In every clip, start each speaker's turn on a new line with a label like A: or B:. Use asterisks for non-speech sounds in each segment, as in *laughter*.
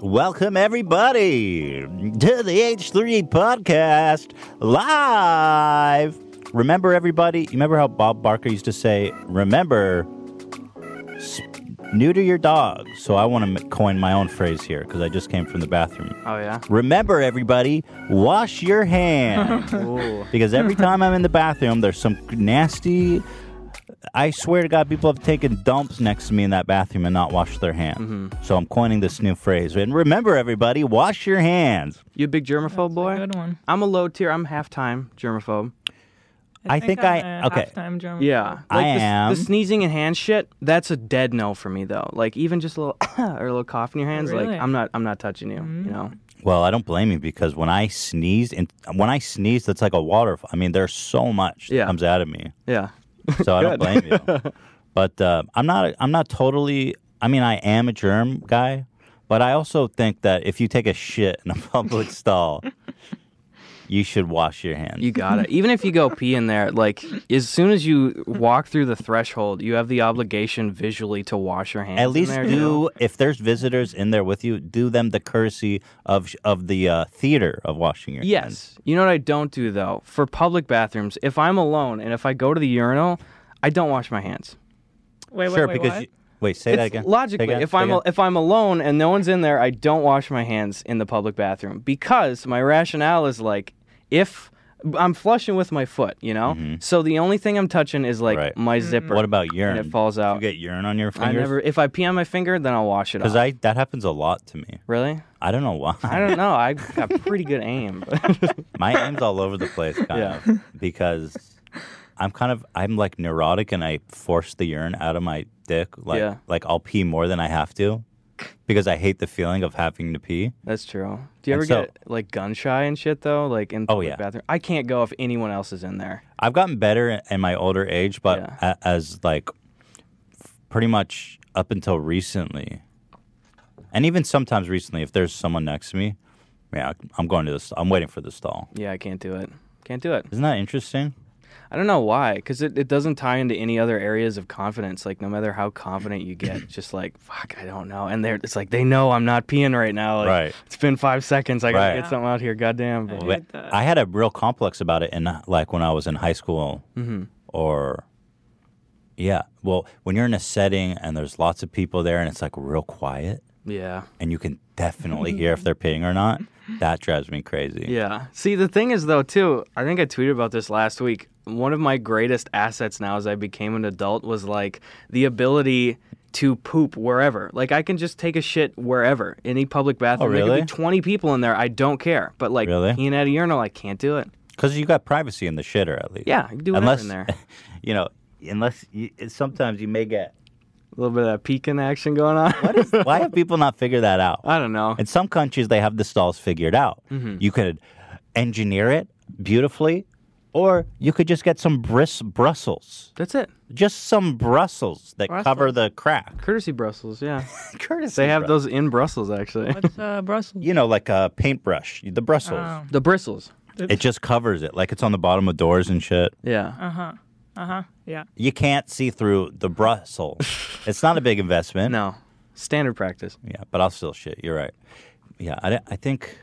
A: Welcome, everybody, to the H3 podcast live. Remember, everybody, you remember how Bob Barker used to say, Remember, sp- neuter your dog. So I want to coin my own phrase here because I just came from the bathroom.
B: Oh yeah.
A: Remember, everybody, wash your hands.
B: *laughs* Ooh.
A: because every time I'm in the bathroom, there's some nasty. I swear to God, people have taken dumps next to me in that bathroom and not washed their hands.
B: Mm-hmm.
A: So I'm coining this new phrase. And remember, everybody, wash your hands.
B: You a big germaphobe boy?
C: Good one.
B: I'm a low tier. I'm half time germaphobe.
A: I think I-
C: I'm a
A: okay.
C: halftime drummer.
B: Yeah.
A: I
B: Like the,
A: am.
B: The sneezing and hand shit. That's a dead no for me though. Like even just a little *coughs* or a little cough in your hands.
C: Really? Mm.
B: Like I'm not. I'm not touching you. You know.
A: Well, I don't blame you because when I sneeze, and when I sneeze, that's like a waterfall. I mean, there's so much that
B: Yeah.
A: comes out of me.
B: Yeah.
A: *laughs* so I don't blame you. But uh, I'm not. I'm not totally. I mean, I am a germ guy, but I also think that if you take a shit in a *laughs* public stall, you should wash your hands.
B: You got it. Even if you go pee in there, like as soon as you walk through the threshold, you have the obligation visually to wash your hands.
A: At
B: in
A: least
B: there, too.
A: do if there's visitors in there with you, do them the courtesy of sh- of the uh, theater of washing your hands.
B: Yes. You know what I don't do though? For public bathrooms, if I'm alone and if I go to the urinal, I don't wash my hands.
C: Wait, wait,
A: sure.
C: wait,
A: because
C: what?
A: You, wait, say that
B: It's
A: again. Say
B: logically,
A: again,
B: if
A: say
B: I'm
A: again.
B: al- if I'm alone and no one's in there, I don't wash my hands in the public bathroom because my rationale is like if I'm flushing with my foot, you know. So the only thing I'm touching is like
A: Mm-hmm. Right.
B: my zipper.
A: what about urine?
B: And it falls
A: You
B: out.
A: get urine on your
B: I
A: fingers.
B: never. If I pee on my finger, then I'll wash it off.
A: because I that happens a lot to me.
B: really?
A: I don't know why.
B: I don't know. I
A: *laughs*
B: got pretty good aim. *laughs*
A: my aim's all over the place kind
B: Yeah.
A: of because I'm kind of I'm like neurotic and I force the urine out of my dick like
B: Yeah.
A: like I'll pee more than I have to because I hate the feeling of having to pee.
B: That's true. Do you ever
A: And so- Oh,
B: get like gun shy and shit though? Like in public
A: yeah.
B: bathroom, I can't go if anyone else is in there.
A: I've gotten better in my older age but
B: Yeah.
A: a- as like f- pretty much up until recently and even sometimes recently if there's someone next to me yeah I'm going to this I'm waiting for the stall.
B: Yeah, I can't do it. Can't do it.
A: Isn't that interesting?
B: I don't know why, because it, it doesn't tie into any other areas of confidence. Like, no matter how confident you get,
A: *clears throat*
B: just like, fuck, I don't know. And they're, it's like, they know I'm not peeing right now. Like,
A: Right.
B: It's been five seconds. I gotta
A: Right.
B: get something out here. Goddamn. But
C: Yeah. did that.
A: I had a real complex about it, and like when I was in high school, or yeah, well, when you're in a setting and there's lots of people there, and it's like real quiet,
B: yeah.
A: and you can definitely hear if they're peeing or not. That drives me crazy.
B: Yeah. See, the thing is, though, too, I think I tweeted about this last week. One of my greatest assets now as I became an adult was like the ability to poop wherever. Like, I can just take a shit wherever, any public bathroom. There
A: Oh, really?
B: could be 20 people in there. I don't care. But like,
A: Really?
B: peeing at a urinal, I can't do it.
A: because you got privacy in the shitter at least.
B: Yeah, I can do whatever
A: unless
B: *laughs* in there.
A: you know, unless you, sometimes you may get.
B: A little bit of that peeking action going on.
A: What is? why have people not figured that out?
B: *laughs* I don't know.
A: In some countries, they have the stalls figured out. You could engineer it beautifully, or you could just get some bris- Brussels,
B: That's it.
A: just some Brussels that cover
C: Brussels.
A: the
B: *laughs*
A: crack.
B: Courtesy
A: *laughs*
B: Brussels, yeah.
A: Curtis,
B: They have those in Brussels, actually.
C: What's uh,
A: *laughs*
C: Brussels?
A: You know, like a paintbrush, the Brussels.
C: Oh.
B: The bristles.
A: It just covers it, like it's on the bottom of doors and shit.
B: Yeah.
A: Uh-huh.
C: Uh huh. Uh huh. Yeah.
A: You can't see through the Brussels. it's not a big investment.
B: No. Standard practice.
A: Yeah, but I'll still shit. You're right. Yeah, I, I think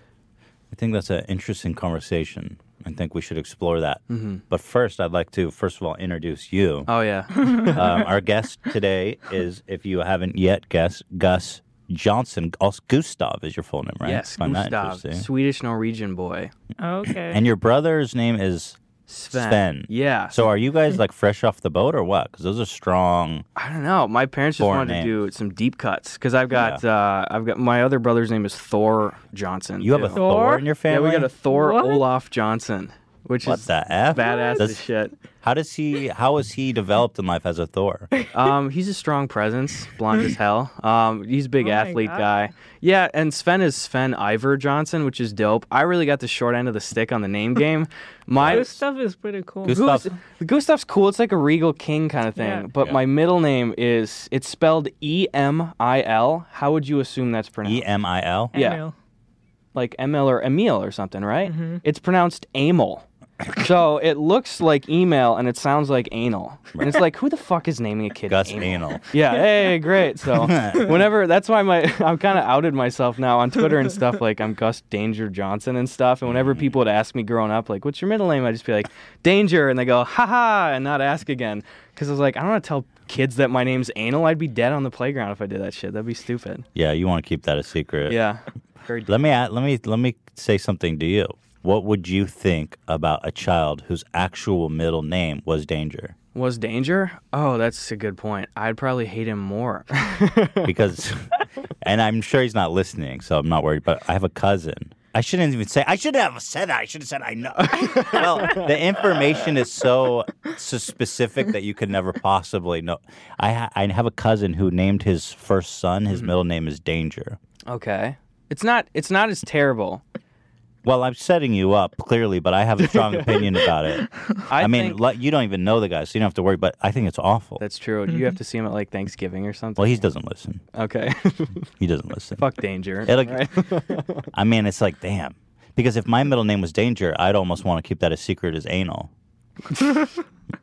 A: I think that's an interesting conversation. I think we should explore that. But first, I'd like to first of all introduce you.
B: Oh, *laughs* yeah.
A: um, our guest today is, if you haven't yet guessed, Gus Johnson. Also, Gustav is your full name, right?
B: Yes,
A: Find that
B: Gustav,
A: interesting.
B: Swedish Norwegian boy.
C: Okay.
A: And your brother's name is
B: Sven.
A: Sven.
B: Yeah.
A: So, are you guys like fresh off the boat or what? Because those are strong.
B: I don't know. My parents just
A: Foreign
B: wanted
A: names.
B: to do some deep cuts because I've got uh, I've got my other brother's name is Thor Johnson.
A: You have a
B: too.
A: Thor,
C: Thor?
A: in your
B: yeah.
A: family.
B: We got a Thor
C: What?
B: Olaf Johnson, which
A: What
B: is
A: the f?
B: badass
A: Does-
B: as shit.
A: How does he? How is he developed in life as a Thor?
B: Um, he's a strong presence, blonde as hell. Um, he's a big
C: *laughs* Oh my
B: athlete
C: God.
B: guy. Yeah, and Sven is Sven Ivor Johnson, which is dope. I really got the short end of the stick on the name
C: *laughs*
B: game. My
C: This stuff is pretty cool.
A: Gustav-
B: Gustav. Gustav's cool. It's like a regal king kind of thing.
C: Yeah.
B: But my middle name is it's spelled E M I L. How would you assume that's pronounced?
A: E M I L.
B: yeah.
C: Emil. Mm-hmm.
B: Like Emil or Emil or something, right? It's pronounced Amil. So it looks like email and it sounds like anal. And
A: *laughs*
B: it's like, who the fuck is naming a kid
A: Gus
B: anal?
A: Anal.
B: Yeah, hey, great.
A: *laughs*
B: So whenever that's why my *laughs* I'm kind of outed myself now on Twitter and stuff. Like I'm Gus Danger Johnson and stuff. And whenever people would ask me growing up, like, "What's your middle name?" I just be like, "Danger," and they go, "Ha ha," and not ask again. Because I was like, I don't want to tell kids that my name's anal. I'd be dead on the playground if I did that shit. That'd be stupid.
A: Yeah, you want to keep that a secret.
B: Yeah. Very
A: Let me a- let me let me say something to you. What would you think about a child whose actual middle name was Danger?
B: was danger. Oh, that's a good point. I'd probably hate him more. *laughs*
A: Because, *laughs* and I'm sure he's not listening, so I'm not worried. But I have a cousin. I shouldn't even say. I shouldn't have said that. I should have said I know. *laughs* well, the information is so so specific that you could never possibly know. I ha- I have a cousin who named his first son. His middle name is Danger.
B: okay. It's not. It's not as terrible.
A: Well, I'm setting you up clearly, but I have a strong opinion about it. I, mean,
B: think-
A: like, you don't even know the guy, so you don't have to worry. But I think it's awful.
B: That's true. You have to see him at like Thanksgiving or something.
A: well, he doesn't listen.
B: okay. *laughs*
A: He doesn't listen.
B: Fuck danger.
A: It'll-
B: right?
A: I mean, it's like, damn. Because if my middle name was Danger, I'd almost want to keep that a secret as anal.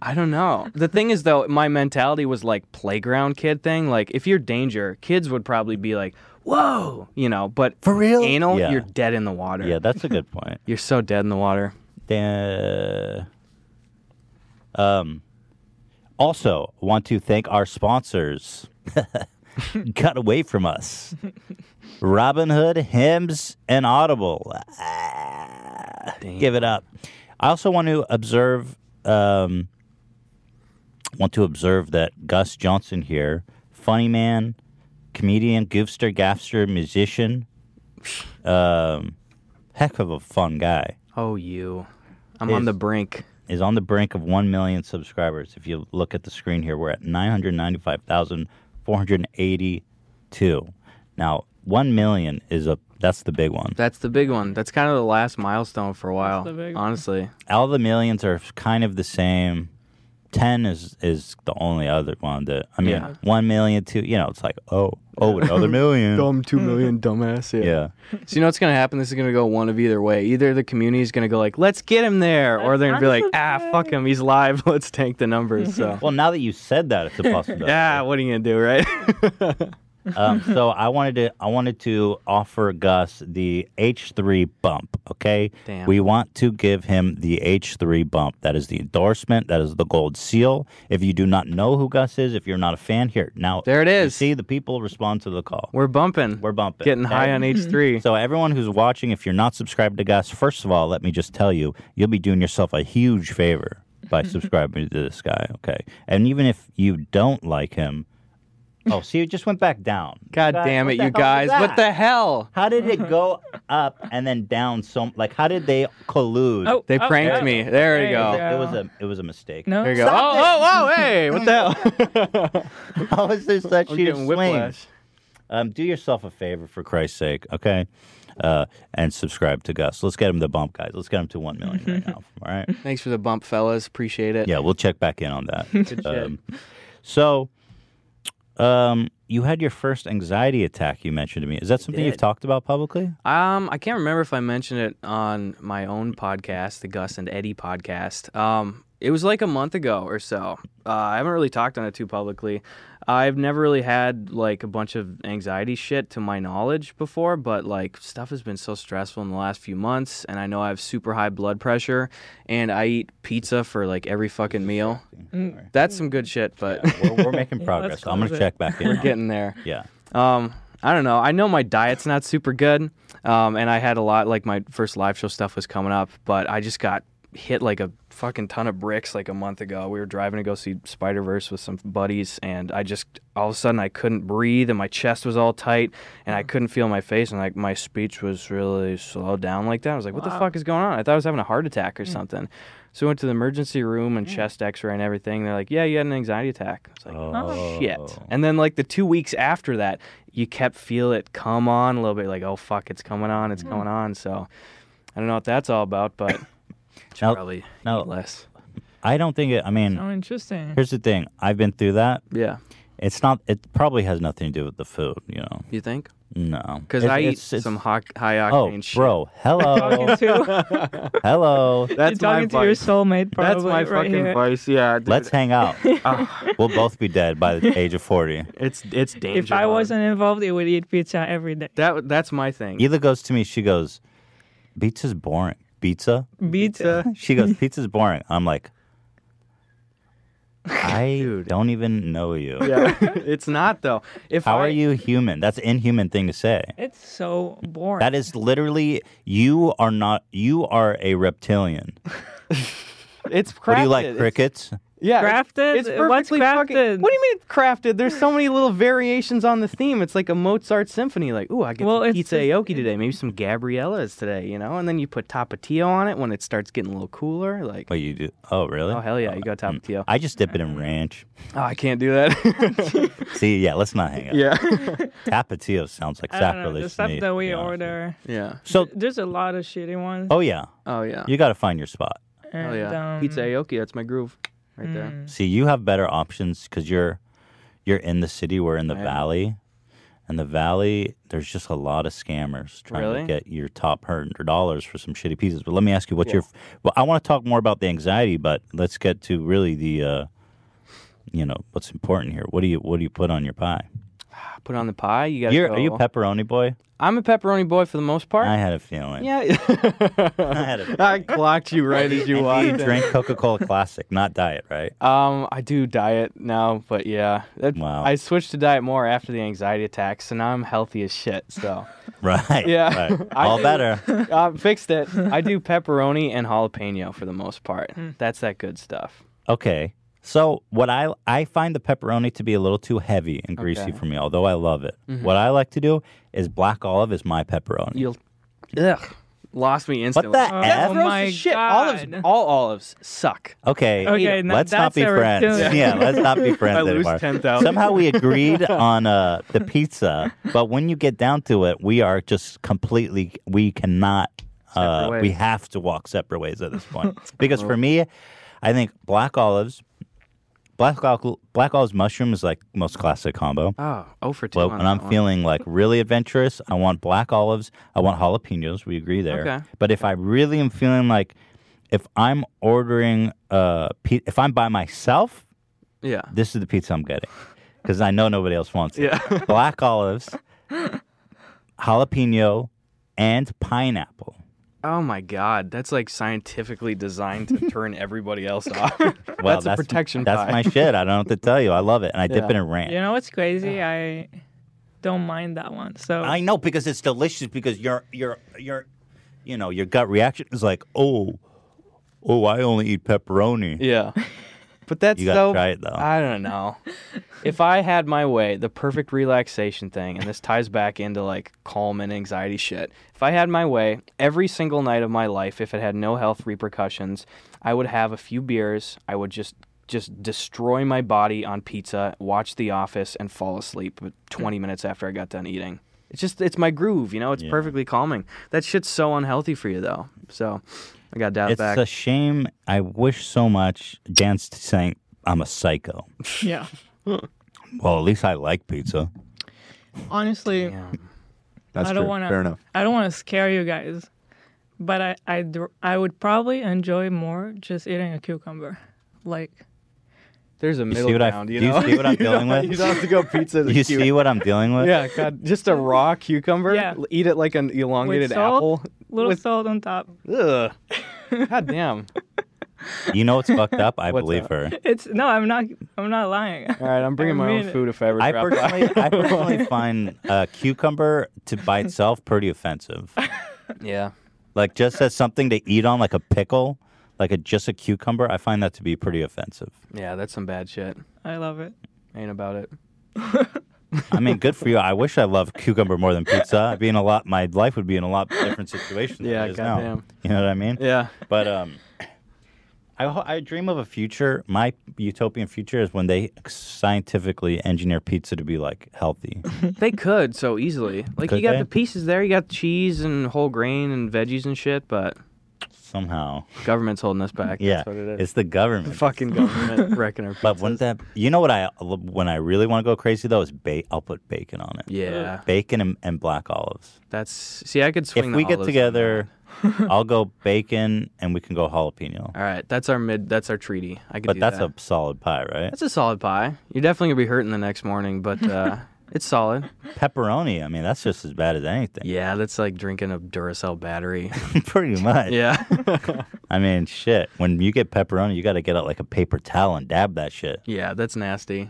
B: I don't know. The thing is, though, my mentality was like playground kid thing. Like, if you're danger, kids would probably be like, "Whoa," you know. But
A: For real?
B: anal,
A: Yeah.
B: you're dead in the water.
A: Yeah, that's a good point.
B: You're so dead in the water.
A: Da- um, also, want to thank our sponsors. *laughs* Got away from us. Robinhood, Hims, and Audible. Ah,
B: Damn.
A: give it up. I also want to observe. Um, want to observe that Gus Johnson here, funny man, comedian, goofster, gaffster, musician. Um, heck of a fun guy
B: Oh, you. I'm
A: Is-
B: on the brink.
A: is on the brink of 1 million subscribers. If you look at the screen here, we're at 995,482. Now, 1 million is a that's the big one.
B: That's the big one. That's kind of the last milestone for a while.
C: the big one.
B: Honestly,
A: All the millions are kind of the same. 10 is is the only other one that I mean,
B: Yeah.
A: 1 million two, you know, it's like, "Oh, oh, another million.
B: two
C: *laughs*
B: million dumbass.
A: Yeah.
B: So you know what's gonna happen? This is gonna go one of either way. Either the community is gonna go like, "Let's get him there," or they're gonna be like, "Ah, fuck him. He's live. *laughs* Let's tank the numbers."
A: *laughs*
B: So
A: Well, now that you said that, it's a possibility.
B: yeah, what are you gonna do, right?
A: um,
B: Mm-hmm.
A: so I wanted to I wanted to offer Gus the H three bump. Okay,
B: Damn.
A: we want to give him the H three bump. That is the endorsement. That is the gold seal. If you do not know who Gus is, if you're not a fan, here now
B: There it
A: you
B: is.
A: see the people respond to the call.
B: We're *laughs* bumping.
A: We're bumping.
B: Getting high
A: Okay?
B: on E. H
A: *laughs*
B: three.
A: So everyone who's watching, if you're not subscribed to Gus, first of all, let me just tell you, you'll be doing yourself a huge favor
B: *laughs*
A: by subscribing to this guy. Okay, and even if you don't like him. Oh, see, it just went back down.
B: God
A: Guys,
B: damn
A: what
B: it,
A: the
B: you
A: hell was
B: guys! What
A: that?
B: the hell?
A: How did
C: Mm-hmm.
A: it go up and then down so like how did they collude? Oh,
C: Oh,
B: They
C: oh,
B: pranked
C: yeah.
B: me. There we
C: There you
B: go.
C: go.
A: It was a it was a mistake. *laughs*
C: No.
B: There you go. Oh, oh, oh! Hey, what the hell?
A: How is there such
B: I'm
A: huge
B: getting
A: swings?
B: whiplash.
A: Um, do yourself a favor for Christ's sake, okay? Uh, and subscribe to Gus. Let's get him the bump, guys. Let's get him to one million right
C: *laughs*
A: now. All right.
B: Thanks for the bump, fellas. Appreciate it.
A: Yeah, Um, we'll check back in on that.
B: shit.
A: so, um, you had your first anxiety attack. You mentioned to me. Is that something you've
B: did.
A: talked about publicly?
B: Um, I can't remember if I mentioned it on my own podcast, the Gus and Eddie podcast. Um, it was like a month ago or so. Uh, I haven't really talked on it too publicly. I've never really had like a bunch of anxiety shit to my knowledge before, but like stuff has been so stressful in the last few months, and I know I have super high blood pressure, and I eat pizza for like every fucking meal. That's some good shit, but
A: We're, *laughs* we're making progress.
C: let's
A: I'm gonna
C: close it.
A: check back in. on it.
B: *laughs* getting there.
A: yeah.
B: Um, I don't know. I know my diet's not super good. Um, and I had a lot like my first live show stuff was coming up, but I just got hit like a fucking ton of bricks like a month ago. We were driving to go see Spider Verse with some buddies, and I just all of a sudden I couldn't breathe, and my chest was all tight, and I couldn't feel my face, and like my speech was really slowed down like that. I was like, what the fuck is going on? I thought I was having a heart attack or something. So we went to the emergency room and chest X-ray and everything. They're like, "Yeah, you had an anxiety attack." I was like,
A: Oh.
B: shit. And then like the two weeks after that, you kept feel it come on a little bit, like, oh fuck, it's coming on,
C: Hmm.
B: it's coming on. So I don't know what that's all about, but
A: *coughs*
B: should
A: Now-
B: probably
A: now-
B: eat less.
A: I don't think it. I mean,
C: Oh, interesting.
A: here's the thing. I've been through that.
B: Yeah.
A: It's not. It probably has nothing to do with the food. You know.
B: You think?
A: No,
B: Because
A: It's-
B: I eat
A: it's- it's-
B: some high, high
A: Oh,
B: octane shit.
A: bro! Hello,
C: *laughs* *laughs* Talking to,
A: *laughs* hello.
B: *laughs* That's
C: you're
B: my
C: talking to your
B: vice.
C: soulmate,
B: That's
C: probably.
B: my
C: right
B: fucking
C: here.
B: vice. Yeah. dude.
A: Let's hang out.
B: *laughs* Ah,
A: We'll both be dead by the age of
B: *laughs*
A: forty.
B: it's it's dangerous.
C: If I wasn't involved, it would eat pizza every day.
B: that that's my thing.
A: Ela goes to me. She goes, "Pizza's boring. Pizza." *laughs*
B: uh,
C: Pizza.
A: She goes, "Pizza's boring." I'm
B: *laughs*
A: like, I
B: Dude.
A: don't even know you.
B: yeah, *laughs* it's not though. If
A: How
B: I,
A: are you human? That's an inhuman thing to say.
C: It's so boring.
A: That is literally you are not. You are a reptilian.
B: It's crafted.
A: What do you like?
B: It's-
A: Crickets.
B: Yeah, it's-
C: Crafted?
B: It's perfectly
C: What's crafted?
B: Fucking, what do you mean it's crafted? There's so many little variations on the theme. It's like a Mozart symphony. Like, ooh, I get
C: Well,
B: some
C: it's
B: pizza
C: just-
B: aoki today. Maybe some Gabriella's today. You know, and then you put tapatio on it when it starts getting a little cooler. Like,
A: What you do? Oh, really?
B: oh hell yeah, you got tapatio.
A: I just dip it in ranch.
B: Oh, I can't do that.
C: *laughs*
A: See, yeah, let's not hang out.
B: yeah,
A: Tapatio sounds like
C: I don't know.
A: sacrilege.
C: The
A: to
C: stuff
A: me,
C: that
A: to
C: we
A: be honest with
C: order.
B: yeah.
A: you. So,
C: There's a lot of shitty ones.
A: oh yeah,
B: Oh yeah.
A: you got to find your spot.
B: oh
C: and,
B: yeah.
C: um, mm.
B: pizza aoki. That's my groove, right there.
A: See, you have better options because you're you're in the city. We're in the valley, and the valley there's just a lot of scammers trying
B: Really?
A: to get your top hundred dollars for some shitty pieces. But let me ask you, what's your? Well, I want to talk more about the anxiety, but let's get to really the, uh, you know, what's important here. What do you what do you put on your pie?
B: Put on the pie. You got.
A: You're, are you a
B: go-
A: pepperoni boy?
B: I'm a pepperoni boy for the most part.
A: I had a feeling. *laughs*
B: yeah. *laughs*
A: I had a feeling.
B: I clocked you right
A: *laughs*
B: as you walked.
A: you
B: in. *laughs*
A: drink Coca Cola Classic, not diet, right? *laughs*
B: Um, I do diet now, but yeah, that,
A: Wow.
B: I switched to diet more after the anxiety attacks, so now I'm healthy as shit.
C: *laughs*
B: So
A: Right.
B: Yeah.
A: right.
B: *laughs* I
A: All
B: do.
A: better.
B: I fixed it. I do pepperoni and jalapeno for the most part.
C: Hmm.
B: That's that good stuff.
A: Okay. So what I I find the pepperoni to be a little too heavy and greasy
B: Okay. Mm-hmm.
A: for me, although I love it. What I like to do is black olive is my pepperoni.
B: You'll, ugh, lost me instantly.
A: the
B: That's
A: F?
B: gross
C: Oh my
B: as shit.
C: God.
B: Olives, all olives suck.
A: okay.
C: Okay, now
A: let's not
C: that's
A: be
C: a
A: friends.
C: reptilian.
A: Yeah, let's not
B: *laughs*
A: be friends
B: I lose
A: anymore.
B: 10,000.
A: Somehow we agreed on uh, the pizza, but when you get down to it, we are just completely. We cannot.
B: Separate
A: Uh,
B: ways.
A: we have to walk separate ways at
B: *laughs*
A: this point because for me, I think black olives, black ol- black olives mushroom is like most classic combo.
B: Oh, oh for two.
A: Well,
B: on
A: and I'm
B: that one.
A: feeling like really adventurous. I want black olives. I want jalapenos. We agree there.
B: Okay.
A: But if I really am feeling like, if I'm ordering, uh, pe- if I'm by myself, *laughs*
B: yeah.
A: this is the pizza I'm getting because I know nobody else wants it.
B: Yeah.
A: *laughs* black olives, jalapeno, and pineapple.
B: Oh my god, that's like scientifically designed
A: *laughs*
B: to turn everybody else off.
A: Well,
B: that's, a protection
A: That's
B: pie.
A: my shit. I don't know what to tell you. I love it, and I dip
B: Yeah.
A: it in ranch.
C: You know what's crazy? I don't mind that one. So
A: I know because it's delicious because your your your you know your gut reaction is like oh oh I only eat pepperoni.
B: Yeah. *laughs* But that's
A: You gotta
B: so.
A: try it, though.
B: I
A: *laughs*
B: don't know. if I had my way, the perfect relaxation thing, and this ties back into like calm and anxiety shit. If I had my way, every single night of my life, if it had no health repercussions, I would have a few beers. I would just just destroy my body on pizza, watch The Office, and fall asleep
A: *laughs*
B: 20 minutes after I got done eating. It's just it's my groove, you know. It's perfectly calming. That shit's so unhealthy for you though. So I got that
A: It's
B: back.
A: a shame. I wish so much. Dan's saying I'm a psycho.
C: *laughs* yeah.
A: Well, at least I like pizza.
C: Honestly,
D: That's
C: I don't
D: true.
C: wanna-
D: Fair enough.
C: I don't want to scare you guys, but I, I dr- I would probably enjoy more just eating a cucumber. Like
B: There's a
A: You
B: middle
A: see what
B: ground,
A: I?
B: you
A: do
B: know.
A: you see what I'm dealing
B: *laughs* You
A: with?
B: don't have to go pizza.
A: *laughs* You see what I'm dealing with?
B: Yeah, God, just a raw cucumber.
C: Yeah.
B: L- Eat it like an elongated
C: With salt?
B: apple.
C: little
B: With-
C: salt on top.
B: Ugh.
C: *laughs*
B: God damn.
A: You know what's fucked up? I
B: What's
A: believe
B: up? *laughs*
A: her.
C: It's no, I'm not I'm not lying.
D: *laughs*
B: All right, I'm bringing
C: I
B: my
C: mean
B: own
C: it.
B: food if I ever
A: I
B: drop by.
A: personally, I
B: *laughs*
A: personally find uh, cucumber to by itself pretty offensive.
B: Yeah.
A: Like just as something to eat on, like a pickle, like a just a cucumber. I find that to be pretty offensive.
B: Yeah, that's some bad shit.
C: I love it.
B: Ain't about it.
A: I mean, good for you. I wish I loved cucumber more than pizza. I'd be in a lot. My life would be in a lot different situation. Than
B: Yeah,
A: it is now.
B: goddamn.
A: You know what I mean?
B: Yeah.
A: But um, I ho- I dream of a future. My utopian future is when they scientifically engineer pizza to be like healthy.
B: They could so easily. Like
A: Could
B: you got
A: they?
B: the pieces there, you got cheese and whole grain and veggies and shit, but
A: somehow.
B: Government's holding us back.
A: Yeah,
B: That's what it is.
A: it's the government. *laughs*
B: Fucking government wrecking our
A: But wouldn't that? You know what I when I really want to go crazy though is ba- I'll put bacon on it.
B: Yeah,
A: Bacon and, and black olives.
B: that's see, I could swing.
A: if
B: the
A: we get
B: olives on
A: together, *laughs* I'll
B: *laughs*
A: go bacon and we can go jalapeno.
B: that. all right, that's our mid. That's our treaty. I could.
A: But
B: do
A: that's
B: that.
A: a solid pie, right?
B: that's a solid pie. You're definitely gonna be hurting the next morning, but *laughs* uh, it's solid.
A: Pepperoni. I mean, that's just as bad as anything.
B: Yeah, that's like drinking a Duracell battery.
A: *laughs*
B: *laughs*
A: Pretty much.
B: yeah,
A: I mean, shit. When you get pepperoni, you got to get out like a paper towel and dab that shit.
B: yeah, that's nasty.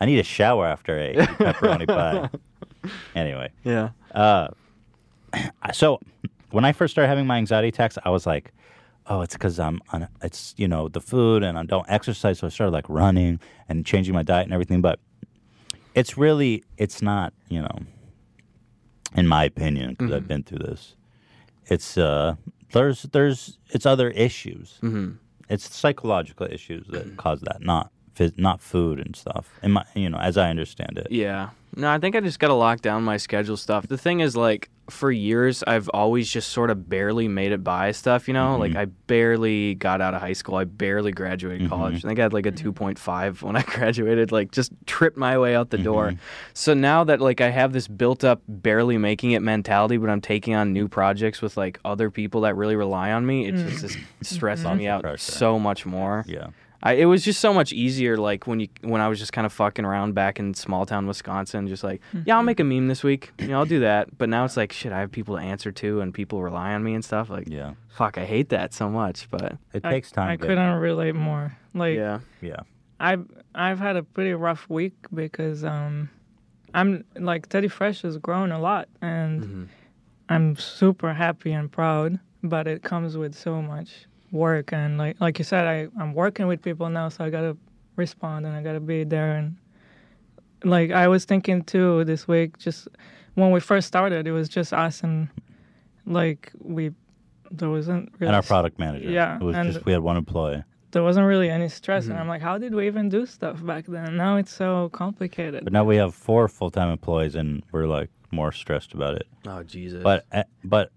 A: I need a shower after
B: *laughs*
A: I eat pepperoni pie. Anyway,
B: Yeah,
A: I- so when I first started having my anxiety attacks, I was like, "Oh, it's because I'm on. It's you know the food, and I don't exercise." So I started like running and changing my diet and everything. But it's really, it's not. You know, in my opinion, because I've been through this, it's uh, there's there's it's other issues. Mm-hmm. It's psychological issues that cause that, not phys- not food and stuff. In my, you know, as I understand it,
B: yeah. No, I think I just gotta lock down my schedule stuff. The thing is, like, for years I've always just sort of barely made it by stuff. You
A: Mm-hmm.
B: know, like I barely got out of high school. I barely
A: Mm-hmm.
B: graduated college. I think I had like a 2.5 when I *laughs* graduated. Like, just tripped my way out the
A: Mm-hmm.
B: door. So now that like I have this built up barely making it mentality, but I'm taking on new projects with like other people that really rely on me, it just is stressing me out
A: Mm-hmm. pressure.
B: so much more.
A: yeah.
B: I, it was just so much easier, like when you when I was just kind of fucking around back in small town Wisconsin, just like yeah, I'll make a meme this week, you know, I'll do that. But now it's like shit, I have people to answer to, and people rely on me and stuff. Like
A: Yeah.
B: fuck, I hate that so much. But
A: It
C: I-
A: takes time.
C: I
A: to-
C: couldn't relate more. Like
B: yeah,
A: Yeah.
C: I've I've had a pretty rough week because um I'm like Teddy Fresh has grown a lot and I'm super happy and proud, but it comes with so much work and like like you said, I, I'm working with people now so I gotta respond and I gotta be there and like I was thinking too this week, just when we first started it was just us and like we there wasn't really
A: and our product manager.
C: Yeah,
A: it was
C: and-
A: just we had one employee.
C: there wasn't really any stress
A: Mm-hmm.
C: and i'm like how did we even do stuff back then now it's so complicated
A: But now we have four full time employees, and we're like more stressed about it.
B: oh Jesus,
A: But uh, but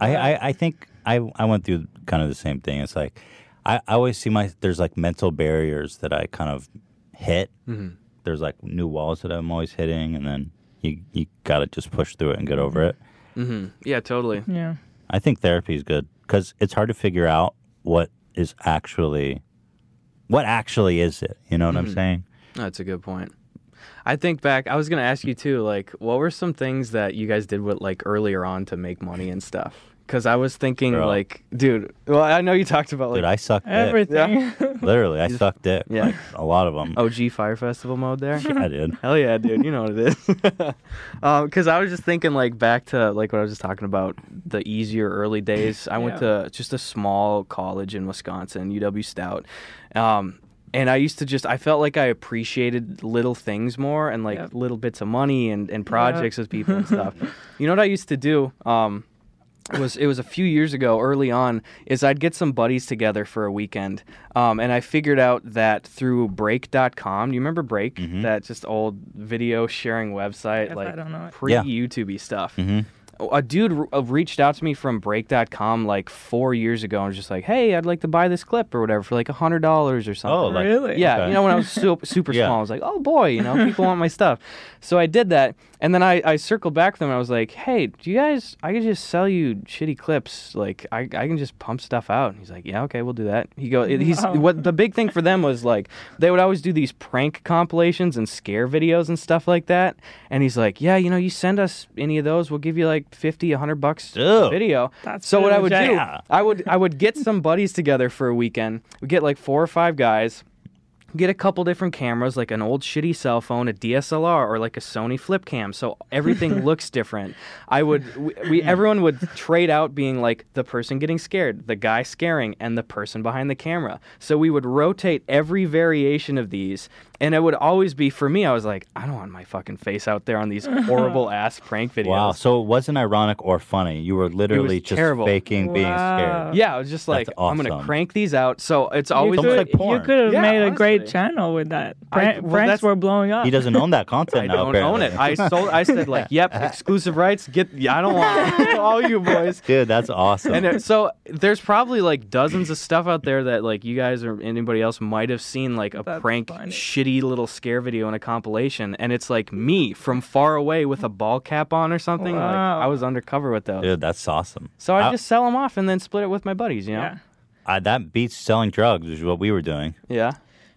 A: I, I I think I I went through kind of the same thing. It's like I, I always see my there's like mental barriers that I kind of hit.
C: Mm-hmm.
A: There's like new walls that I'm always hitting, and then you you gotta just push through it and get over
C: Mm-hmm.
A: it.
B: yeah, totally.
C: yeah
A: I think therapy is good because it's hard to figure out what is actually what actually is it. You know what
C: Mm-hmm.
A: I'm saying?
B: That's a good point. I think back, I was going to ask you too, like, what were some things that you guys did with, like, earlier on to make money and stuff? Because I was thinking,
A: Bro.
B: like, dude, well, I know you talked about, like,
A: Dude, I suck dick.
C: everything
A: *laughs* Literally, I sucked dick.
B: Yeah. Oh,
A: Like, a lot of
B: *laughs*
A: them.
B: OG Fire Festival mode there.
A: I did.
B: Hell yeah, dude. You know what it is. *laughs* Because I was just thinking, like, back to, like, what I was just talking about, the easier early days. I went
C: Yeah.
B: to just a small college in Wisconsin, UW Stout. Um, and I used to just, I felt like I appreciated little things more and, like,
C: Yep.
B: little bits of money and, and projects with people and
C: *laughs*
B: stuff. you know what I used to do? Um, was it was a few years ago early on is i'd get some buddies together for a weekend um, and i figured out that through break.com do you remember break that just old video sharing website
C: *laughs* If I
B: like
C: don't know it.
B: pre
A: Yeah.
B: youtube stuff a dude re- uh, reached out to me from break.com like four years ago and was just like hey i'd like to buy this clip or whatever for like a hundred dollars or something
A: Oh, like,
C: really
B: yeah,
A: Okay.
B: you know, when I
A: *laughs*
B: was super, super
A: Yeah.
B: small, I was like, oh boy, you know, people want my stuff. So I did that. And then I, I circled back to them and I was like, hey, do you guys, I could just sell you shitty clips. Like, I, I can just pump stuff out. And he's like, yeah, okay, we'll do that. He
C: *laughs*
B: go, he's, what the big thing for them was like, they would always do these prank compilations and scare videos and stuff like that. And he's like, yeah, you know, you send us any of those, we'll give you like 50, 100 bucks a
A: Dude.
B: video.
C: That's
B: so what I would
C: legit.
B: do,
A: Yeah.
B: I would, I would get some buddies together for a weekend. We get like four or five guys get a couple different cameras, like an old shitty cell phone, a DSLR, or like a Sony flip cam. So
A: *laughs*
B: everything looks different. I would, we, we everyone would trade out being like the person getting scared, the guy scaring, and the person behind the camera. So we would rotate every variation of these. And it would always be for me, I was like, I don't want my fucking face out there on these horrible
A: *laughs*
B: ass prank videos.
A: Wow. So it wasn't ironic or funny. You were literally just
B: terrible.
A: faking being
C: Wow.
A: scared.
B: Yeah, I was just like,
A: That's
B: I'm gonna
A: awesome.
B: crank these out. So it's always
A: Almost
C: could-
A: like porn.
C: you could have
B: Yeah,
C: made a great great channel with that.
B: I-
C: Prank-
B: well,
C: pranks
B: that's-
C: were blowing up.
A: He doesn't own
B: *laughs*
A: that content
B: I
A: now.
B: don't own it.
A: apparently.
B: I sold. I said like,
A: *laughs*
B: "Yep, exclusive rights. Get. Yeah, I don't
C: *laughs*
B: want *laughs* all you boys."
A: Dude, that's awesome.
B: *laughs* And it- so there's probably like dozens of stuff out there that like you guys or anybody else might have seen like a
C: That's
B: prank
C: funny.
B: shitty little scare video in a compilation, and it's like me from far away with a ball cap on or something.
C: Wow.
B: Like I was undercover with those.
A: Dude, that's awesome.
B: So I
A: I-
B: just sell them off and then split it with my buddies. You know?
C: yeah.
A: I, that beats selling drugs, which is what we were doing.
B: Yeah.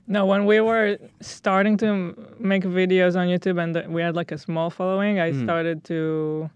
C: No, when we were starting to m- make videos on YouTube and th- we had like a small following, I
A: Hmm.
C: started to.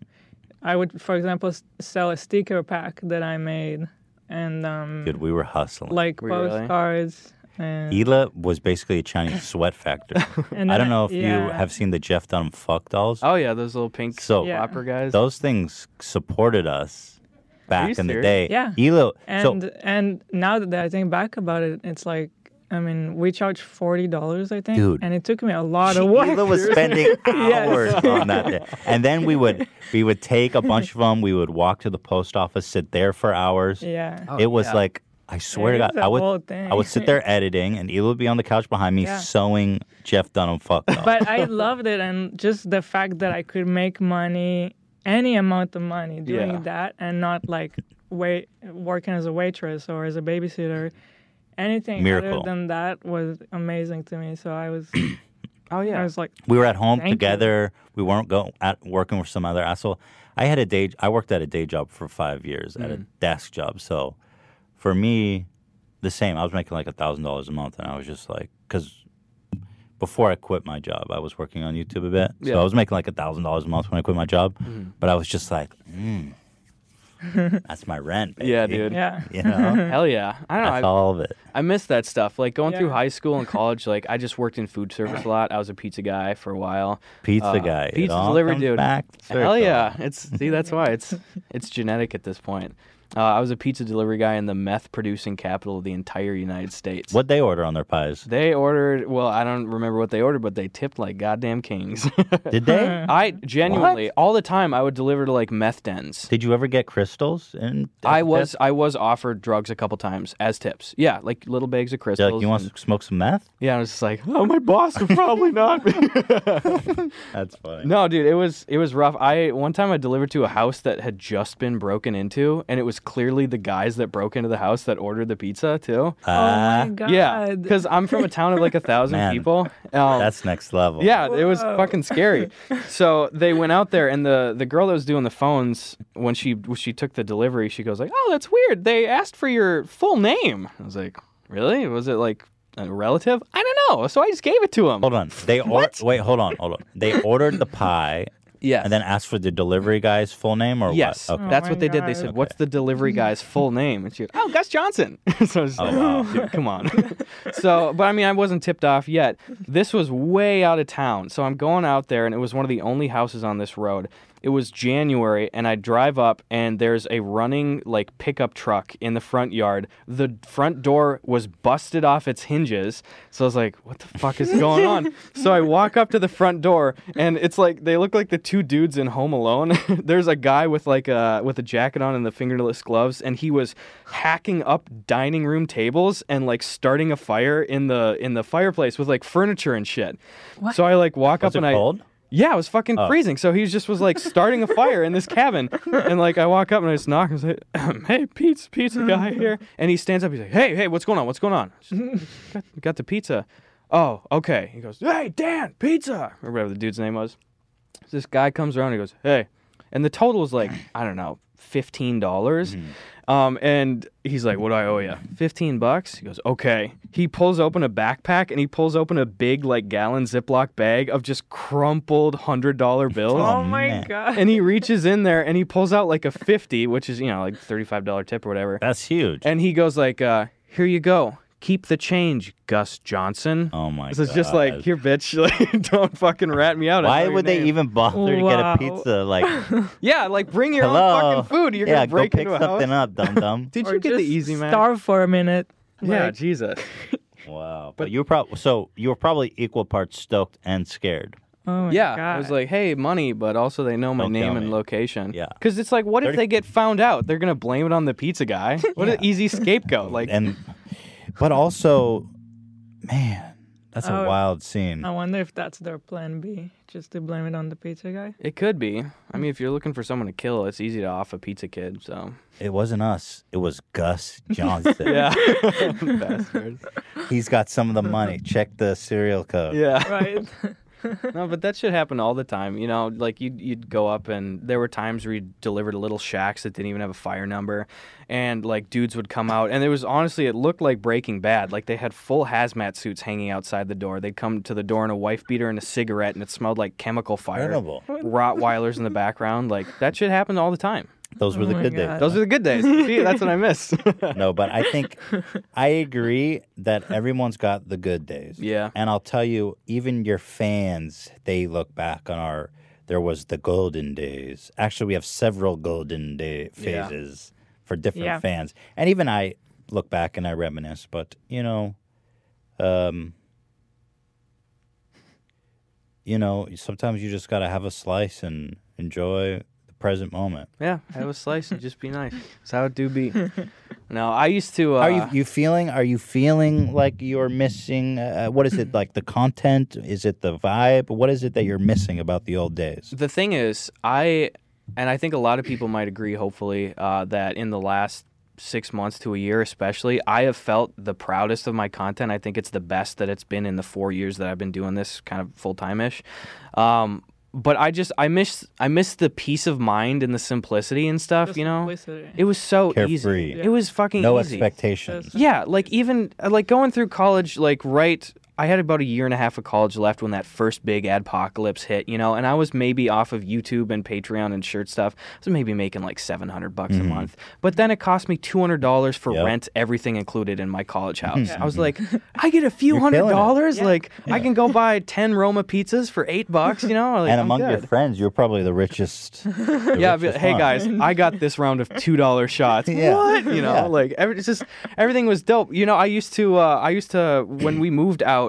C: I would, for example, s- sell a sticker pack that I made and um,
A: Dude, we were hustling.
C: like
B: Were you really?
C: postcards. And,
A: Hila was basically a Chinese
B: *laughs*
A: sweat factory.
C: and
A: I
C: then-
A: don't know if you
C: yeah.
A: have seen the Jeff Dunham fuck dolls.
B: Oh yeah, those little pink
A: So-
B: opera
C: Yeah.
B: guys.
A: Those things supported us
B: you
A: back in the
B: serious?
A: day.
C: Yeah.
A: Hila.
C: And
A: so,
C: and now that I think back about it, it's like I mean we charge forty dollars I think,
A: Dude.
C: and it took me a
B: *laughs*
C: lot of work.
A: Hila was spending hours on that. Day. And then we would we would take a bunch of them. We would walk to the post office, sit there for hours.
C: *laughs* yeah,
B: Oh,
A: it was
B: yeah.
A: like I swear to
C: It
A: God,
C: is a
A: I
C: whole
A: would
C: thing.
A: I would sit
C: *laughs*
A: there editing, and Ela would be on the couch behind me
C: Yeah.
A: sewing Jeff Dunham fuck dolls.
C: but
B: *laughs*
C: I loved it, and just the fact that I could make money, any amount of money, doing
B: Yeah.
C: that, and not like wait working as a waitress or as a babysitter. Anything
A: Miracle.
C: other than that was amazing to me. So I was,
B: oh yeah.
C: I was like,
A: we were at home
C: Thank you.
A: together. We weren't go at working with some other asshole. I had a day. I worked at a day job for five years at
B: Mm.
A: a desk job. So for me, the same. I was making like a thousand dollars a month, and I was just like, because before I quit my job, I was working on YouTube a bit. So
B: Yeah.
A: I was making like a thousand dollars a month when I quit my job. But I was just like,
C: *laughs*
A: mm, that's my rent. Baby.
B: Yeah, dude.
C: yeah,
A: *laughs* You
C: *laughs*
A: know,
B: Hell yeah. I don't know. I-
A: that's all of it.
B: I miss that stuff. Like going through
C: Yeah.
B: high school and college, like I just worked in food service a lot. I was a pizza guy for a while.
A: Pizza
B: Uh,
A: guy. it
B: pizza
A: all
B: delivery
A: comes
B: dude.
A: Back
B: Hell
A: circle.
B: yeah! It's see that's why it's it's genetic at this point. Uh, I was a pizza delivery guy in the meth producing capital of the entire United States.
A: What they order on their pies?
B: they ordered? Well, I don't remember what they ordered, but they tipped like goddamn kings. *laughs*
A: Did they?
B: I genuinely all the time I would deliver to like meth dens.
A: Did you ever get crystals? And
B: I was I was offered drugs a couple times as tips. Yeah, like little bags of crystals.
A: like, you want
B: and-
A: to smoke some meth?
B: yeah, I was just like, oh, my boss would probably not.
A: *laughs* That's funny.
B: No, dude, it was it was rough. I one time I delivered to a house that had just been broken into, and it was clearly the guys that broke into the house that ordered the pizza too.
C: oh my god,
B: Uh, Yeah, because I'm from a town of like a thousand
A: Man.
B: people. Um,
A: That's next level.
B: yeah, it was
C: Whoa.
A: *laughs*
B: fucking scary. so they went out there, and the the girl that was doing the phones when she when she took the delivery, she goes like, "Oh, that's weird. They asked for your full name." I was like, "Really? Was it like a relative? I don't know." So I just gave it to him.
A: Hold on. They or- wait. Hold on. Hold on. They ordered the pie
B: Yeah,
A: and then asked for the delivery guy's full name or
B: Yes, Mm.
A: what? Okay.
B: that's
C: Oh
B: what
C: my
B: they did. They said,
C: God.
B: "What's the
C: *laughs*
B: delivery guy's full name?" And she, goes, "Oh, Gus Johnson." *laughs* so I was just like,
A: Oh, wow.
B: "Dude, come on." *laughs* so, but I mean, I wasn't tipped off yet. This was way out of town, so I'm going out there, and it was one of the only houses on this road. It was January, and I drive up, and there's a running like pickup truck in the front yard. The front door was busted off its hinges, so I was like, "What the fuck is going on?" so I walk up to the front door, and it's like they look like the two dudes in Home Alone. *laughs* There's a guy with like a with a jacket on and the fingerless gloves, and he was hacking up dining room tables and like starting a fire in the in the fireplace with like furniture and shit. So I like walk
A: Was
B: up
A: it
B: and I
A: cold? Oh.
B: yeah, it was fucking freezing. So he just was like starting a fire in this cabin, and like I walk up and I just knock and say, *clears throat* "Hey, pizza, pizza guy here." And he stands up. He's like, "Hey, hey, what's going on? What's going on?" I said, got, got the pizza. Oh, okay. He goes, "Hey, Dan, pizza," or whatever the dude's name was. So this guy comes around. He goes, "Hey," and the total was like *clears throat* I don't know, fifteen dollars. Um, and he's like, "What do I owe you? Fifteen bucks?" He goes, "Okay." He pulls open a backpack and he pulls open a big like gallon Ziploc bag of just crumpled hundred dollar bills.
C: oh my
A: man.
C: god,
B: And he reaches in there and he pulls out like a fifty, which is you know like thirty five dollar tip or whatever.
A: That's huge.
B: And he goes like, uh, "Here you go. Keep the change, Gus Johnson."
A: oh my
B: So
A: god.
B: it's just like, here, bitch, *laughs* like, don't fucking rat me out. I know
A: Why
B: your
A: would they
B: name."
A: even bother to get
C: Wow.
A: a pizza?
B: *laughs*
A: Like,
B: Yeah, like bring your
A: hello.
B: own fucking food. You're
A: yeah,
B: gonna break
A: go pick
B: into a
A: something
B: house.
A: up, dum
B: *laughs*
A: dum.
B: Did
C: Or
B: you get the
C: just
B: easy man?
C: Starve for a minute.
B: yeah,
C: Like, *laughs*
B: Jesus.
A: wow. But you were probably so you were probably equal parts stoked and scared.
C: oh my
B: yeah,
C: god.
B: I was like, hey, money, but also they know my
A: Don't
B: name
A: kill
B: and
A: me.
B: location.
A: Yeah.
B: because it's like, what if
A: 30
B: they get found out? They're gonna blame it on the pizza
C: *laughs*
B: guy. What an easy scapegoat! Like,
A: and but also man That's a
C: Oh.
A: wild scene.
C: I wonder if that's their plan B, just to blame it on the pizza guy.
B: It could be. I mean, if you're looking for someone to kill, it's easy to off a pizza kid. So
A: It wasn't us. It was
C: *laughs*
A: Gus Johnson.
B: yeah, *laughs* bastards.
A: He's got some of the money. Check the serial code.
B: Yeah.
C: *laughs* Right.
B: No, but that shit happened all the time. You know, like you'd you'd go up and there were times where you delivered to little shacks that didn't even have a fire number, and like dudes would come out and it was honestly it looked like Breaking Bad. Like they had full hazmat suits hanging outside the door. They'd come to the door in a wife beater and a cigarette, and it smelled like chemical fire.
A: Incredible.
B: Rottweilers in the background. Like that shit happened all the
A: *laughs*
B: time.
A: Those were
C: Oh
A: the
C: my
A: good
C: God.
A: days.
B: Those are the
A: *laughs*
B: good days. See, that's what I miss. *laughs*
A: No, but I
C: *laughs*
A: think I agree that everyone's got the good days.
B: Yeah.
A: And I'll tell you, even your fans, they look back on our there was the golden days. Actually, we have several golden day
B: Yeah.
A: phases for different
C: Yeah.
A: fans. And even I look back and I reminisce, but you know, um you know, sometimes you just got to have a slice and enjoy the present moment.
B: yeah, have a slice and just be nice. That's how it do
A: *laughs*
B: be. No, I used to. Uh,
A: Are you, you feeling? Are you feeling like you're missing? Uh, what is it like? The content? Is it the vibe? What is it that you're missing about the old days?
B: The thing is, I and I think a lot of people might agree, hopefully, uh, that in the last six months to a year, especially, I have felt the proudest of my content. I think it's the best that it's been in the four years that I've been doing this kind of full time ish. Um, but I just I miss I miss the peace of mind and the simplicity and stuff. you know,
C: Simplicity.
B: it was so
A: Carefree.
B: easy. It was fucking
A: No
B: easy.
A: expectations.
B: Yeah, like even uh, like going through college, like right. I had about a year and a half of college left when that first big adpocalypse hit, you know, and I was maybe off of YouTube and Patreon and shirt stuff. So maybe making like 700 bucks a month. But then it cost me $200 for
A: Mm-hmm. Yep. Mm-hmm.
B: rent, everything included in my college house. I was like, I get a few hundred
A: killing it.
B: dollars. Like, I can go buy 10 Roma pizzas for eight bucks, you know? Like,
A: and
B: I'm
A: among your
B: good.
A: friends, you're probably the richest. *laughs*
B: *laughs*
A: the
B: Yeah, I'd be like,
A: richest
B: hey
A: one.
B: guys, I got this round of two dollar
A: *laughs*
B: shots.
A: Yeah.
B: What? You know,
A: Yeah.
B: like every, it's just everything was dope. You know, I used to, uh, I used to when we moved out.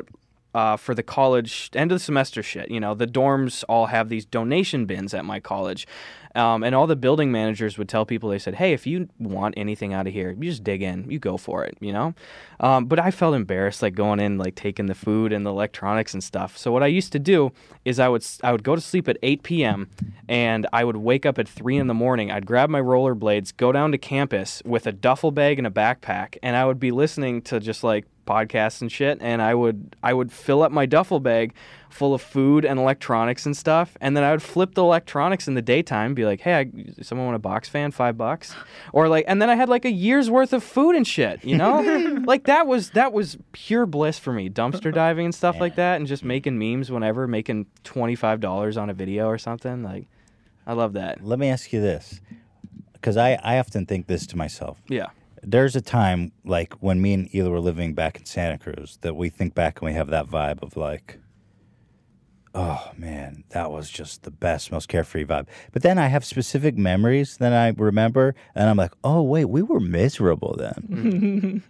B: Uh, for the college end of the semester shit, you know, the dorms all have these donation bins at my college, um, and all the building managers would tell people they said, "Hey, if you want anything out of here, you just dig in, you go for it," you know. Um, but I felt embarrassed, like going in, like taking the food and the electronics and stuff. So what I used to do is I would s- I would go to sleep at 8 p.m. and I would wake up at 3 in the morning. I'd grab my rollerblades, go down to campus with a duffel bag and a backpack, and I would be listening to just like podcasts and shit. And I would I would fill up my duffel bag full of food and electronics and stuff, and then I would flip the electronics in the daytime, be like, hey, I, someone want a box fan, five bucks, or like, and then I had like a year's worth of food and shit, you know, like that was that was pure bliss for me, dumpster diving and stuff like that, and just making memes whenever, making twenty five dollars on a video or something, like, I love that.
A: Let me ask you this, because I, I often think this to myself.
B: Yeah,
A: There's a time like when me and Ela were living back in Santa Cruz that we think back and we have that vibe of like, oh man, that was just the best, most carefree vibe. But then I have specific memories that I remember, and I'm like, oh wait, we were miserable then.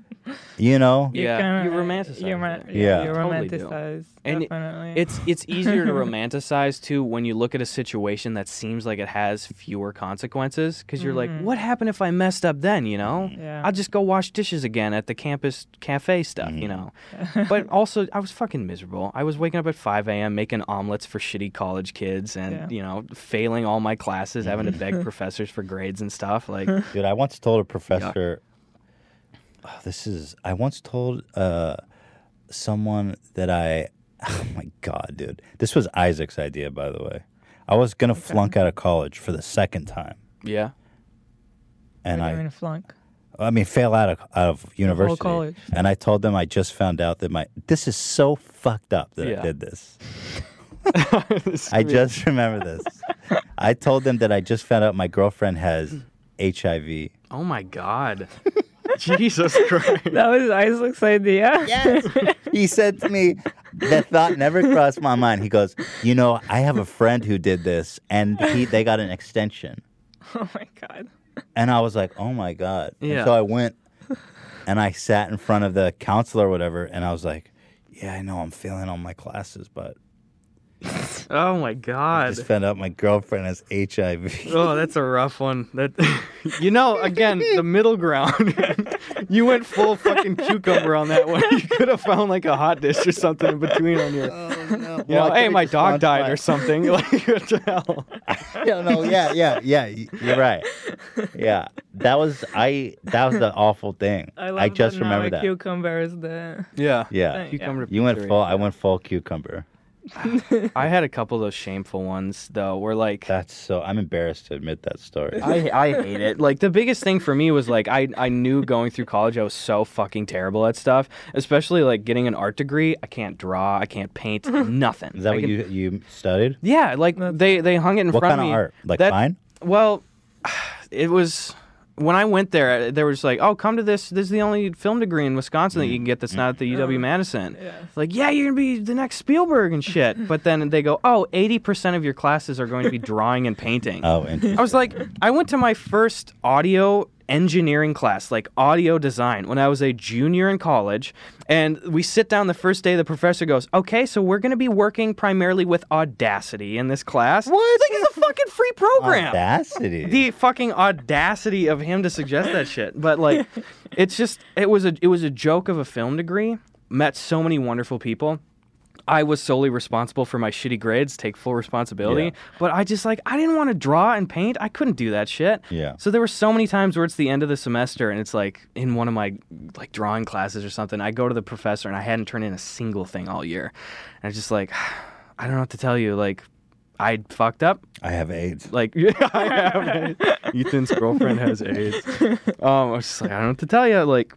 A: you know?
B: Yeah,
C: kinda-
B: you romanticize
C: You
B: it.
A: Yeah.
C: yeah, you
B: Totally do.
C: romanticize.
B: And it-
C: definitely.
B: It's it's easier
C: *laughs*
B: to romanticize too when you look at a situation that seems like it has fewer consequences because you're like, what happened if I messed up then? You know,
C: Mm-hmm. Yeah. *laughs*
B: I'll just go wash dishes again at the campus cafe stuff.
A: Mm-hmm. *laughs*
B: You know, but also I was fucking miserable. I was waking up at 5 a.m. making omelets for shitty college kids and
C: Yeah.
B: you know failing all my classes, having to
C: *laughs*
B: beg professors for grades and stuff. Like,
A: Dude, I once told a professor. Oh, this is. I once told uh, someone that I. *laughs* Oh my god, dude! This was Isaac's idea, by the way. I was gonna flunk out of college for the second time,
B: yeah,
A: and
C: I
A: I.
C: mean, flunk.
A: I mean, fail out of, out of university.
C: college.
A: And I told them I just found out that my this is so fucked up that I
B: Yeah.
A: did this.
B: *laughs*
A: I just *laughs* remember this. I told them that I just found out my girlfriend has HIV.
B: oh my
C: *laughs*
B: god, Jesus Christ.
C: That was Isaac's idea.
A: Yes. he said to me, that thought never crossed my mind. He goes, you know, I have a friend who did this, and he they got an extension,
C: *laughs* oh my god.
A: and I was like, oh my god. And
B: Yeah.
A: so I went, and I sat in front of the counselor or whatever, and I was like, yeah, I know I'm failing all my classes, but
B: Oh my god.
A: Just found out my girlfriend has *laughs* HIV.
B: *laughs* Oh, that's a rough one. That *laughs* you know, again, the middle ground. *laughs* you went full fucking cucumber on that one. You could have found like a hot dish or something in between on your.
A: Oh, no.
B: You know, hey, my dog died or something. *laughs* Like what the hell?
A: no, no, yeah, yeah, yeah. y- You're right. Yeah, that was I. That was the awful
B: *laughs*
A: thing.
C: I
A: I,
C: love
A: just
C: that now
A: remember
C: a
A: that.
C: Cucumber is the
B: Yeah.
A: yeah,
C: Thank-
B: Cucumber.
A: you went
B: pizzeria.
A: full. I went full cucumber.
C: *laughs*
B: I had a couple of those shameful ones though, where like
A: That's so. I'm embarrassed to admit that story.
B: I, I hate it. Like the biggest thing for me was like I, I knew going through college I was so fucking terrible at stuff. Especially like getting an art degree. I can't draw. I can't paint. Nothing.
A: *laughs* Is that
B: I
A: what
B: can-
A: you you studied?
B: Yeah, like they they hung it in
A: What
B: front
A: kind
B: of me.
A: of art? Like
B: That-
A: fine?
B: Well, *sighs* it was when I went there. There was like, oh, come to this. This is the only film degree in Wisconsin
A: Mm.
B: that you can get that's not at the UW Madison. It's Like, yeah, you're gonna be the next Spielberg and shit. But then they go, oh, 80 percent of your classes are going to be drawing and painting. *laughs*
A: Oh, interesting.
B: I was like, I went to my first audio engineering class, like audio design, when I was a junior in college. And we sit down the first day, the professor goes, Okay, so we're going to be working primarily with Audacity in this class. What? Like, it's a fucking free program.
A: Audacity.
B: The fucking audacity of him to suggest that shit.
A: *laughs*
B: But like, it's just it was a it was a joke of a film degree. Met so many wonderful people. I was solely responsible for my shitty grades, take full responsibility.
A: Yeah.
B: But I just like I didn't want to draw and paint. I couldn't do that shit.
A: Yeah.
B: So there were so many times where it's the end of the semester and it's like in one of my like drawing classes or something, I go to the professor and I hadn't turned in a single thing all year. And I'm just like, *sighs* I don't know what to tell you. Like I fucked up
A: I have AIDS. *laughs*
B: like yeah, I have AIDS. Ethan's girlfriend has AIDS. Um, I was just like, I don't know what to tell you. Like,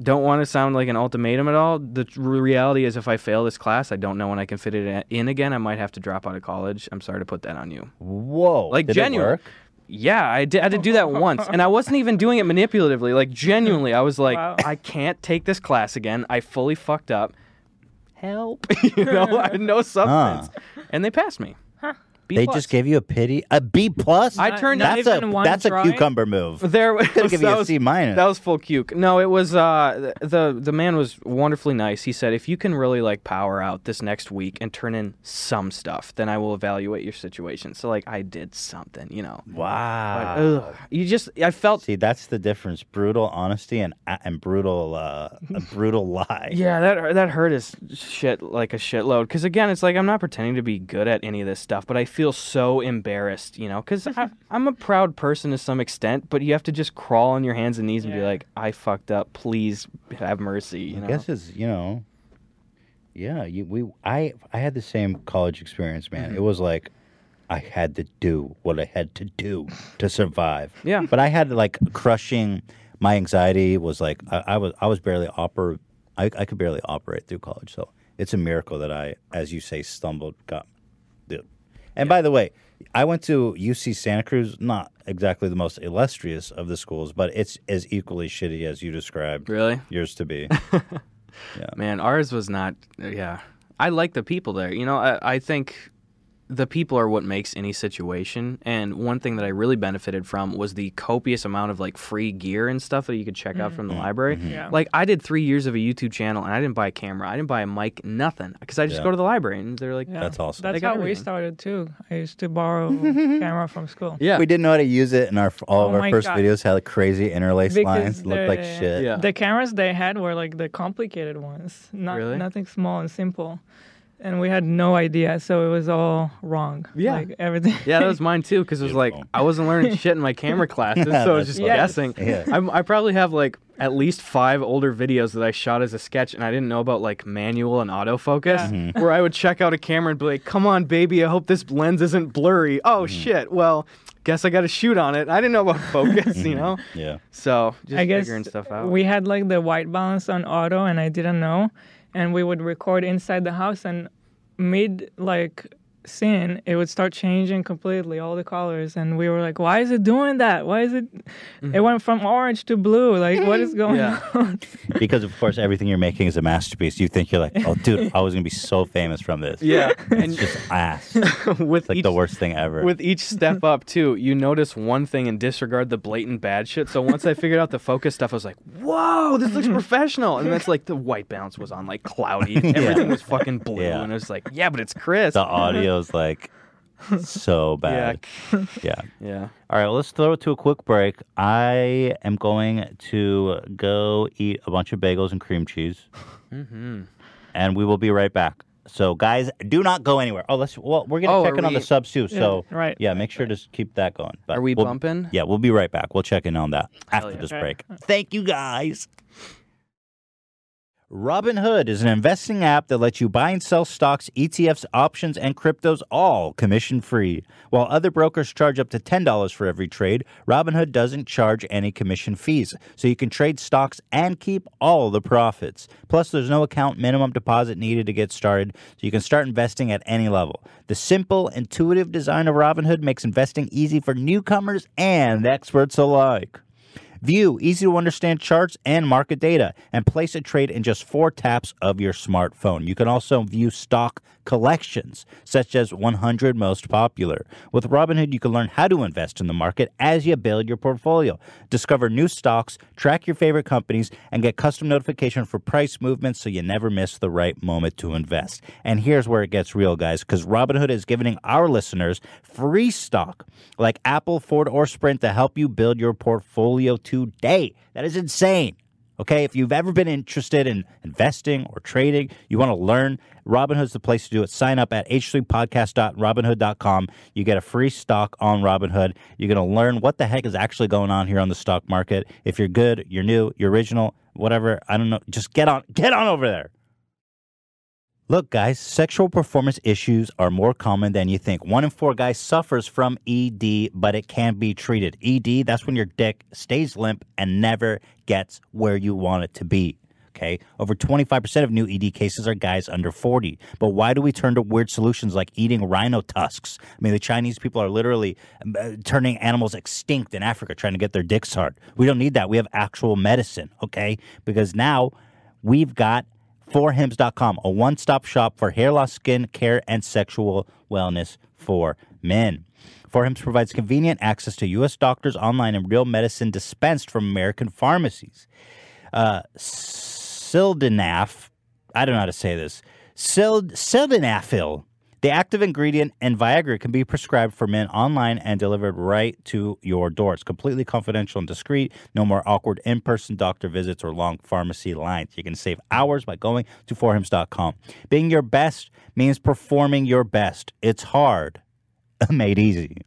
B: don't want to sound like an ultimatum at all. The tr- reality is, if I fail this class, I don't know when I can fit it a- in again. I might have to drop out of college. I'm sorry to put that on you.
A: Whoa.
B: Like
A: Did it
B: genuine.
A: work?
B: Yeah, I did, I did do that once, and I wasn't even doing it manipulatively. Like genuinely, I was like,
C: Wow.
B: I can't take this class again. I fully
A: *laughs*
B: fucked up. Help! you know, I had no substance, and they passed me. B
A: They
B: plus.
A: just gave you a pity, a B plus.
B: I turned
C: Not
A: that's
C: even
A: a
C: one
A: that's a
C: drawing?
A: cucumber move.
B: There
A: *laughs*
B: was,
A: Could've given you
B: that
A: a
B: was-
A: C minus.
B: That was full cuke. No, it was uh, th- the the man was wonderfully nice. He said, if you can really like power out this next week and turn in some stuff, then I will evaluate your situation. So like I did something, you know. But,
A: Wow.
B: ugh, you just I felt
A: See, that's the difference: brutal honesty and and brutal uh, a brutal lie.
B: yeah that that hurt his shit like a shitload. Because again, it's like I'm not pretending to be good at any of this stuff, but I feel so embarrassed, you know. Because
A: *laughs*
B: I'm a proud person to some extent, but you have to just crawl on your hands and knees and be
C: Yeah.
B: like, I fucked up. Please have mercy. You know.
A: I guess it's you know, yeah. You we I I had the same college experience,
B: Mm-hmm.
A: man. It was like I had to do what I had to do to survive.
B: Yeah.
A: but I had like crushing. My anxiety was like I, I was I was barely oper I, I could barely operate through college, so it's a miracle that I, as you say, stumbled got. Dude. And by the way, I went to UC Santa Cruz, not exactly the most illustrious of the schools, but it's as equally shitty as you described
B: Really?
A: yours to be.
B: Man, ours was not. Yeah, I like the people there. You know, I, I think the people are what makes any situation. And one thing that I really benefited from was the copious amount of like free gear and stuff that you could check out from the library.
C: Yeah.
B: Like I did three years of a YouTube channel, and I didn't buy a camera, I didn't buy a mic, nothing, because I just
A: Yeah.
B: go to the library, and they're like,
C: Yeah.
A: That's awesome.
B: They
C: That's
B: got
C: how we
B: everything.
C: started too. I used
B: *laughs*
C: to borrow camera from school.
B: yeah,
A: We didn't know how to use it, and our all of
C: Oh
A: our
C: my
A: first
C: God.
A: videos had like crazy interlaced
C: Because
A: lines, looked
C: they're-
A: like shit.
B: Yeah.
C: The cameras they had were like the complicated ones, not
B: Really?
C: nothing small and simple, and we had no idea, so it was all wrong.
B: Yeah.
C: like everything.
B: Yeah, that
A: *laughs*
B: was mine too. Because it was like
A: Beautiful.
B: I
A: *laughs*
B: wasn't learning shit in my camera classes,
A: Yeah,
B: so I was
A: that's
B: just
A: fine.
B: guessing.
A: Yeah.
B: I'm, I probably have like at least five older videos that I shot as a sketch, and I didn't know about like manual and autofocus.
A: Mm-hmm.
B: Where I would check out a camera and be like, "Come on, baby, I hope this lens isn't blurry."
A: Mm-hmm.
B: Oh shit! Well, guess I got to shoot on it. I didn't know about focus, you
A: Mm-hmm.
B: know.
A: Yeah.
B: So just
C: *laughs* I guess
B: figuring stuff out.
C: we had like the white balance on auto, and I didn't know, and we would record inside the house, and mid like scene, it would start changing completely all the colors, and we were like, "Why is it doing that? Why
B: *laughs*
C: is it? It went from orange to blue. Like, what is going
B: Mm-hmm.
C: *laughs*
B: Yeah.
C: on?"
A: Because of course, everything you're making is a masterpiece. You think you're like, oh, dude, I was gonna be so famous from this.
B: yeah, and
A: It's just
B: *laughs*
A: ass. It's
B: with
A: like
B: each
A: the worst thing ever.
B: *laughs* with each
A: *laughs*
B: step up too you notice one thing and disregard the blatant bad shit so once i figured out the focus stuff i was like whoa this
A: *laughs*
B: looks professional and that's like the white balance was on like cloudy everything was fucking blue
A: Yeah.
B: and it was like yeah but it's crisp
A: the audio was like so bad. yeah.
B: Yeah.
A: All right, let's throw it to a quick break. I am going to go eat a bunch of bagels and cream cheese,
B: Mm-hmm.
A: and we will be right back. So, guys, do not go anywhere. Oh, let's. Well, we're gonna
B: Oh,
A: check
B: are
A: in on the
B: we-
A: subs too. So,
C: right.
A: Yeah, make sure to s- keep that going. But
B: Are we
A: uh, we'll-
B: bumping?
A: Yeah, we'll be right back. We'll check in on that after
B: yeah.
A: this
C: Okay.
A: break. Thank you, guys. Robinhood is an investing app that lets you buy and sell stocks, ETFs, options, and cryptos all commission free. While other brokers charge up to $10 for every trade, Robinhood doesn't charge any commission fees, so you can trade stocks and keep all the profits. Plus, there's no account minimum deposit needed to get started, so you can start investing at any level. The simple, intuitive design of Robinhood makes investing easy for newcomers and experts alike. View easy to understand charts and market data and place a trade in just four taps of your smartphone. You can also view stock collections, such as 100 most popular. With Robinhood, you can learn how to invest in the market as you build your portfolio. Discover new stocks, track your favorite companies, and get custom notification for price movements so you never miss the right moment to invest. And here's where it gets real, guys, because Robinhood is giving our listeners free stock like Apple, Ford, or Sprint to help you build your portfolio today. That is insane. Okay, if you've ever been interested in investing or trading, you want to learn, Robinhood's the place to do it. Sign up at h3podcast.robinhood.com. You get a free stock on Robinhood. You're going to learn what the heck is actually going on here on the stock market. If you're good, you're new, you're original, whatever, I don't know, just get on get on over there. Look, guys, sexual performance issues are more common than you think. One in four guys suffers from ED, but it can be treated. ED, that's when your dick stays limp and never gets where you want it to be. Okay? Over 25% of new ED cases are guys under 40. But why do we turn to weird solutions like eating rhino tusks? I mean, the Chinese people are literally um, uh, turning animals extinct in Africa, trying to get their dicks hard. We don't need that. We have actual medicine, okay? Because now we've got forhims.com, a one stop shop for hair loss, skin care, and sexual wellness for men. Forhims provides convenient access to U.S. doctors, online, and real medicine dispensed from American pharmacies. Uh, Sildenaf, I don't know how to say this, Sild, Sildenafil, the active ingredient in Viagra, can be prescribed for men online and delivered right to your door. It's completely confidential and discreet. No more awkward in person doctor visits or long pharmacy lines. You can save hours by going to forhims.com. Being your best means performing your best. It's hard, *laughs* made easy.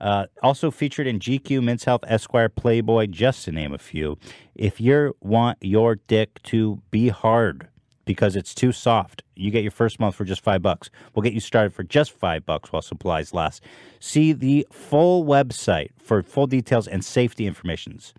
A: Uh, also featured in GQ, Men's Health, Esquire, Playboy, just to name a few. If you want your dick to be hard because it's too soft, you get your first month for just five bucks. We'll get you started for just five bucks while supplies last. See the full website for full details and safety informations.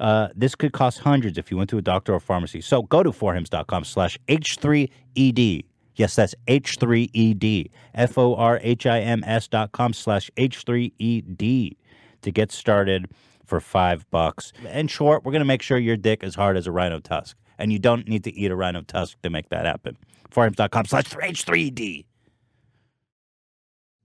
A: Uh, this could cost hundreds if you went to a doctor or pharmacy. So go to forhims.com slash E H3ED. Yes, that's H3ED. F O R H I M S dot com slash H3ED to get started for five bucks. In short, we're going to make sure your dick is hard as a rhino tusk. And you don't need to eat a rhino tusk to make that happen. Forhims.com slash E H3ED.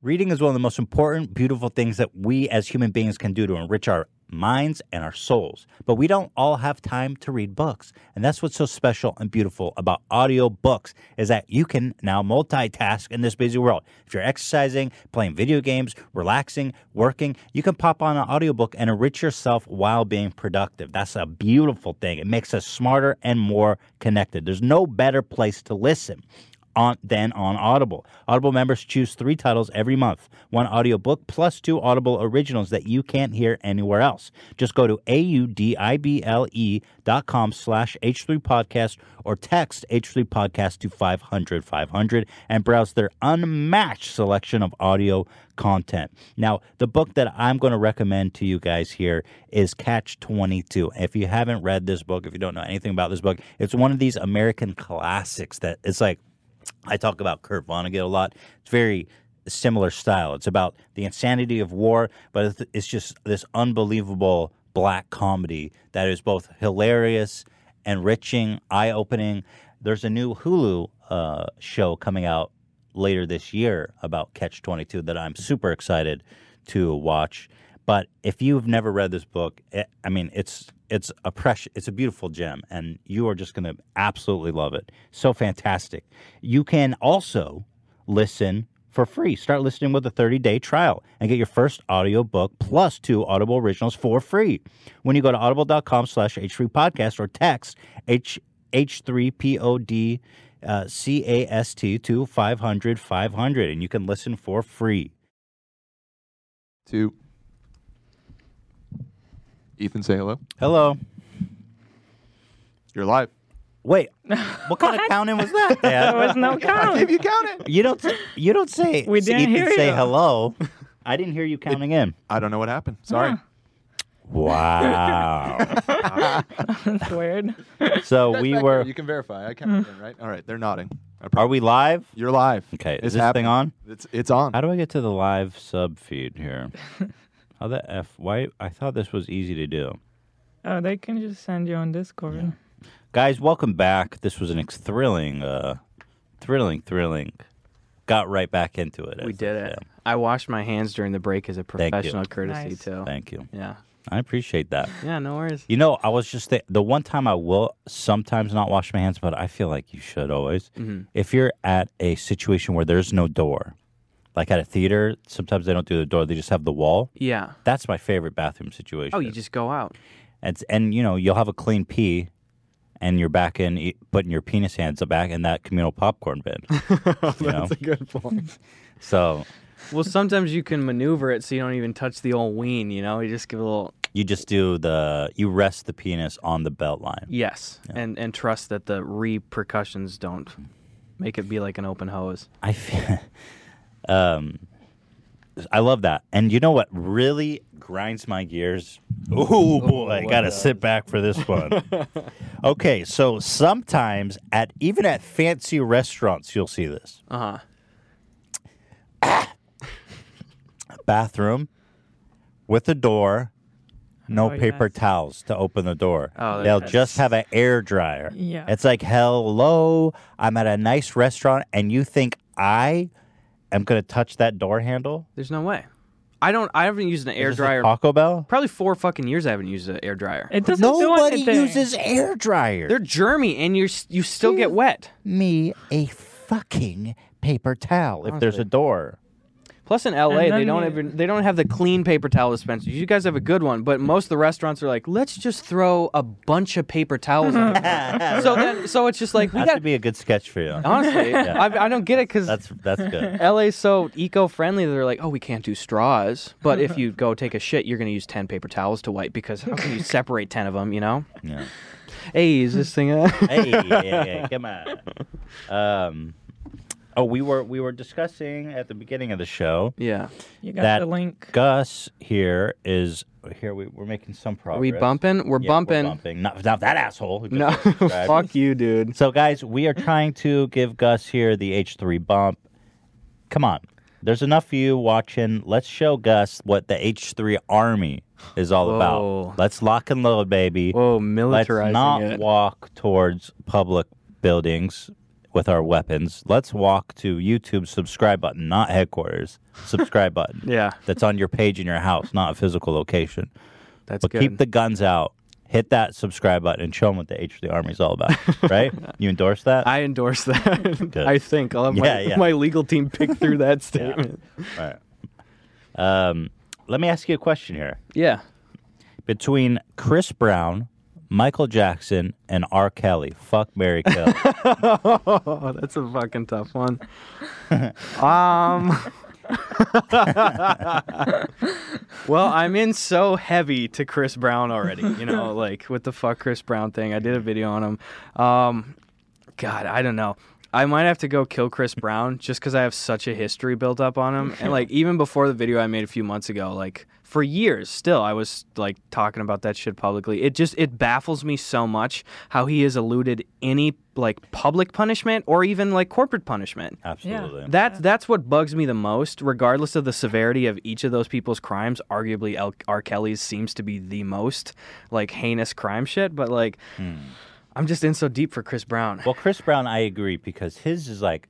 A: Reading is one of the most important, beautiful things that we as human beings can do to enrich our minds and our souls. But we don't all have time to read books. And that's what's so special and beautiful about audiobooks is that you can now multitask in this busy world. If you're exercising, playing video games, relaxing, working, you can pop on an audiobook and enrich yourself while being productive. That's a beautiful thing. It makes us smarter and more connected. There's no better place to listen on than on Audible. Audible members choose three titles every month, one audiobook plus two Audible originals that you can't hear anywhere else. Just go to audible E dot com slash h3podcast or text h3podcast to 500 500 and browse their unmatched selection of audio content. Now, the book that I'm going to recommend to you guys here is Catch 22. If you haven't read this book, if you don't know anything about this book, it's one of these American classics that it's like I talk about Kurt Vonnegut a lot. It's very similar style. It's about the insanity of war, but it's- it's just this unbelievable black comedy that is both hilarious, enriching, eye opening. There's a new Hulu uh, show coming out later this year about Catch 22 that I'm super excited to watch. But if you've never read this book, it, I mean, it's it's a precious, it's a beautiful gem, and you are just going to absolutely love it. So fantastic! You can also listen for free. Start listening with a 30-day trial and get your first audiobook plus two Audible originals for free. When you go to audible.com slash h3podcast or text H H3POD uh, CAST to 500 500 and you can listen for free.
D: Two. Ethan, say hello.
A: Hello.
D: You're live.
C: *laughs*
A: Wait, what kind of counting was that?
C: There
A: Dad?
B: *laughs*
C: was no count.
D: you count it.
A: You don't. Say, you don't say.
C: We didn't
A: Ethan
C: hear
A: say
C: you. *laughs*
A: hello. I didn't hear you counting in.
D: I don't know what happened. Sorry.
A: Wow.
C: *laughs* That's weird.
A: so we were.
D: You can verify. I counted in, right? All right. They're nodding. I
A: Are
D: prob-
A: we live?
D: You're live.
A: Okay. Is
D: It's
A: this
D: happening.
A: thing on?
D: It's it's on.
A: How do I get to the live sub feed
B: *laughs*
A: here? How the f? Why? I thought this was easy to do.
C: Oh, they can just send you on Discord.
A: Guys, welcome back. This was an ex- thrilling, uh, thrilling, thrilling. Got right back into it.
B: We
A: as
B: did
A: they
B: it.
A: say.
B: I washed my hands during the break as a
A: you.
B: professional courtesy
C: Nice.
B: too.
A: Thank you.
B: Yeah.
A: I appreciate that.
B: Yeah, no worries.
A: You know, I was just th- the one time I will sometimes not wash my hands, but I feel like you should always.
B: Mm-hmm.
A: If you're at a situation where there's no door, like at a theater, sometimes they don't do the door; they just have the wall.
B: Yeah.
A: That's my favorite bathroom situation.
B: Oh, you just
A: *laughs*
B: go out.
A: It's, and you know, you'll have a clean pee, and you're back in e- putting your penis hands back in that communal popcorn bin. you know?
D: good point.
A: So
B: Well, sometimes you can maneuver it so you don't even touch the old ween, you know? You just give a little
A: you just do the you rest the penis on the belt line.
B: yes and and trust that the repercussions don't make it be like an open hose.
A: I feel, *laughs* um, I love that. And you know what really grinds my gears? Ooh, boy, I gotta sit back for this one. okay, so sometimes at even at fancy restaurants, you'll see this
B: Uh-huh.
A: bathroom with a door, no
C: Oh,
A: paper
C: yes.
A: towels to open the door.
B: Oh,
A: They'll
B: that's-
A: just have an air dryer.
C: Yeah.
A: It's like, hello, I'm at a nice restaurant, and you think I am gonna touch that door handle?
B: There's no way. I don't I haven't used an air
A: Is this a
B: dryer
A: Taco Bell?
B: probably 4 fucking years I haven't used an air dryer.
C: It doesn't do
A: Nobody
C: anything.
A: uses air dryer.
B: They're germy and you're s- you still get wet.
A: me a fucking paper towel if there's a door.
B: Plus, in LA, they
C: then
B: don't
C: you-
B: even they don't have the clean paper towel dispensers. You guys have a good one, but most of the restaurants are like, let's just throw a bunch of paper towels. on
A: *laughs*
B: it." so then, so it's just like we
A: That
B: got.
A: would be a good sketch for you. *laughs*
B: Honestly, I, I don't get it because
A: That's that's good. *laughs*
B: LA's so eco friendly. They're like, oh, we can't do straws, but if you go take a shit, you're gonna use ten paper towels to wipe because how
A: *laughs*
B: can you separate ten of them? You know?
A: Yeah.
B: Hey, is this thing? Uh...
A: Hey, yeah, yeah, come on. Um, oh, we were we were discussing at the beginning of the show.
B: *laughs* yeah.
C: You got
A: that
C: the link.
A: Gus here is here. We, we're making some progress.
B: Are we bumping? We're
A: Oh, Yeah,
B: bumping.
A: We're bumping. Not, not that asshole. who just
B: *laughs* No,
A: subscribed.
B: fuck you, dude.
A: So, guys, we are trying to give Gus here the H3 bump. Come on. There's enough of you watching. Let's show Gus what the H3 army is all
B: Whoa.
A: about. Let's lock and load, baby.
B: Whoa,
A: Let's
B: militarizing
A: not
B: it.
A: walk towards public buildings with our weapons. Let's walk to YouTube subscribe button, not headquarters. Subscribe *laughs* button.
B: Yeah,
A: That's on your page in your house, not a physical location.
B: that's
A: But
B: good.
A: keep the guns out. Hit that subscribe button and show them what the H of the Army is all about.
B: *laughs*
A: Right? You endorse that?
B: I endorse that.
A: *laughs* Good.
B: I think I'll have my,
A: Yeah, yeah.
B: my legal team pick
A: *laughs*
B: through that statement.
A: um, let me ask you a question here.
B: Yeah.
A: Between Chris Brown, Michael Jackson, and R. Kelly, fuck Mary
B: *laughs*
A: Kill.
B: Oh, that's a fucking tough one. um. well, I'm in so heavy to Chris Brown already. You know, like with the fuck Chris Brown thing. I did a video on him. Um, God, I don't know. I might have to go kill Chris Brown just because I have such a history built up on him. And like even before the video I made a few months ago, like for years still, I was like talking about that shit publicly. It just it baffles me so much how he has eluded any like public punishment or even like corporate punishment.
A: Absolutely.
B: That that's what bugs me the most, regardless of the severity of each of those people's crimes. Arguably, L- R. Kelly's seems to be the most like heinous crime shit. But like, I'm just in so deep for Chris Brown.
A: Well, Chris Brown, I agree because his is like,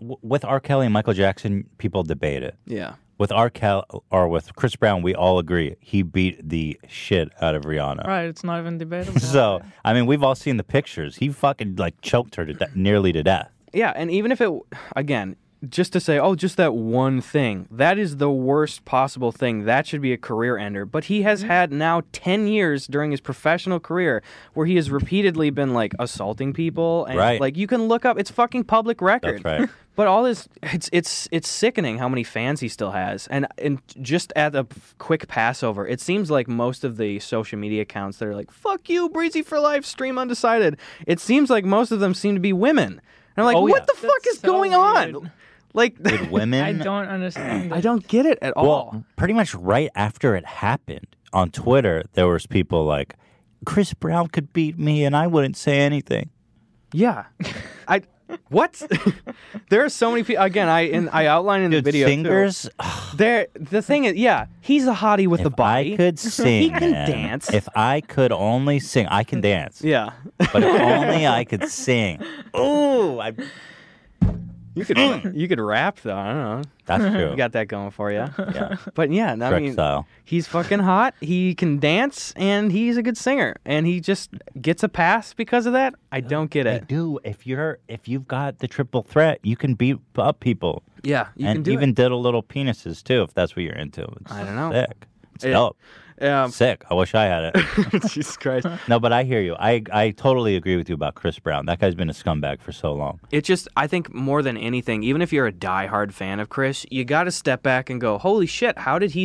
A: w- with R. Kelly and Michael Jackson, people debate it.
B: yeah,
A: With R. Kelly or with Chris Brown, we all agree he beat the shit out of Rihanna.
C: Right, it's not even
A: *laughs*
C: debatable.
A: So, I mean, we've all
B: *laughs*
A: seen the pictures. He fucking like choked her to de- nearly to death.
B: yeah, and even if it again. just to say, oh, just that one thing, that is the worst possible thing. That should be a career ender. But he has had now 10 years during his professional career where he has repeatedly been like assaulting people. And
A: Right.
B: like you can look up, it's fucking public record.
A: right.
B: But all this, it's it's it's sickening how many fans he still has, and and just at a quick passover, it seems like most of the social media accounts that are like "fuck you, breezy for life," stream undecided. It seems like most of them seem to be women. And I'm like,
A: Oh,
B: what
A: yeah.
B: the fuck
C: That's
B: is
C: so
B: going on?
C: weird.
B: Like,
A: With women,
C: I don't
B: *laughs*
C: understand.
B: I don't get it at all.
A: Well, pretty much right after it happened on Twitter, there was people like, Chris Brown could beat me and I wouldn't say anything.
B: yeah, I what? *laughs* there are so many people. Again, I in, I outline in the
A: Dude,
B: video too.
A: singers,
B: There, the thing is, yeah, he's a hottie with a
A: if
B: body.
A: *sighs* I
B: *laughs*
A: could sing,
B: can
A: man,
B: dance.
A: If I could only sing, I can dance.
B: yeah, *laughs*
A: But if only I could sing. Ooh, I,
B: you
A: Mm.
B: could you could rap though. I don't know.
A: that's true.
B: You got that going for you.
A: *laughs* yeah.
B: But yeah, I
A: Shrek
B: mean,
A: style.
B: he's fucking hot. He can dance, and he's a good singer. And he just gets a pass because of that. I don't get
A: They
B: it.
A: do. If you're, if you've got the triple threat, you can beat up people,
B: Yeah, you
A: and
B: can do
A: even diddle little penises too, if that's what you're into. It's
B: I don't know.
A: Sick. It's
B: Yeah.
A: dope.
B: it. Um,
A: Sick. I wish I had
B: *laughs*
A: it.
B: Jesus Christ!
A: No, but I hear you. I I totally agree with you about Chris Brown. That guy's been a scumbag for so long.
B: *laughs* It just, I think, more than anything, even if you're a diehard fan of Chris, you got to step back and go, "Holy shit! How did he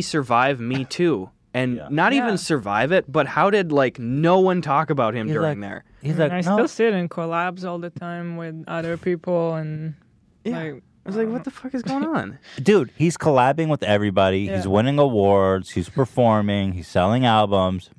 A: *laughs*
B: survive Me Too?" And not
C: Yeah.
B: even survive it, but how did like no one talk about him during there?
A: He's
C: And
A: like,
C: I
A: no,
C: still sit in collabs all the time with other people and like
B: I was like, "What the fuck is *laughs* going on?"
A: dude, he's collabing with everybody. He's
C: Yeah.
A: winning awards. He's performing. He's selling albums.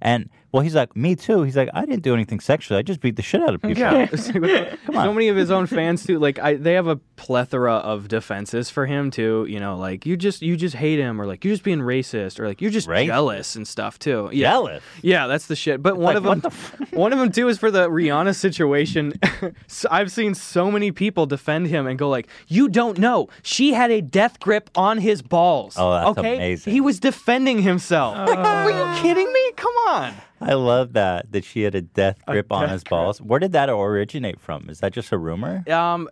A: And well, he's like, me too. He's like, I didn't do anything sexually. I just beat the shit out of people.
B: Yeah, It's *laughs* like, what- so many of his own fans too. Like, I, they have a plethora of defenses for him too. You know, like you just you just hate him, or like you're just being racist, or like you're just
A: Racist.
B: jealous and stuff too. Yeah.
A: Jealous.
B: Yeah, that's the shit. But
A: like,
B: one of
A: what
B: them, *laughs* one of them too, is for the Rihanna situation. *laughs* so I've seen so many people defend him and go like, "You don't know, she had a death grip on his balls."
A: Oh, that's
B: okay?
A: amazing.
B: He was defending himself. Like, were you kidding me? Come on.
A: *laughs* I love that that she had a death grip on his balls. Where did that originate from? Is that just a rumor?
B: um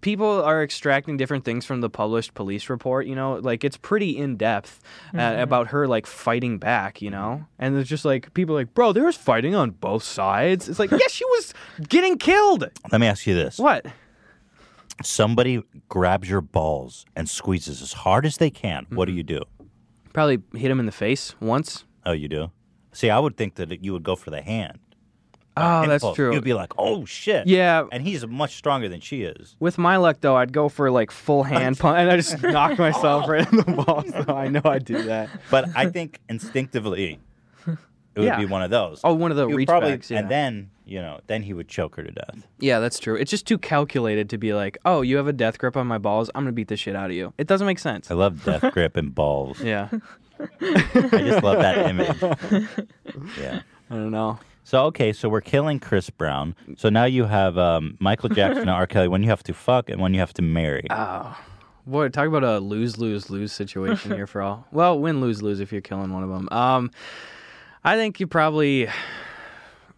B: people are extracting different things from the published police report you know like it's pretty in-depth uh, about her like fighting back you know and there's just like people are like bro there was fighting on both sides it's *laughs* like yeah she was getting killed
A: Let me ask you this:
B: what
A: Somebody grabs your balls and squeezes as hard as they can. What
B: Mm-hmm.
A: do you do?
B: probably hit him in the face once
A: Oh, you do? See, I would think that you would go for the hand.
B: oh that's
A: Impulse.
B: true
A: You'd be like, oh shit.
B: Yeah.
A: And he's much stronger than she is.
B: with my luck though i'd go for like *laughs* full hand punch and i just *laughs* knock myself right in the wall so i know i'd do that
A: But
B: *laughs*
A: I think instinctively, it would
B: Yeah.
A: be one of those.
B: oh one of the
A: You would
B: reach
A: probably,
B: backs, yeah.
A: And then, you know, then he would choke her to death.
B: Yeah, that's true. It's just too calculated to be like, oh, you have a death grip on my balls. I'm gonna beat the shit out of you. It doesn't make sense.
A: I love death grip and balls.
B: *laughs* Yeah,
A: I just love that image.
B: *laughs*
A: Yeah.
B: I don't know.
A: So okay, so we're killing Chris Brown. So now you have um, Michael Jackson and R. Kelly. When you have to fuck and when you have to marry.
B: Boy, talk about a lose lose lose situation here for
A: *laughs*
B: all. Well, win lose lose if you're killing one of them. Um, I think you probably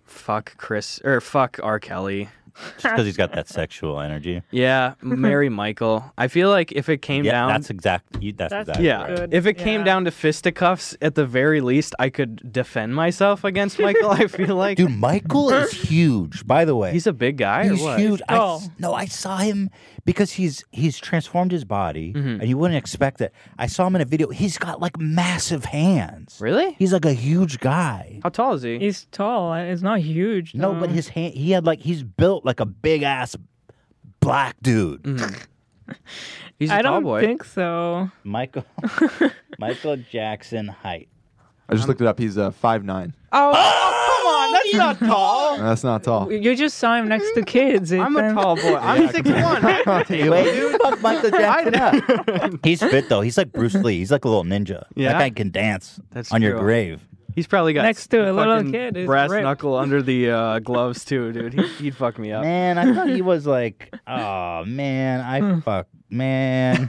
B: fuck Chris or fuck R. Kelly.
A: just because he's got that sexual energy.
B: Yeah,
A: *laughs*
B: marry Michael. I feel like if it came
A: Yeah,
B: down,
A: that's exact. You, that's,
C: That's
A: exactly.
B: yeah.
A: right.
C: Good,
B: If it came
C: yeah.
B: down to fisticuffs, at the very least, I could defend myself against Michael. I
A: *laughs*
B: feel like
A: Dude, Michael is
B: *laughs*
A: huge. By the way,
B: he's a big guy.
A: He's
B: or what?
A: huge. I
C: tall.
A: s- no, I saw him because he's he's transformed his body,
B: Mm-hmm.
A: and you wouldn't expect it. I saw him in a video. He's got like massive hands.
B: Really?
A: He's like a huge guy.
B: How tall is he?
C: he's tall. It's not huge.
A: No,
C: though.
B: Uh-huh.
A: but his hand. He had like he's built like a big ass black dude.
B: Mm. He's a
C: I
B: tall
C: don't
B: boy.
C: think so.
B: *laughs*
A: Michael Michael Jackson height.
D: I just looked it up. He's uh, five nine.
B: Oh, come on,
A: Oh,
B: that's not tall.
D: That's not tall.
C: Oh, You just saw him next to kids.
B: I'm a
C: Ethan.
B: tall boy. *laughs* I'm six one. I can take
A: *laughs*
B: it.
A: Wait, fuck Michael
B: *laughs*
A: Jackson up. He's fit though. He's like Bruce Lee. He's like a little ninja.
B: Yeah?
A: That guy can dance
B: That's
A: on your
B: true.
A: grave.
B: He's probably got
C: Next to a little
B: fucking
C: kid is
B: brass
C: ripped.
B: knuckle under the uh, gloves too, dude. He, he'd fuck me up.
A: Uh, Man, I thought he was like, oh man, I fuck, man.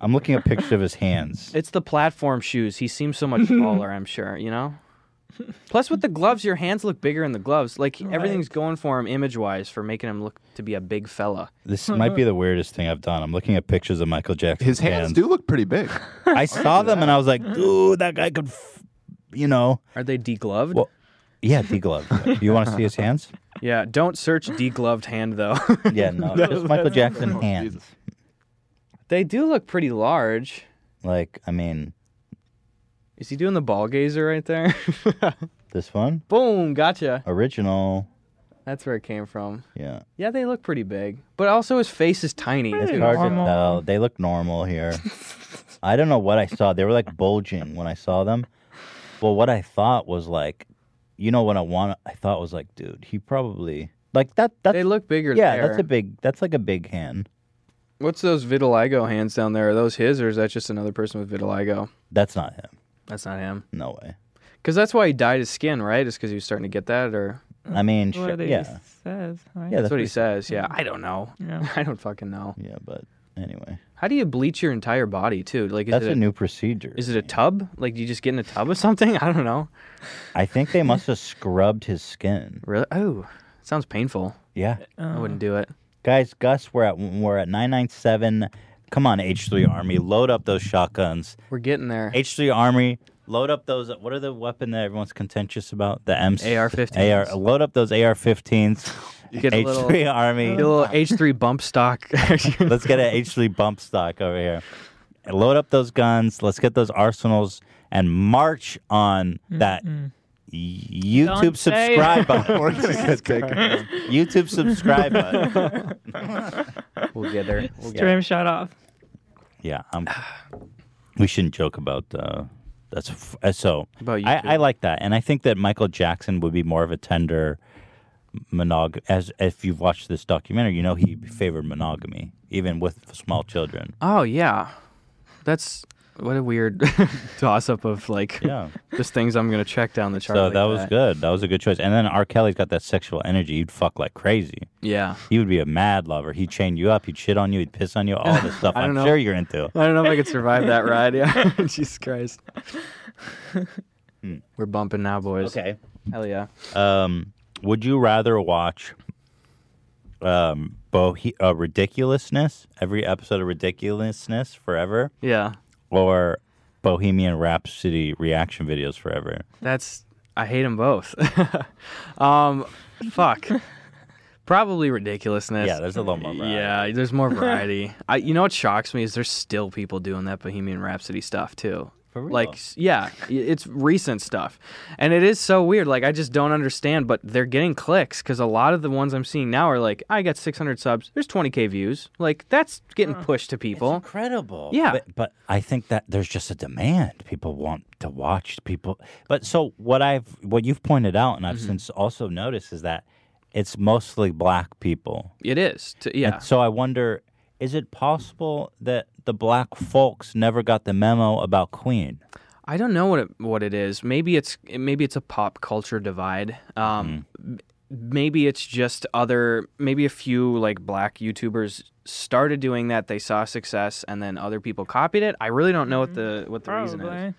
A: I'm looking at pictures of his hands.
C: *laughs*
B: It's the platform shoes. He seems so much taller. I'm sure. You know. Plus, with the gloves, your hands look bigger in the gloves. Like
C: Right.
B: everything's going for him image wise for making him look to be a big fella.
A: This might be the weirdest thing I've done. I'm looking at pictures of Michael Jackson.
D: His hands do look pretty big.
A: I saw them and I was like, dude, that guy could, f-, you know.
B: Are they degloved?
A: Well, yeah,
D: *laughs*
A: degloved. you want to see his hands?
B: yeah. Don't search degloved hand though. *laughs*
A: Yeah,
D: *laughs*
A: no, just Michael Jackson
D: Oh,
A: hands.
D: Jesus.
B: they do look pretty large.
A: Like, I mean,
B: Is he doing the ball gazer right there? *laughs*
A: this one
B: Boom, gotcha.
A: original.
B: That's where it came from.
A: Yeah,
B: Yeah, they look pretty big, but also his face is tiny.
A: it's
C: Dude,
A: hard
C: normal.
A: to tell. They look normal here. I don't know what I saw. They were like bulging when I saw them. But what I thought was like, you know, what I want. I thought was like, dude, he probably like that. That's
B: They look bigger
A: yeah,
B: there.
A: that's a big. That's like a big hand.
B: What's those vitiligo hands down there? Are those his, or is that just another person with vitiligo?
A: That's not him.
B: That's not him.
A: No way.
B: Because that's why he dyed his skin, right? Is because he was starting to get that, or
A: I mean,
C: That's
A: sure,
C: what it
A: yeah,
C: says, right?
A: yeah.
B: that's what he
A: what-
B: says. Yeah, I don't know. *laughs*
C: Yeah.
B: I don't fucking know.
A: Yeah, but anyway,
B: How do you bleach your entire body too? Like, is
A: that's
B: it
A: a new procedure.
B: Is it a tub? Like, do you just get in a tub of something? *laughs* I don't know.
A: I think
B: *laughs*
A: they must have scrubbed his skin.
B: Really? Oh, sounds painful.
A: Yeah.
B: I wouldn't
A: Uh.
B: do it.
A: guys gus we're at we're at 997 come on h3 army load up those shotguns
B: We're getting there.
A: h3 army load up those what are the weapon that everyone's contentious about the m
B: AR-15s.
A: ar load up those
B: *laughs*
A: ar-15s
B: Get
A: h3
B: a little-
A: army
B: Get a *laughs* little H3 bump stock. *laughs*
A: *laughs* let's get an h3 bump stock over here load up those guns let's get those arsenals and march on that youtube
C: Don't say *laughs*
A: subscribe button *laughs*
D: We're gonna get taken down.
A: youtube subscribe button
B: *laughs* we'll get there. We'll get
C: Stream shut off.
A: Yeah, um, we shouldn't joke about uh, that's f- uh, so.
B: About
A: I,
B: YouTube.
A: I like that, and I think that Michael Jackson would be more of a tender monog. As if you've watched this documentary, you know he favored monogamy, even with small children.
B: Oh yeah, that's what a weird *laughs* toss up of like
A: Yeah.
B: just things I'm gonna check down the chart.
A: So
B: like
A: that was good. That was a good choice. And then R. Kelly's got that sexual energy. He'd fuck like crazy.
B: Yeah,
A: He would be a mad lover. He'd chain you up. He'd shit on you. He'd piss on you. All
B: *laughs*
A: this stuff.
B: I
A: I'm
B: don't know.
A: sure you're into.
B: *laughs* I don't know if I could survive that ride. *laughs* Yeah, Jesus Christ. Hmm. We're bumping now, boys.
A: Okay.
B: Hell yeah.
A: Um, would you rather watch um, Bohe- uh, Ridiculousness, every episode of Ridiculousness forever,
B: Yeah,
A: or Bohemian Rhapsody reaction videos forever?
B: that's. I hate them both. *laughs* um, fuck. Probably ridiculousness.
A: Yeah, there's a little more. variety.
B: Yeah, there's more variety. *laughs* I, you know what shocks me is there's still people doing that Bohemian Rhapsody stuff too.
A: For real?
B: Like, s- yeah, i- it's recent stuff, and it is so weird. Like, I just don't understand, but they're getting clicks because a lot of the ones I'm seeing now are like, I got 600 subs. There's 20k views. Like, that's getting pushed to people.
A: Incredible.
B: Yeah.
A: But, but I think that there's just a demand. People want to watch people. But so what I've what you've pointed out and I've since also noticed is that it's mostly black people
B: It is. To, yeah.
A: And so I wonder, is it possible that the black folks never got the memo about Queen?
B: I don't know what it, what it is. Maybe it's maybe it's a pop culture divide. Um,
A: Mm-hmm.
B: m- Maybe it's just other. Maybe a few like black YouTubers started doing that. They saw success, and then other people copied it. I really don't know what the what the reason is.
C: Probably.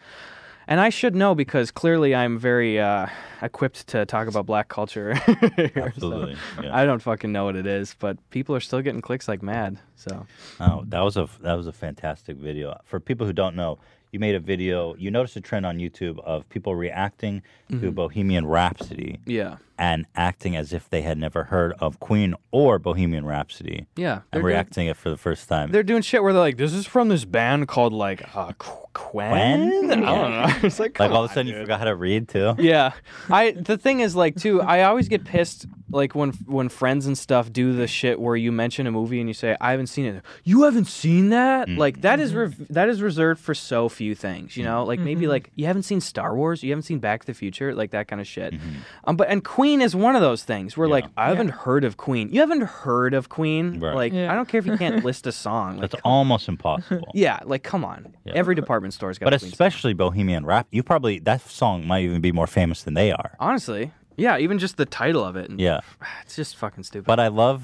B: And I should know because clearly I'm very uh, equipped to talk about black culture. *laughs*
A: Absolutely.
B: I don't fucking know what it is, but people are still getting clicks like mad. So
A: Oh, that was a that was a fantastic video. For people who don't know, you made a video. You noticed a trend on YouTube of people reacting
B: Mm-hmm.
A: to Bohemian Rhapsody
B: yeah,
A: and acting as if they had never heard of Queen or Bohemian Rhapsody.
B: yeah.
A: And
B: They're doing-
A: reacting it for the first time.
B: they're doing shit where they're like, "This is from this band called like uh, Qu- Quen."
A: When?
B: I don't know. *laughs* It's like,
A: Like
B: come
A: all
B: on,
A: of a sudden you
B: dude.
A: forgot how to read too.
B: Yeah, I the thing is like too. I always get pissed like when when friends and stuff do the shit where you mention a movie and you say I haven't seen it. You haven't seen that? Like that is rev- that is reserved for so few things. You know, like maybe like you haven't seen Star Wars, you haven't seen Back to the Future, like that kind of shit. Um, but and Queen is one of those things where like I haven't heard of Queen. You haven't heard of Queen?
A: Right.
B: Like
C: Yeah.
B: I don't care if you can't list a song. Like,
A: That's almost impossible.
B: *laughs* yeah, like come on. Every department store's got.
A: But
B: a Queen song.
A: especially Bohemian Rap, you probably that song might even be more famous than they are.
B: honestly, yeah, even just the title of it. And
A: Yeah.
B: it's just fucking stupid.
A: But I love.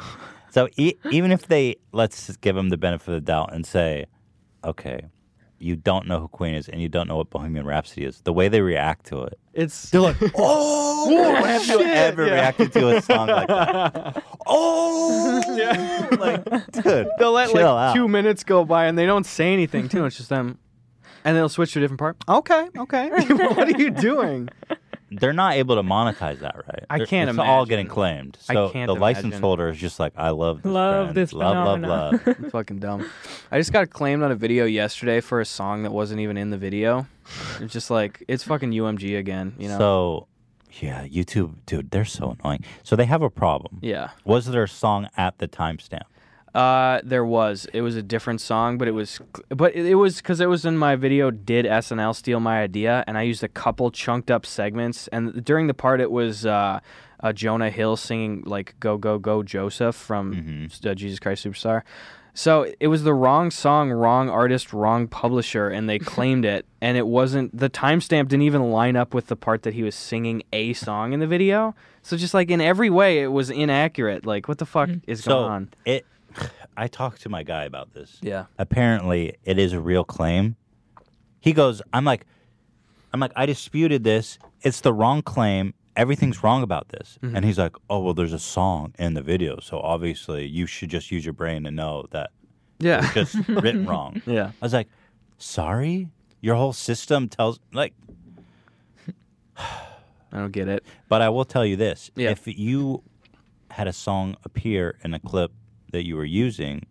A: *laughs* so e- even if they let's just give them the benefit of the doubt and say, okay, you don't know who Queen is and you don't know what Bohemian Rhapsody is, the way they react to it. *laughs*
B: It's
A: They're like, oh, when have you ever reacted to a song like that?
B: *laughs*
A: Oh, like, dude,
B: they'll let like
A: chill out.
B: two minutes go by and they don't say anything too. It's just them, and they'll switch to a different part. Okay, okay. *laughs* what are you doing?
A: They're not able to monetize that, right?
B: I
A: They're-
B: can't
A: It's all
B: imagine.
A: getting claimed.
B: I
A: So
B: can't
A: the license
B: imagine.
A: holder is just like, I love this,
C: Love
A: brand.
C: this
A: love,
C: phenomena.
A: love, love.
B: Fucking dumb. I just got claimed on a video yesterday for a song that wasn't even in the video. It's just like it's fucking UMG again. You know?
A: So, yeah, YouTube, dude, they're so annoying. So they have a problem.
B: yeah.
A: Was there a song at the timestamp?
B: Uh, there was. It was a different song, but it was, but it it was because it was in my video. Did SNL steal my idea? And I used a couple chunked up segments. And during the part, it was uh, uh Jonah Hill singing like "Go Go Go Joseph" from uh, Jesus Christ Superstar. So it was the wrong song, wrong artist, wrong publisher, and they claimed it. And it wasn't the timestamp didn't even line up with the part that he was singing a song in the video. So just like in every way, it was inaccurate. Like what the fuck is
A: So
B: going on?
A: it, *sighs* I talked to my guy about this.
B: Yeah.
A: Apparently, it is a real claim. He goes, I'm like, I'm like, I disputed this. It's the wrong claim. Everything's wrong about this.
B: Mm-hmm.
A: And he's like, Oh well, there's a song in the video, so obviously you should just use your brain to know that
B: Yeah.
A: it's just written wrong.
B: *laughs* Yeah.
A: I was like, Sorry, your whole system tells like.
B: I don't get it.
A: But I will tell you this:
B: Yeah.
A: if you had a song appear in a clip that you were using,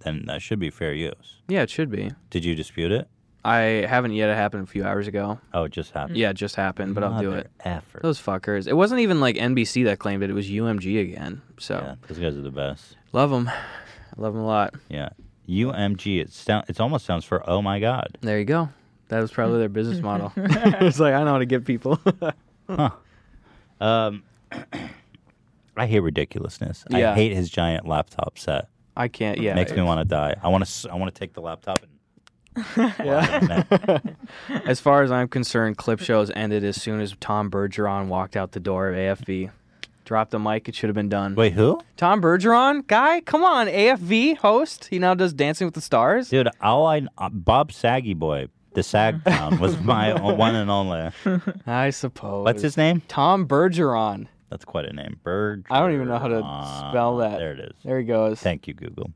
A: then that should be fair use.
B: Yeah, it should be.
A: Did you dispute it?
B: I haven't yet. It happened a few hours ago.
A: Oh, it just happened.
B: Yeah, it just happened, but I'll do
A: Mother
B: Hmm. it.
A: Effort.
B: Those fuckers. It wasn't even like NBC that claimed it. It was UMG again. So
A: Yeah, those guys are the best.
B: love 'em. love them. I love them a lot.
A: Yeah. UMG. It sound. It almost sounds for oh my god.
B: There you go. That was probably their business model. *laughs* it's like I know how to get people.
A: Um, *clears throat* I hate ridiculousness. I
B: Yeah.
A: hate his giant laptop set.
B: *laughs* I can't. Yeah.
A: Makes me want to die. I want to. I want to take the laptop and.
B: Yeah. as far as I'm concerned, clip shows ended as soon as Tom Bergeron walked out the door of AFV. Dropped the mic. It should have been done.
A: Wait, who?
B: Tom Bergeron, guy, come on, AFV host. He now does Dancing with the Stars.
A: Dude, all I uh, Bob Saggy Boy, the Sag
B: Mm-hmm.
A: Clown, was
B: *laughs*
A: my o- one and only.
B: I suppose.
A: What's his name?
B: Tom Bergeron.
A: That's quite a name. Bird.
B: I don't even know how to spell that.
A: There it is.
B: There he goes.
A: Thank you, Google.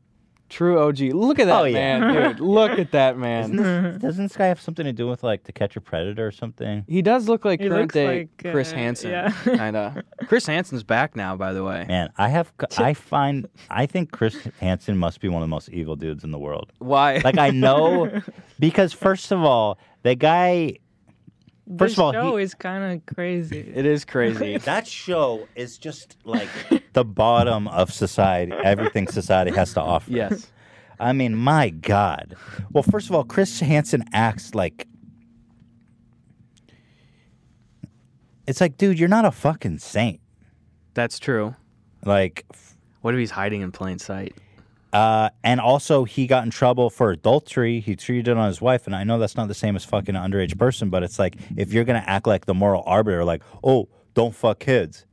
B: True OG. Look at that
A: Oh, yeah.
B: man, dude.
C: *laughs*
B: Look at that man.
A: Doesn't this guy have something to do with like to catch a predator or something?
B: He does look like
C: He
B: current
C: looks
B: day
C: like,
B: Chris
C: uh,
B: Hansen.
C: yeah. *laughs*
B: Kinda. Chris Hansen's back now, by the way.
A: Man, I have.
B: *laughs*
A: I find. I think Chris Hansen must be one of the most evil dudes in the world.
B: Why?
A: Like I know, because first of all, the guy. First
C: this
A: of all,
C: show
A: he-
C: is kind of crazy.
B: *laughs* it is crazy.
A: that show is just like the bottom of society. Everything society has to offer.
B: yes.
A: I mean, my God. Well, first of all, Chris Hansen acts like. It's like, dude, you're not a fucking saint.
B: That's true.
A: Like, f-
B: What if he's hiding in plain sight?
A: uh, and also he got in trouble for adultery. He cheated on his wife, and I know that's not the same as fucking an underage person, but it's like if you're gonna act like the moral arbiter, like, oh, don't fuck kids,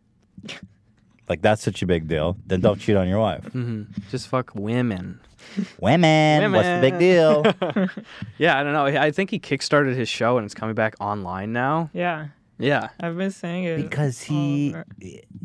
A: like that's such a big deal. Then don't cheat on your wife.
B: Just fuck women.
A: Women, what's the big
B: Women.
A: deal?
B: Yeah, I don't know. I think he kickstarted his show and it's coming back online now.
C: Yeah,
B: Yeah.
C: I've been saying it
A: because
C: all
A: he eh,
C: over.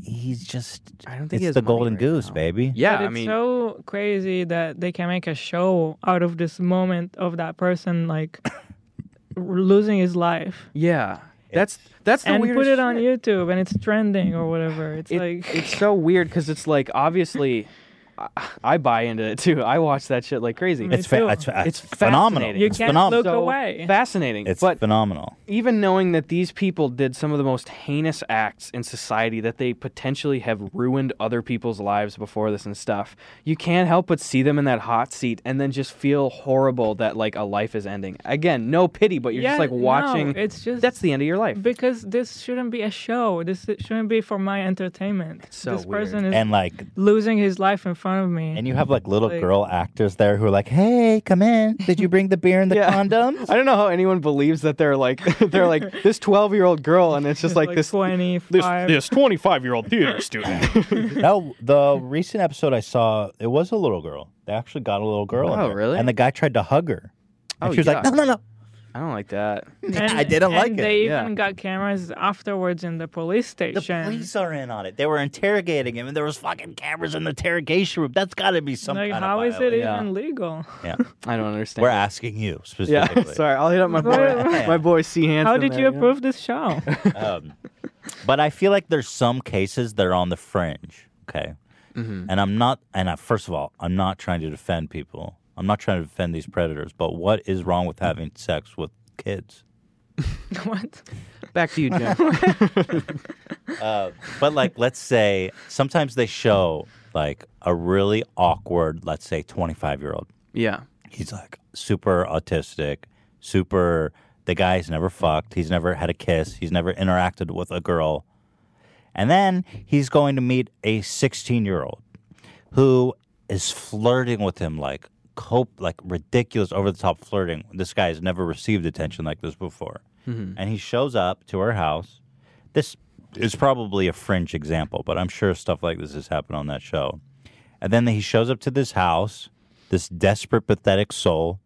A: he's just
B: I don't think he
A: it's
B: has
A: the
B: money
A: golden
B: right
A: goose
B: now.
A: baby
B: Yeah,
C: But
B: I
C: it's
B: mean
C: so crazy that they can make a show out of this moment of that person like *coughs* losing his life
B: Yeah. That's that's the
C: and
B: weirdest
C: put it on
B: shit.
C: YouTube and it's trending or whatever. It's
B: It-
C: like *laughs*
B: it's so weird because it's like obviously I, I buy into it too. I watch that shit like crazy.
A: it's, fa-
C: Me too.
A: it's, fa-
B: It's
A: phenomenal
B: fascinating.
C: you
A: it's
C: can't
A: phenomenal
C: Mm-hmm. look away.
B: fascinating.
A: it's
B: but
A: phenomenal
B: even knowing that these people did some of the most heinous acts in society, that they potentially have ruined other people's lives before this and stuff, you can't help but see them in that hot seat and then just feel horrible that like a life is ending. Again, no pity, but you're
C: Yeah,
B: just like
C: no,
B: watching.
C: it's just-
B: that's the end of your life.
C: because this shouldn't be a show. This i- shouldn't be for my entertainment.
B: so
C: this person is
A: and like
C: losing his life in front of me.
A: and you have like little
C: Like-
A: girl actors there who are like hey come in did you bring the beer
C: *laughs*
A: and the
B: Yeah.
A: condoms
B: I don't know how anyone believes that they're like *laughs* they're like this twelve year old girl, and it's just like,
C: like
B: this
C: 25.
E: this 25 year old theater student. *laughs*
A: no the recent episode i saw it was a little girl they actually got a little girl in
B: Oh,
A: there,
B: really?
A: and the guy tried to hug her And
B: Oh,
A: she was like,
B: yeah.
A: no, no, no.
B: I don't like that.
A: I didn't
C: and
A: like it.
C: They
B: Yeah.
C: even got cameras afterwards in the police
A: The
C: station.
A: police are in on it. They were interrogating him, and there was fucking cameras in the interrogation room. That's got to be some
C: like,
A: kind
C: how
A: of
C: is it
A: violation.
B: Yeah.
C: even legal?
A: Yeah,
C: *laughs*
B: I don't understand.
A: we're asking you
B: yeah, *laughs*
A: specifically.
B: sorry. I'll hit up my boy,
A: Sorry.
B: my boy C. Hanson.
C: How did
B: there,
C: you
B: know?
C: approve this show?
A: *laughs*
C: *laughs*
A: Um, but I feel like there's some cases that are on the fringe. Okay. And I'm not, and I, first of all, I'm not trying to defend people. I'm not trying to defend these predators, but what is wrong with having sex with kids?
C: what?
B: Back to you, *laughs* Jim.
A: But
B: *laughs*
A: like, let's say sometimes they show like a really awkward, let's say 25 year old.
B: yeah.
A: He's like super autistic, super. The guy's never fucked. He's never had a kiss. He's never interacted with a girl. And then he's going to meet a 16 year old who is flirting with him like cope, like ridiculous, over the top flirting. This guy has never received attention like this before. And he shows up to her house. This is probably a fringe example, but I'm sure stuff like this has happened on that show. And then he shows up to this house, this desperate, pathetic soul.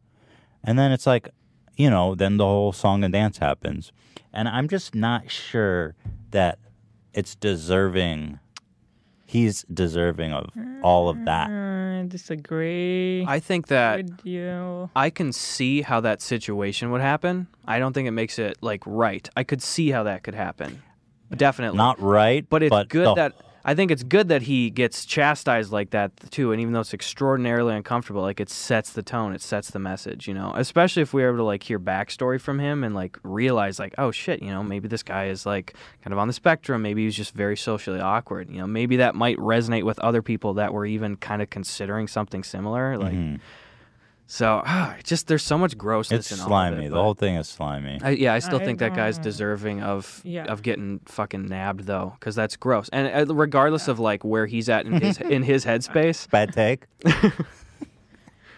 A: And then it's like, you know, then the whole song and dance happens. And I'm just not sure that it's deserving. He's deserving of all of that.
C: I disagree
B: I think that
C: with you.
B: I can see how that situation would happen. I don't think it makes it like right. I could see how that could happen. Definitely.
A: Not right,
B: but it's good
A: the-
B: that I think it's good that he gets chastised like that too. And even though it's extraordinarily uncomfortable, like it sets the tone, it sets the message, you know. Especially if we were able to like hear backstory from him and like realize like, oh shit, you know, maybe this guy is like kind of on the spectrum. Maybe he's just very socially awkward. You know, maybe that might resonate with other people that were even kind of considering something similar. Like, so *sighs* ah, just there's so much grossness.
A: Mm-hmm. it's
B: in all of it,
A: slimy. the
B: but-
A: whole thing is slimy.
B: I, yeah, I still
C: I
B: think that guy's
C: don't-
B: deserving of
C: Yeah.
B: of getting fucking nabbed though, because that's gross. And uh, regardless of like where he's at in his in
C: *laughs*
B: his headspace,
A: *laughs* Bad
B: *laughs*
A: take.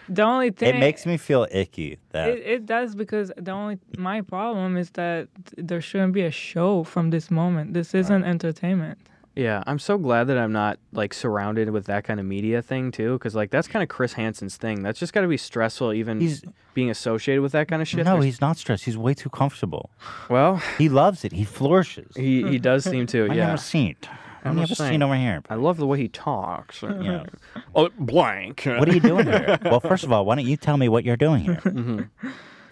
C: The only thing
A: It makes me feel icky that
C: It, it does because the only my problem is that there shouldn't be a show from this moment. This isn't entertainment.
B: yeah, I'm so glad that I'm not like surrounded with that kind of media thing too, because like that's kind of Chris Hansen's thing. That's just got to be stressful, even
A: He's-
B: being associated with that kind of shit.
A: no,
B: There's-
A: he's not stressed. He's way too comfortable.
B: *laughs* well,
A: He loves it. He flourishes.
B: he he does seem
A: *laughs*
B: to.
A: I
B: Yeah,
A: never seen it. I
B: I'm
A: never
B: just
A: seen
B: saying.
A: over here.
B: I love the way he talks.
A: *laughs*
B: and-
A: Yeah.
E: Oh, blank.
A: What are you doing here? Well, first of all, why don't you tell me what you're doing here?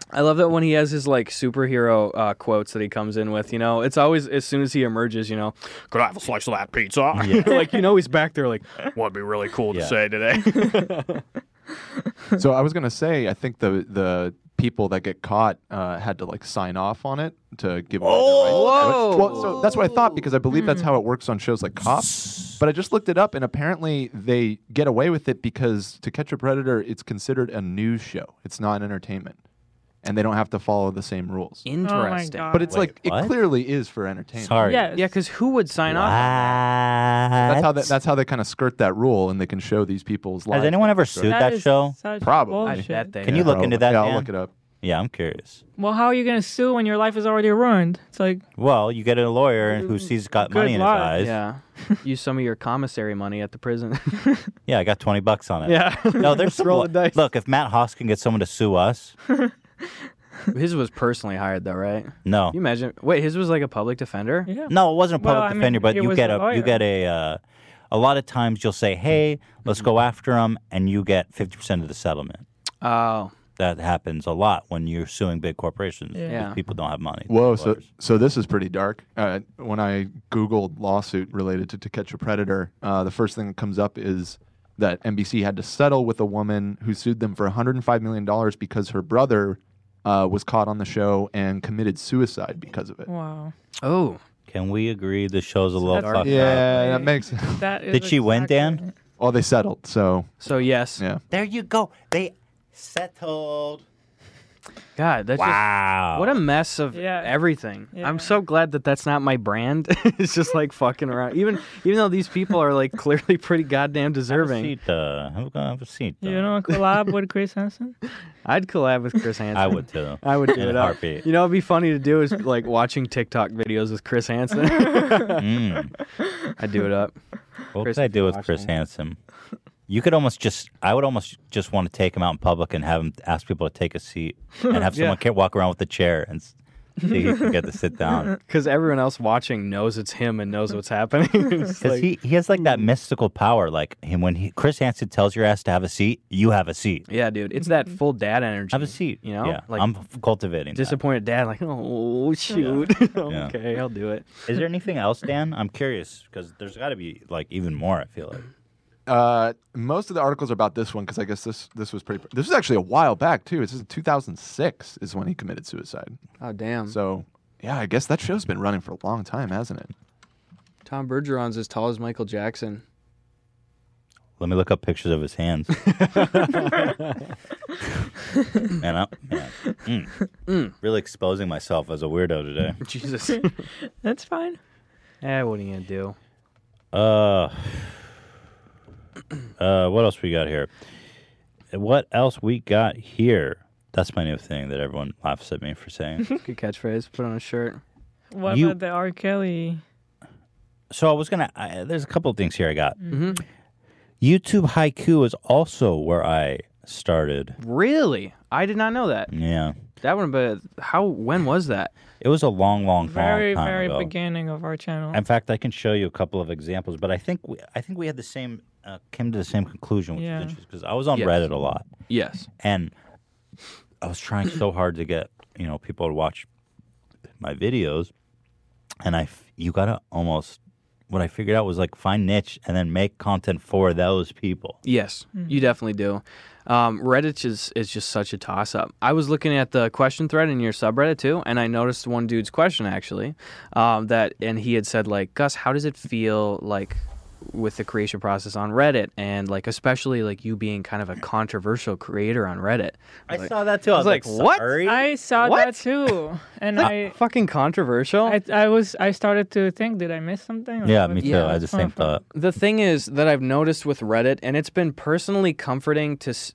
B: I love that when he has his like superhero uh, quotes that he comes in with. You know, it's always as soon as he emerges. You know, *laughs*
E: Could I have a slice of that pizza?
B: like you know he's back there like
E: *laughs*
C: Oh
E: Would be really cool
A: Yeah.
E: to say today.
D: So I was gonna say, I think the the people that get caught uh, had to like sign off on it to give. away their rights to do it. Well, so that's what I thought because I believe that's how it works on shows like Cops. But I just looked it up, and apparently they get away with it because To Catch a Predator, it's considered a news show. It's not entertainment, and they don't have to follow the same rules.
B: interesting.
C: God.
D: But it's
A: Wait,
D: like it
A: what?
D: clearly is for entertainment.
A: Sorry.
C: Yes.
B: yeah, because who would sign off?
D: That's how
A: What?
D: they, that's how they kind of skirt that rule, and they can show these peopel's lives.
A: Has anyone ever sued that,
C: is
A: show?
C: such
D: Probably. I
B: I
C: bullshit.
B: bet they
A: Can you look into that?
D: Yeah, I'll
A: Dan?
D: look it up.
A: Yeah, I'm curious.
C: Well, how are you gonna sue when your life is already ruined? It's like
A: Well, you get a lawyer who sees got money in his
C: luck.
A: eyes. Yeah.
B: Yeah, use some of your commissary money at
A: *laughs*
B: the prison. *laughs*
A: I got twenty bucks on it.
B: yeah,
A: No, there's some
B: roll
A: law-
B: the dice.
A: Look, if Matt Hoss can get someone to sue us,
B: his was personally hired though, right? Can
A: no,
B: you imagine? Wait, his was like a public defender.
C: yeah.
A: *laughs* no, it wasn't a
C: Well,
A: public
C: I mean,
A: defender, but
C: it
A: you
C: was
A: get
C: a
A: a, you
C: lawyer.
A: get a. Uh, a lot of times you'll say, "Hey, let's go after him," and you get fifty percent of the settlement.
B: Oh,
A: That happens a lot when you're suing big corporations. because
B: Yeah.
A: people don't have money.
D: Whoa, so
A: Lawyers.
D: so this is pretty dark. Uh, when I googled lawsuit related to To Catch a Predator, uh, the first thing that comes up is that NBC had to settle with a woman who sued them for 105 million dollars because her brother uh, was caught on the show and committed suicide because of it.
C: Wow.
B: oh,
A: can we agree the show's a little
C: that's-
A: fucked up?
D: Yeah,
C: Right.
D: that makes. *laughs*
C: That is
A: Did she win,
C: exactly-
A: Dan?
D: Well, they settled, so
B: so yes.
D: yeah.
A: There you go. They settled.
B: God, that's just
A: Wow.
B: What a mess of
C: Yeah.
B: everything.
C: Yeah.
B: I'm so glad that that's not my brand. *laughs* it's just like fucking around. Even even though these people are like clearly pretty goddamn deserving,
A: seat. Uh, have a- have a seat. uh,
C: You know, collab with Chris Hansen.
B: I'd collab with Chris Hansen.
A: I would too.
B: I would do
A: In
B: it
A: a
B: up.
A: heartbeat.
B: You know, it'd be funny to do is like watching TikTok videos with Chris *laughs* Hansen.
A: Mm.
B: I'd do it up.
A: What
B: Chris,
A: did I
B: if
A: do
B: you're
A: with Chris
B: watching.
A: Hansen? You could almost just, I would almost just want to take him out in public and have him ask people to take a seat and have someone ca- walk around with a chair and s- see who can get to sit
B: *laughs*
A: down.
B: because everyone else watching knows it's him and knows what's happening. *laughs* It's
A: Because
B: like-
A: he, he has like that mystical power. Like him, when he, Chris Hansen tells your ass to have a seat, you have a seat.
B: yeah, dude, it's that full dad energy.
A: Have a seat.
B: you know,
A: Yeah.
B: like
A: I'm f- cultivating. that.
B: disappointed dad, like, oh shoot,
A: Yeah.
B: *laughs* okay, I'll do it.
A: Is there anything else, Dan? I'm curious because there's got to be like even more. I feel like.
D: Uh, most of the articles are about this one because I guess this this was pretty. This was actually a while back too. This is 2006 is when he committed suicide.
B: Oh damn,
D: So yeah, I guess that show's been running for a long time, hasn't it?
B: Tom Bergeron's as tall as Michael Jackson.
A: Let me look up pictures of his hands. man, I, man. Mm. really exposing myself as a weirdo today.
B: *laughs* *laughs* Jesus,
C: That's fine.
B: eh, what are you gonna do?
A: Uh, uh, what else we got here? What else we got here? That's my new thing that everyone laughs at me for saying.
B: *laughs* Good catchphrase. Put on a shirt.
C: What
A: You-
C: about the R. Kelly?
A: so I was gonna. I, there's a couple of things here I got. YouTube haiku is also where I started.
B: Really? I did not know that.
A: Yeah.
B: That one, but how? When was that?
A: It was a long, long,
C: Very,
A: long time
C: very
A: ago.
C: beginning of our channel.
A: In fact, I can show you a couple of examples, but I think we, I think we had the same uh, came to the same conclusion, which
C: Yeah.
A: is interesting because I was on
B: Yes.
A: Reddit a lot,
B: Yes.
A: and I was trying so hard to get you know people to watch my videos, and I f- you gotta almost what I figured out was like find niche and then make content for those people.
B: Yes, you definitely do. Um, Reddit is is just such a toss up. I was looking at the question thread in your subreddit too, and I noticed one dude's question actually um, that, and he had said like, Gus, how does it feel like with the creation process on Reddit, and like especially like you being kind of a controversial creator on Reddit?
A: I saw that too. I was,
B: like, what?
A: sorry.
C: I saw
B: What?
C: that too, and I,
B: Fucking controversial.
C: I, I was, I started to think, did I miss something? Like,
A: yeah,
C: what-
A: me too. I had the same thought.
B: the thing is that I've noticed with Reddit, and it's been personally comforting to. S-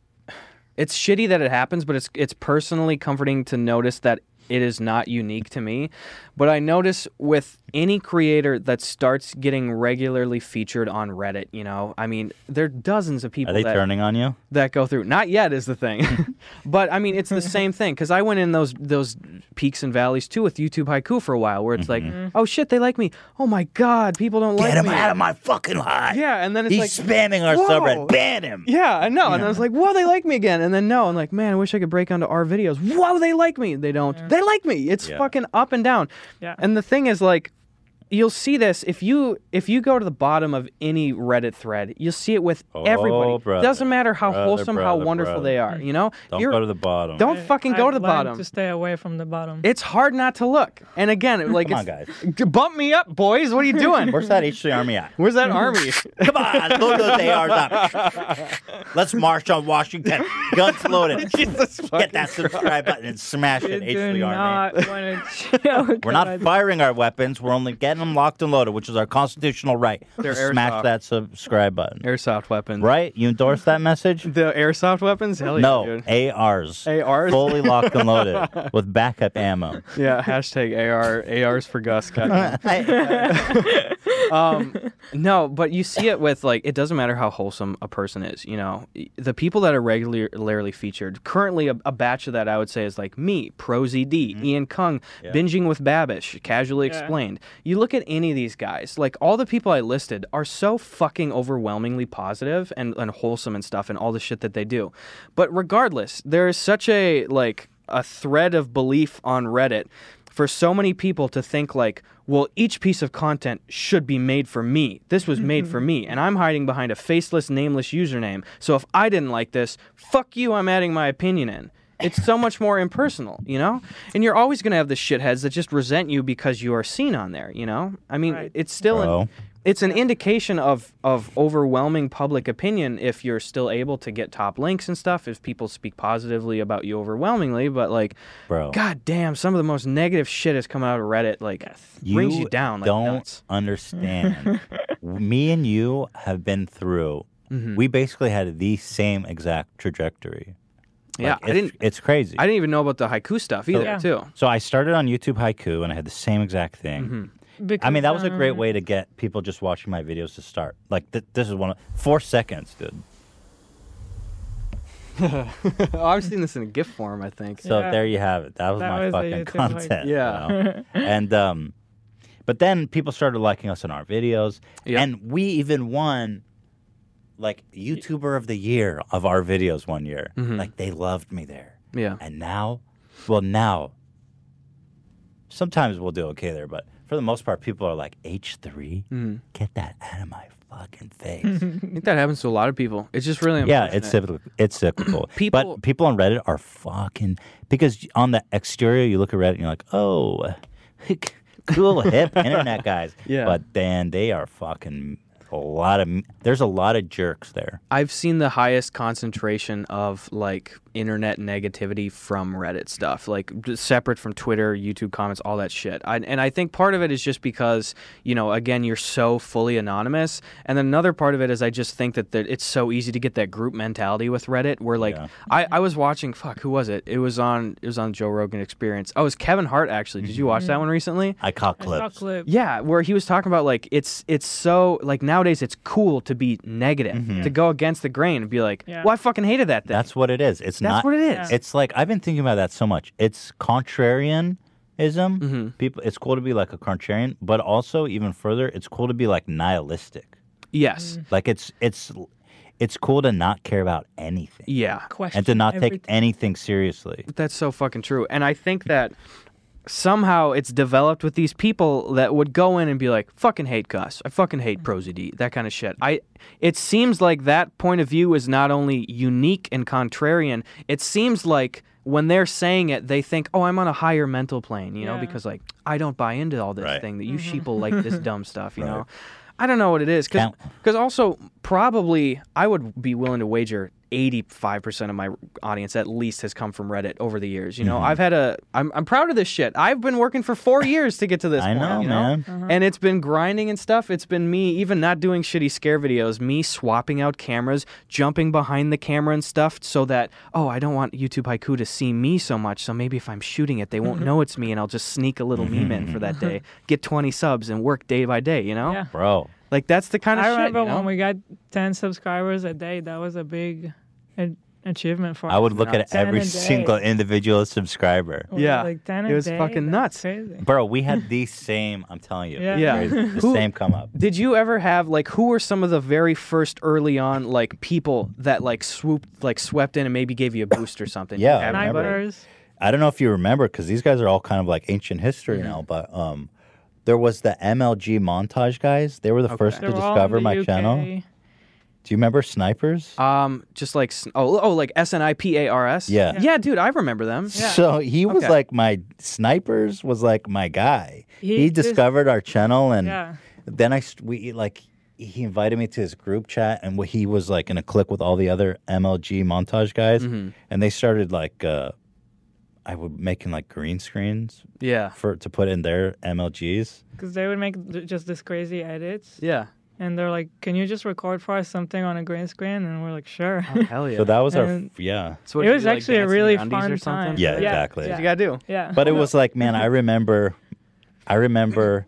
B: it's shitty that it happens, but it's it's personally comforting to notice that it is not unique to me. But I notice with any creator that starts getting regularly featured on Reddit, you know, I mean, there are dozens of
A: Are
B: people
A: they
B: that
A: turning on you?
B: that go through. Not yet is the
A: *laughs*
B: thing, but I mean it's the same thing because I went in those those peaks and valleys too with YouTube Haiku for a while, where it's like, oh shit, they like me. Oh my god, people don't like
A: Mm-hmm. Get him
B: me.
A: out of my fucking life.
B: Yeah, and then it's
A: He's
B: like
A: spamming our
B: whoa.
A: subreddit. Ban him.
B: Yeah, I know. And I was like, whoa, they like me again. And then no, I'm like, man, I wish I could break onto our videos. Whoa, they like me. They don't. They like me. It's
A: Yeah.
B: fucking up and down.
C: Yeah.
B: And the thing is like you'll see this if you if you go to the bottom of any Reddit thread, you'll see it with everybody.
A: Oh, brother.
B: Doesn't matter how
A: Brother,
B: wholesome, how
A: brother,
B: wonderful
A: brother.
B: they are, you know?
A: Don't
B: You're-
A: go to the bottom.
B: don't fucking go
C: I've
B: to the
C: learned
B: bottom.
C: To stay away from the bottom.
B: It's hard not to look. And again, it- like
A: Come on,
B: it's,
A: guys.
B: Bump me up, boys. What are
A: *laughs*
B: you doing?
A: Where's that H3 Army
B: *laughs*
A: at? *laughs*
B: Where's that army?
A: Come on, load those ARs up. Let's march on Washington. Guns loaded.
B: *laughs* Jesus
A: Get
B: fucking
A: that subscribe button and smash
C: you
A: it,
C: do
A: H3 Army.
C: not want *laughs* to chill.
A: We're not firing our weapons. We're only getting them locked and loaded, which is our constitutional right.
B: They're
A: So smash
B: airsoft.
A: that subscribe button.
B: airsoft weapons.
A: Right? You endorse that message?
B: The airsoft weapons? Hell yeah,
A: No,
B: dude.
A: ARs.
B: ARs?
A: Fully locked and
B: *laughs*
A: loaded with backup ammo.
B: Yeah, hashtag AR ARs for
A: *laughs*
B: Gus. Cut. um, no, but you see it with like it doesn't matter how wholesome a person is. You know, the people that are regularly featured currently a, a batch of that I would say is like me, Pro ZD, Ian Kung, binging with Babish, casually explained. You look at any of these guys, like all the people I listed are so fucking overwhelmingly positive and and wholesome and stuff and all the shit that they do. But regardless, there is such a like a thread of belief on Reddit for so many people to think like, well, each piece of content should be made for me. This was made for me, and I'm hiding behind a faceless, nameless username. So if I didn't like this, fuck you, I'm adding my opinion in. It's so much more impersonal, you know? And you're always going to have the shitheads that just resent you because you are seen on there, you know? I mean,
C: Right.
B: it's still an-
A: Bro.
B: it's an indication of of overwhelming public opinion if you're still able to get top links and stuff, if people speak positively about you overwhelmingly, but like
A: Bro.
B: God damn, some of the most negative shit has come out of Reddit. Like, brings you down. Like,
A: don't
B: nuts. *laughs*
A: understand. Me and you have been through.
B: Mm-hmm.
A: We basically had the same exact trajectory.
B: Yeah,
A: Like,
B: I
A: it's-
B: didn't.
A: It's crazy.
B: I didn't even know about the haiku stuff either,
C: Yeah.
B: too. *laughs*
A: so I started on YouTube Haiku, and I had the same exact thing.
B: Mm-hmm.
C: Because,
A: I mean, that was a great
C: um,
A: way to get people just watching my videos to start. Like th- this is one of four seconds, dude.
B: oh, I've seen this in a GIF form, I think.
A: So
C: Yeah.
A: there you have it. That was
C: That
A: my
C: was the
A: fucking
C: YouTube hype.
A: content. you
B: Yeah.
A: know? and um, but then people started liking us on our videos,
B: Yeah.
A: and we even won like YouTuber of the Year of our videos one year. Like they loved me there,
B: yeah.
A: and now, well now. Sometimes we'll do okay there, but for the most part, people are like H 3 Get that out of my fucking face.
B: I think that happens to a lot of people. It's just really
A: Yeah,
B: unfortunate.
A: it's cyclical. It's cyclical.
B: *clears throat* People-
A: but people on Reddit are fucking because on the exterior you look at Reddit and you're like, oh, *laughs* cool hip
B: *laughs*
A: internet guys.
B: Yeah.
A: But then they are fucking a lot of. There's a lot of jerks there.
B: I've seen the highest concentration of like internet negativity from Reddit stuff, like d- separate from Twitter, YouTube comments, all that shit. I, and I think part of it is just because, you know, again, you're so fully anonymous. And then another part of it is I just think that that it's so easy to get that group mentality with Reddit where like I, I was watching, fuck, who was it? It was on, it was on Joe Rogan Experience. Oh, it was Kevin Hart actually. Did you watch that one recently?
A: I caught
C: I saw
A: clips.
C: clip.
B: Yeah, where he was talking about like it's it's so like nowadays it's cool to be negative, to go against the grain and be like,
C: Yeah.
B: well, I fucking hated that thing.
A: That's what it is. It's
B: That's
A: not.
B: what it is.
C: Yeah.
A: It's like I've been thinking about that so much. It's contrarianism.
B: Mm-hmm.
A: People, it's cool to be like a contrarian, but also even further, it's cool to be like nihilistic.
B: Yes.
C: Mm.
A: Like it's it's it's cool to not care about anything.
B: Yeah.
C: Question
A: and to not take
C: everything.
A: anything seriously.
B: That's so fucking true. And I think that somehow it's developed with these people that would go in and be like, fucking hate Gus. I fucking
C: Mm.
B: hate Prosody. That kind of shit. I it seems like that point of view is not only unique and contrarian, it seems like when they're saying it, they think, "Oh, I'm on a higher mental plane," you know,
C: Yeah.
B: because like I don't buy into all this
A: Right. Mm-hmm.
B: thing that you sheeple like
A: *laughs*
B: this dumb stuff, you know. I don't know what it is because
A: Count.
B: also probably I would be willing to wager 85% of my audience at least has come from Reddit over the years. You know,
A: Mm-hmm.
B: I've had a I'm I'm proud of this shit. I've been working for 4 years to get to this
A: I
B: point,
A: know,
B: you know?
A: man.
C: Mm-hmm.
B: And it's been grinding and stuff. It's been me even not doing shitty scare videos, me swapping out cameras, jumping behind the camera and stuff so that oh, I don't want YouTube Haiku to see me so much, so maybe if I'm shooting it, they won't
C: Mm-hmm.
B: know it's me and I'll just sneak a little meme in for that
C: *laughs*
B: day. Get 20 subs and work day by day, you know?
C: Yeah.
A: Bro,
B: Like that's the kind of
C: I
B: shit.
C: remember
B: you know?
C: when we got 10 subscribers a day. That was a big a- achievement for us.
A: I would look at
B: nuts.
A: every
C: Ten a day. Oh.
A: single individual subscriber.
C: It was
B: Yeah.
C: like 10 a
B: It was
C: day.
B: fucking
C: That's
B: nuts.
C: Crazy.
A: Bro, we
C: *laughs*
A: had the same, I'm telling you.
C: Yeah.
B: Yeah.
A: crazy,
C: *laughs*
A: The
B: Who-
A: same come up.
B: *laughs* Did you ever have like who were some of the very first early on like people that like swooped like swept in and maybe gave you a boost or something?
A: Yeah,
B: Have-
A: I remember.
C: Snipers.
A: I don't know if you remember because these guys are all kind of like ancient history
C: Mm-hmm.
A: now, but um, there was the MLG montage guys. They were the first
C: They're
A: to
C: all in
A: discover
C: the Uh,
A: my
C: UK.
A: channel. Do you remember Snipers?
B: Um, just like sn- oh oh like S N I P A R S.
A: Yeah.
B: Yeah, dude, I remember them.
A: So he was
B: Okay.
A: like my Snipers was like my guy. He,
C: He just-
A: discovered our channel and
C: Yeah.
A: then I st- we like he invited me to his group chat and wh- he was like in a click with all the other MLG montage guys and they started like uh I would making like green screens
B: Yeah.
A: for to put in their MLGs.
C: Because they would make th- just this crazy edits.
B: Yeah.
C: And they're like, can you just record for us something on a green screen? And we're like,
B: *laughs*
C: sure.
B: Hell yeah.
A: So that was our
C: And-
A: f- yeah.
B: So what,
C: It
B: you
C: was
B: do, like,
C: actually a
B: dance in your
C: really
B: undies
C: fun
B: or something?
C: time.
A: Yeah,
C: Yeah,
A: exactly.
C: yeah.
B: What you gotta do.
C: yeah.
A: But it was like, man, I remember, I remember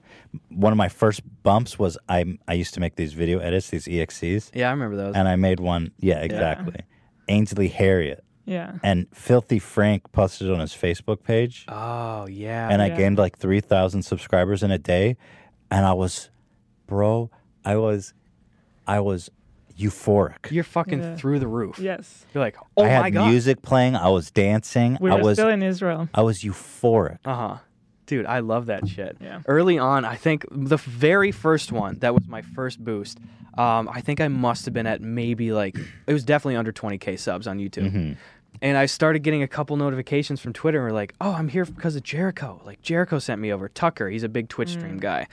A: one of my first bumps was I I used to make these video edits, these EXCs,
B: Yeah, I remember those.
A: and I made one. Yeah, exactly. Ainsley Harriet
C: *laughs* Yeah.
A: and Filthy Frank posted it on his Facebook page,
B: oh yeah.
A: and I
C: yeah.
A: gained like three thousand subscribers in a day, and I was, bro, I was, I was euphoric.
B: You're fucking
C: Yeah.
B: through the roof.
C: Yes.
B: You're like, oh
A: I
B: my
A: had
B: god.
A: music playing. I was dancing.
C: We
A: I
C: were
A: was
C: still in Israel.
A: I was euphoric.
B: Uh huh. Dude, I love that shit.
C: Yeah.
B: Early on, I think the very first one that was my first boost. Um, I think I must have been at maybe like it was definitely under 20k subs on YouTube. And I started getting a couple notifications from Twitter. And we're like, oh, I'm here because of Jericho. Like Jericho sent me over. Tucker, he's a big Twitch stream guy.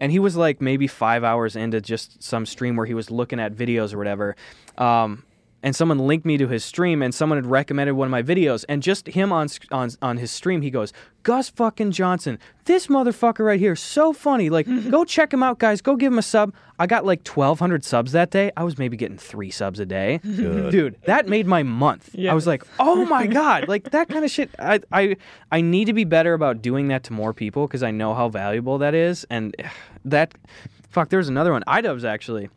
B: And he was like maybe five hours into just some stream where he was looking at videos or whatever. Um, and someone linked me to his stream and someone had recommended one of my videos and just him on sc- on on his stream he goes Gus fucking Johnson this motherfucker right here so funny like go check him out guys go give him a sub I got like 1200 subs that day I was maybe getting 3 subs a day *laughs* dude that made my month I was
C: Yes.
B: like oh my god like that kind of shit I I I need to be better about doing that to more people cuz I *sighs* know how valuable that is and that fuck there's another one iDubbbz actually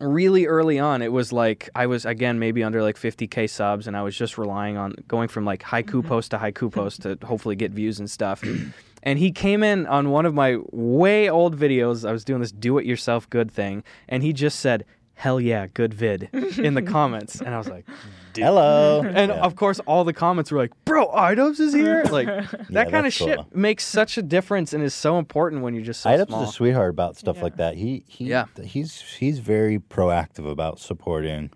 B: really early on it was like i was again maybe under like 50k subs and i was just relying on going from like haiku post to haiku post to hopefully get views and stuff *clears throat* and he came in on one of my way old videos i was doing this do it yourself good thing and he just said hell yeah good vid in the comments and i was like *laughs*
A: Hello.
B: and of course all the comments were like bro idops is here like that kind of
A: that's
B: shit
A: cool.
B: makes such a difference and is so important when you're just so
A: Idubbbz
B: small
A: is a sweetheart about stuff like that. He he
B: Yeah.
A: he's he's very proactive about supporting.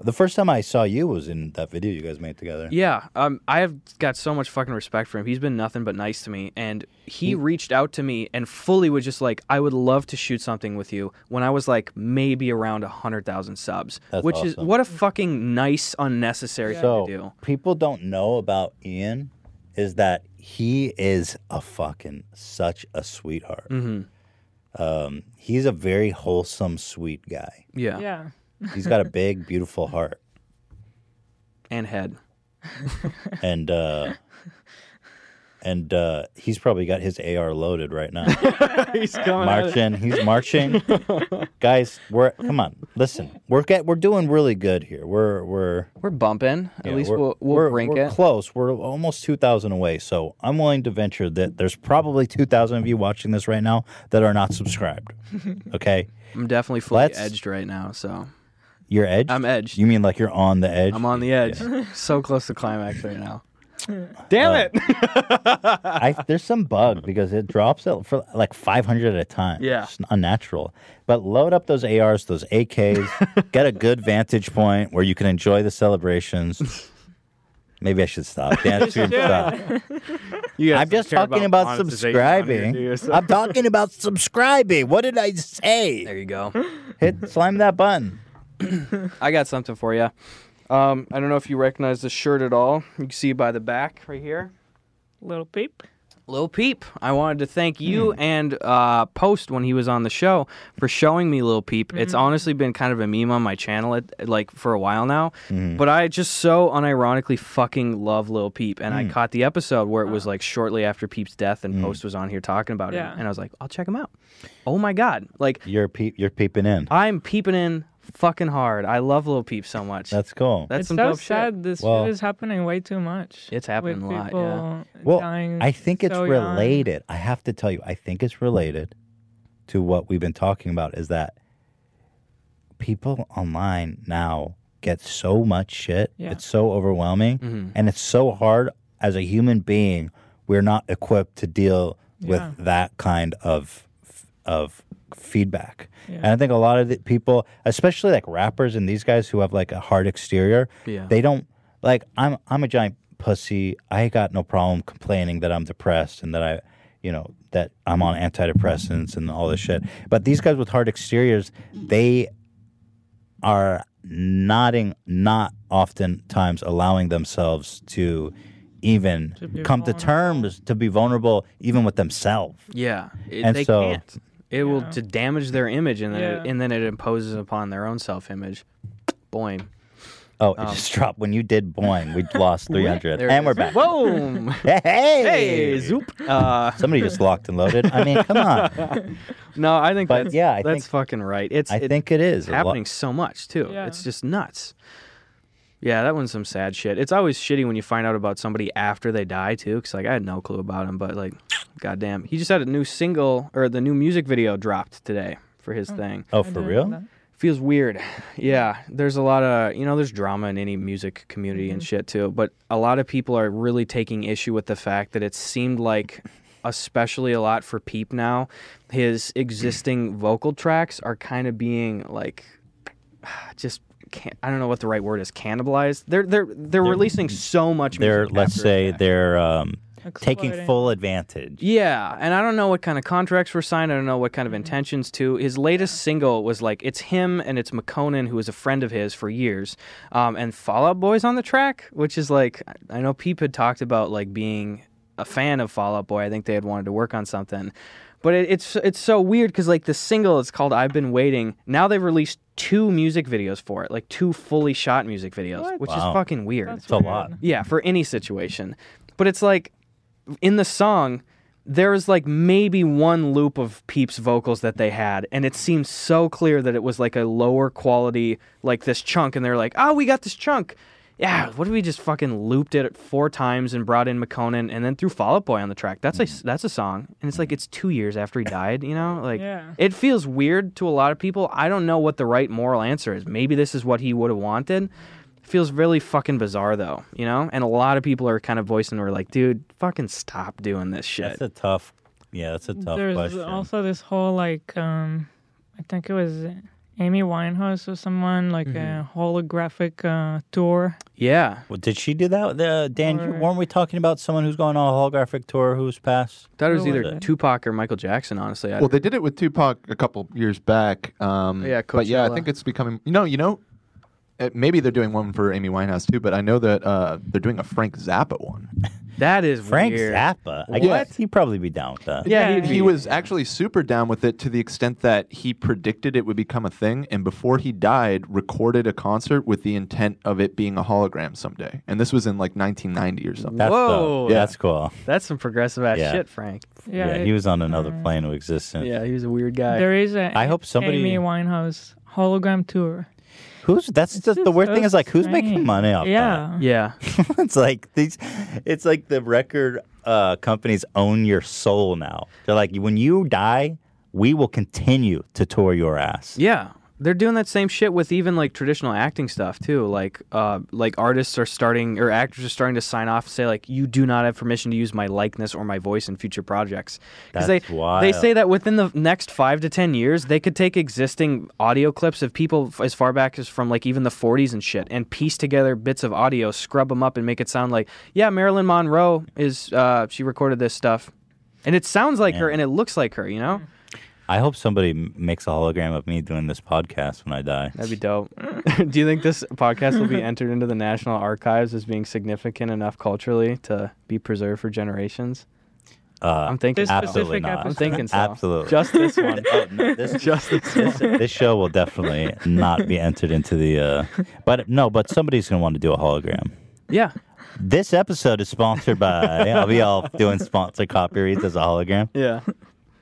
A: The first time I saw you was in that video you guys made together.
B: Yeah, um, I have got so much fucking respect for him. He's been nothing but nice to me, and he
A: Mm.
B: reached out to me and fully was just like, "I would love to shoot something with you." When I was like maybe around hundred thousand subs,
A: That's
B: which is
A: awesome.
B: what a fucking nice, unnecessary
A: So
B: thing to do.
A: people don't know about Ian is that he is a fucking such a sweetheart.
B: Mm-hmm.
A: Um, he's a very wholesome, sweet guy.
B: Yeah,
C: Yeah.
A: He's got a
B: *laughs*
A: big, beautiful heart,
B: and head.
A: and uh, and uh, he's probably got his AR loaded right now.
B: *laughs* He's coming. at it.
A: marching. He's
B: *laughs*
A: marching. Guys, we're come on. Listen, we're get, we're doing really good here. We're we're
B: We're bumping. At
A: yeah,
B: least
A: we're,
B: we'll we'll
A: we're-
B: rank
A: we're
B: it.
A: close. We're almost two thousand away. So I'm willing to venture that there's probably two thousand of you watching this right now that are not subscribed.
B: *laughs*
A: Okay,
B: I'm definitely fully
A: Let's-
B: edged right now, so
A: you're edged.
B: I'm edged.
A: You mean like you're on the edge?
B: I'm on the edge. *laughs* so close to climax right now. Damn it!
A: I, there's some bug because it drops it for like 500 at a time.
B: Yeah.
A: It's unnatural. But load up those ARs, those
B: *laughs*
A: AKs, get a good vantage point where you can enjoy the
B: *laughs*
A: celebrations. Maybe I should stop. Dan, should stop.
B: You guys
A: I'm
B: don't
A: just
B: care
A: talking about
B: monetization on here,
A: subscribing.
B: do you? So-
A: I'm talking about subscribing. What did I
B: there
A: say?
B: you go.
A: *laughs* Hit slam that button.
B: I got something for you. Um, I don't know if you recognize the shirt at all. You can see by the back right here.
C: Little peep.
B: Lil Peep. I wanted to thank you
C: Hmm.
B: and uh, Post when he was on the show for showing me Lil Peep. It's
C: Mm-hmm.
B: honestly been kind of a meme on my channel at, like for a while now,
C: Mm-hmm.
B: but I just so unironically fucking love Lil Peep, and
C: Mm.
B: I caught the episode where it was like shortly after Peep's death, and Post was on here talking about
C: Yeah.
B: it, and I was like, I'll check him out. Oh my god! Like
A: You're peep, you're peeping in.
B: I'm peeping in fucking hard. I love Lil Peep so much.
A: That's cool.
B: That's
C: it's
B: some
C: so
B: dope shit.
C: sad. This shit
A: Well-
C: is happening way too much.
B: It's happening
C: with
B: a lot,
C: People
B: yeah.
A: Well,
C: dying
A: I think it's
C: so young.
A: related. I have to tell you, I think it's related to what we've been talking about is that people online now get so much shit.
C: Yeah.
A: It's so overwhelming and it's so hard as a human being. We're not equipped to deal with
C: Yeah.
A: that kind of of feedback.
C: Yeah.
A: And I think a lot of the people, especially like rappers and these guys who have like a hard exterior,
B: Yeah.
A: they don't like I'm I'm a giant pussy. I got no problem complaining that I'm depressed and that I you know that I'm on antidepressants and all this shit. But these guys with hard exteriors, they are nodding not oftentimes allowing themselves to even
C: be
A: come to
C: vulnerable.
A: terms to be vulnerable even with themselves.
B: Yeah, it,
A: And
B: they
A: so-
B: can't. It will to damage their image, and then it,
C: Yeah.
B: and then it imposes upon their own self image. Boing.
A: Oh, it just dropped when you did boing. We
B: *laughs*
A: lost 300.
B: Um. There it
A: and we're
B: is.
A: back. *laughs*
B: Boom.
A: Hey,
B: hey, zoop.
A: *laughs*
B: Uh,
A: Somebody just locked and loaded. I mean, come on.
B: no, I think
A: But
B: that's,
A: yeah, I think-
B: that's fucking right. It's
A: I
B: *laughs* it-
A: think it is
B: it's
A: a lo-
B: happening so much too.
C: Yeah.
B: It's just nuts. Yeah, that one's some sad shit. It's always shitty when you find out about somebody after they die too, because like I had no clue about him, but like, *sniffs* goddamn, he just had a new single or the new music video dropped today for
C: Hmm.
B: his thing.
A: Oh, for real?
B: feels weird. *sighs* Yeah, there's a lot of you know there's drama in any music community
A: Mm-hmm.
B: and shit too, but a lot of people are really taking issue with the fact that it seemed like especially a lot for Peep now, his
A: *clears throat*
B: existing vocal tracks are kind of being like *sighs* just can't, I don't know what the right word is, cannibalized. They're they're they're, releasing so much music.
A: They're let's
B: after
A: say
B: that.
A: they're um, taking
C: Exploiting.
A: full advantage.
B: Yeah, and I don't know what kind of contracts were signed. I don't know what kind of intentions to. His latest single was like it's him and it's McConan, who was a friend of his for years, um, and Fallout Boy's on the track, which is like I know Peep had talked about like being a fan of Fallout Boy. I think they had wanted to work on something, but it, it's it's so weird because like the single is called "I've Been Waiting." Now they've released two music videos for it, like two fully shot music videos, which is fucking weird.
A: It's a lot.
B: Yeah, for any situation. But it's like in the song, there was like maybe one loop of Peep's vocals that they had, and it seemed so clear that it was like a lower quality, like this chunk, and they're like, oh, we got this chunk. Yeah, what if we just fucking looped it four times and brought in McConan and then threw Fall Out Boy on the track? That's a that's a song, and it's like it's two years after he died, you know? Like,
C: Yeah.
B: it feels weird to a lot of people. I don't know what the right moral answer is. Maybe this is what he would have wanted. Feels really fucking bizarre though, you know. And a lot of people are kind of voicing, "We're like, dude, fucking stop doing this shit."
A: That's a tough. Yeah, that's a tough
C: There's
A: question.
C: also this whole like, um, I think it was Amy Winehouse or someone like a
A: Mm-hmm.
C: holographic uh, tour.
B: yeah,
A: Well, did she do that? The, Dan, you-
C: Or-
A: weren't we talking about someone who's going on a holographic tour who's passed?
B: thought it was
C: Who was
B: either
C: it?
B: Tupac or Michael Jackson. Honestly, I,
D: Well, they did it with Tupac a couple years back. Um,
B: Yeah,
D: but yeah, I
B: Coachella.
D: think it's becoming. You know, you know, uh maybe they're doing one for Amy Winehouse too. But I know that uh, they're doing a Frank Zappa one.
B: that is
A: Frank
B: weird.
A: Zappa. I guess he'd probably be down with that.
B: Yeah,
C: Yeah.
B: he'd be-
D: He was actually super down with it to the extent that he predicted it would become a thing, and before he died, recorded a concert with the intent of it being a hologram someday. And this was in like 1990 or something.
A: That's
B: Whoa.
A: dope. That's cool.
B: That's some progressive ass
A: Yeah.
B: shit, Frank.
A: Yeah,
C: Yeah,
A: he
C: it-
A: was on another plane of existence.
B: Yeah, he was a weird guy.
C: There is a
A: I hope somebody-
C: Amy Winehouse hologram tour.
A: Who's that's just the
C: just
A: weird
C: so
A: thing is like who's making
C: strange.
A: money off
C: Yeah.
B: yeah,
A: that? *laughs* it's like these it's like the record uh, companies own your soul now. They're like when you die, we will continue to tour your ass.
B: Yeah. They're doing that same shit with even like traditional acting stuff too. Like uh like artists are starting or actors are starting to sign off and say like you do not have permission to use my likeness or my voice in future projects. Cuz they
A: That's wild.
B: they say that within the next 5 to 10 years they could take existing audio clips of people f- as far back as from like even the 40s and shit and piece together bits of audio, scrub them up and make it sound like yeah, Marilyn Monroe is uh she recorded this stuff. And it sounds like her and it looks like her, you know?
A: I hope somebody m- makes a hologram of me doing this podcast when I die.
B: That'd be dope. *laughs* Do you think this podcast *laughs* will be entered into the National Archives as being significant enough culturally to be preserved for generations?
A: Uh,
B: I'm thinking.
C: This
B: so.
C: specific
A: Absolutely not.
B: I'm
C: episode.
B: thinking so.
A: Absolutely.
C: *laughs*
B: Just this one.
A: *laughs* oh, no, this,
B: Just this one.
A: this show will definitely not be entered into the. Uh, but no, but somebody's gonna want to do a hologram.
B: *laughs* Yeah.
A: This episode is sponsored
B: *laughs*
A: by. I'll be all doing sponsor copy reads as a hologram.
B: Yeah.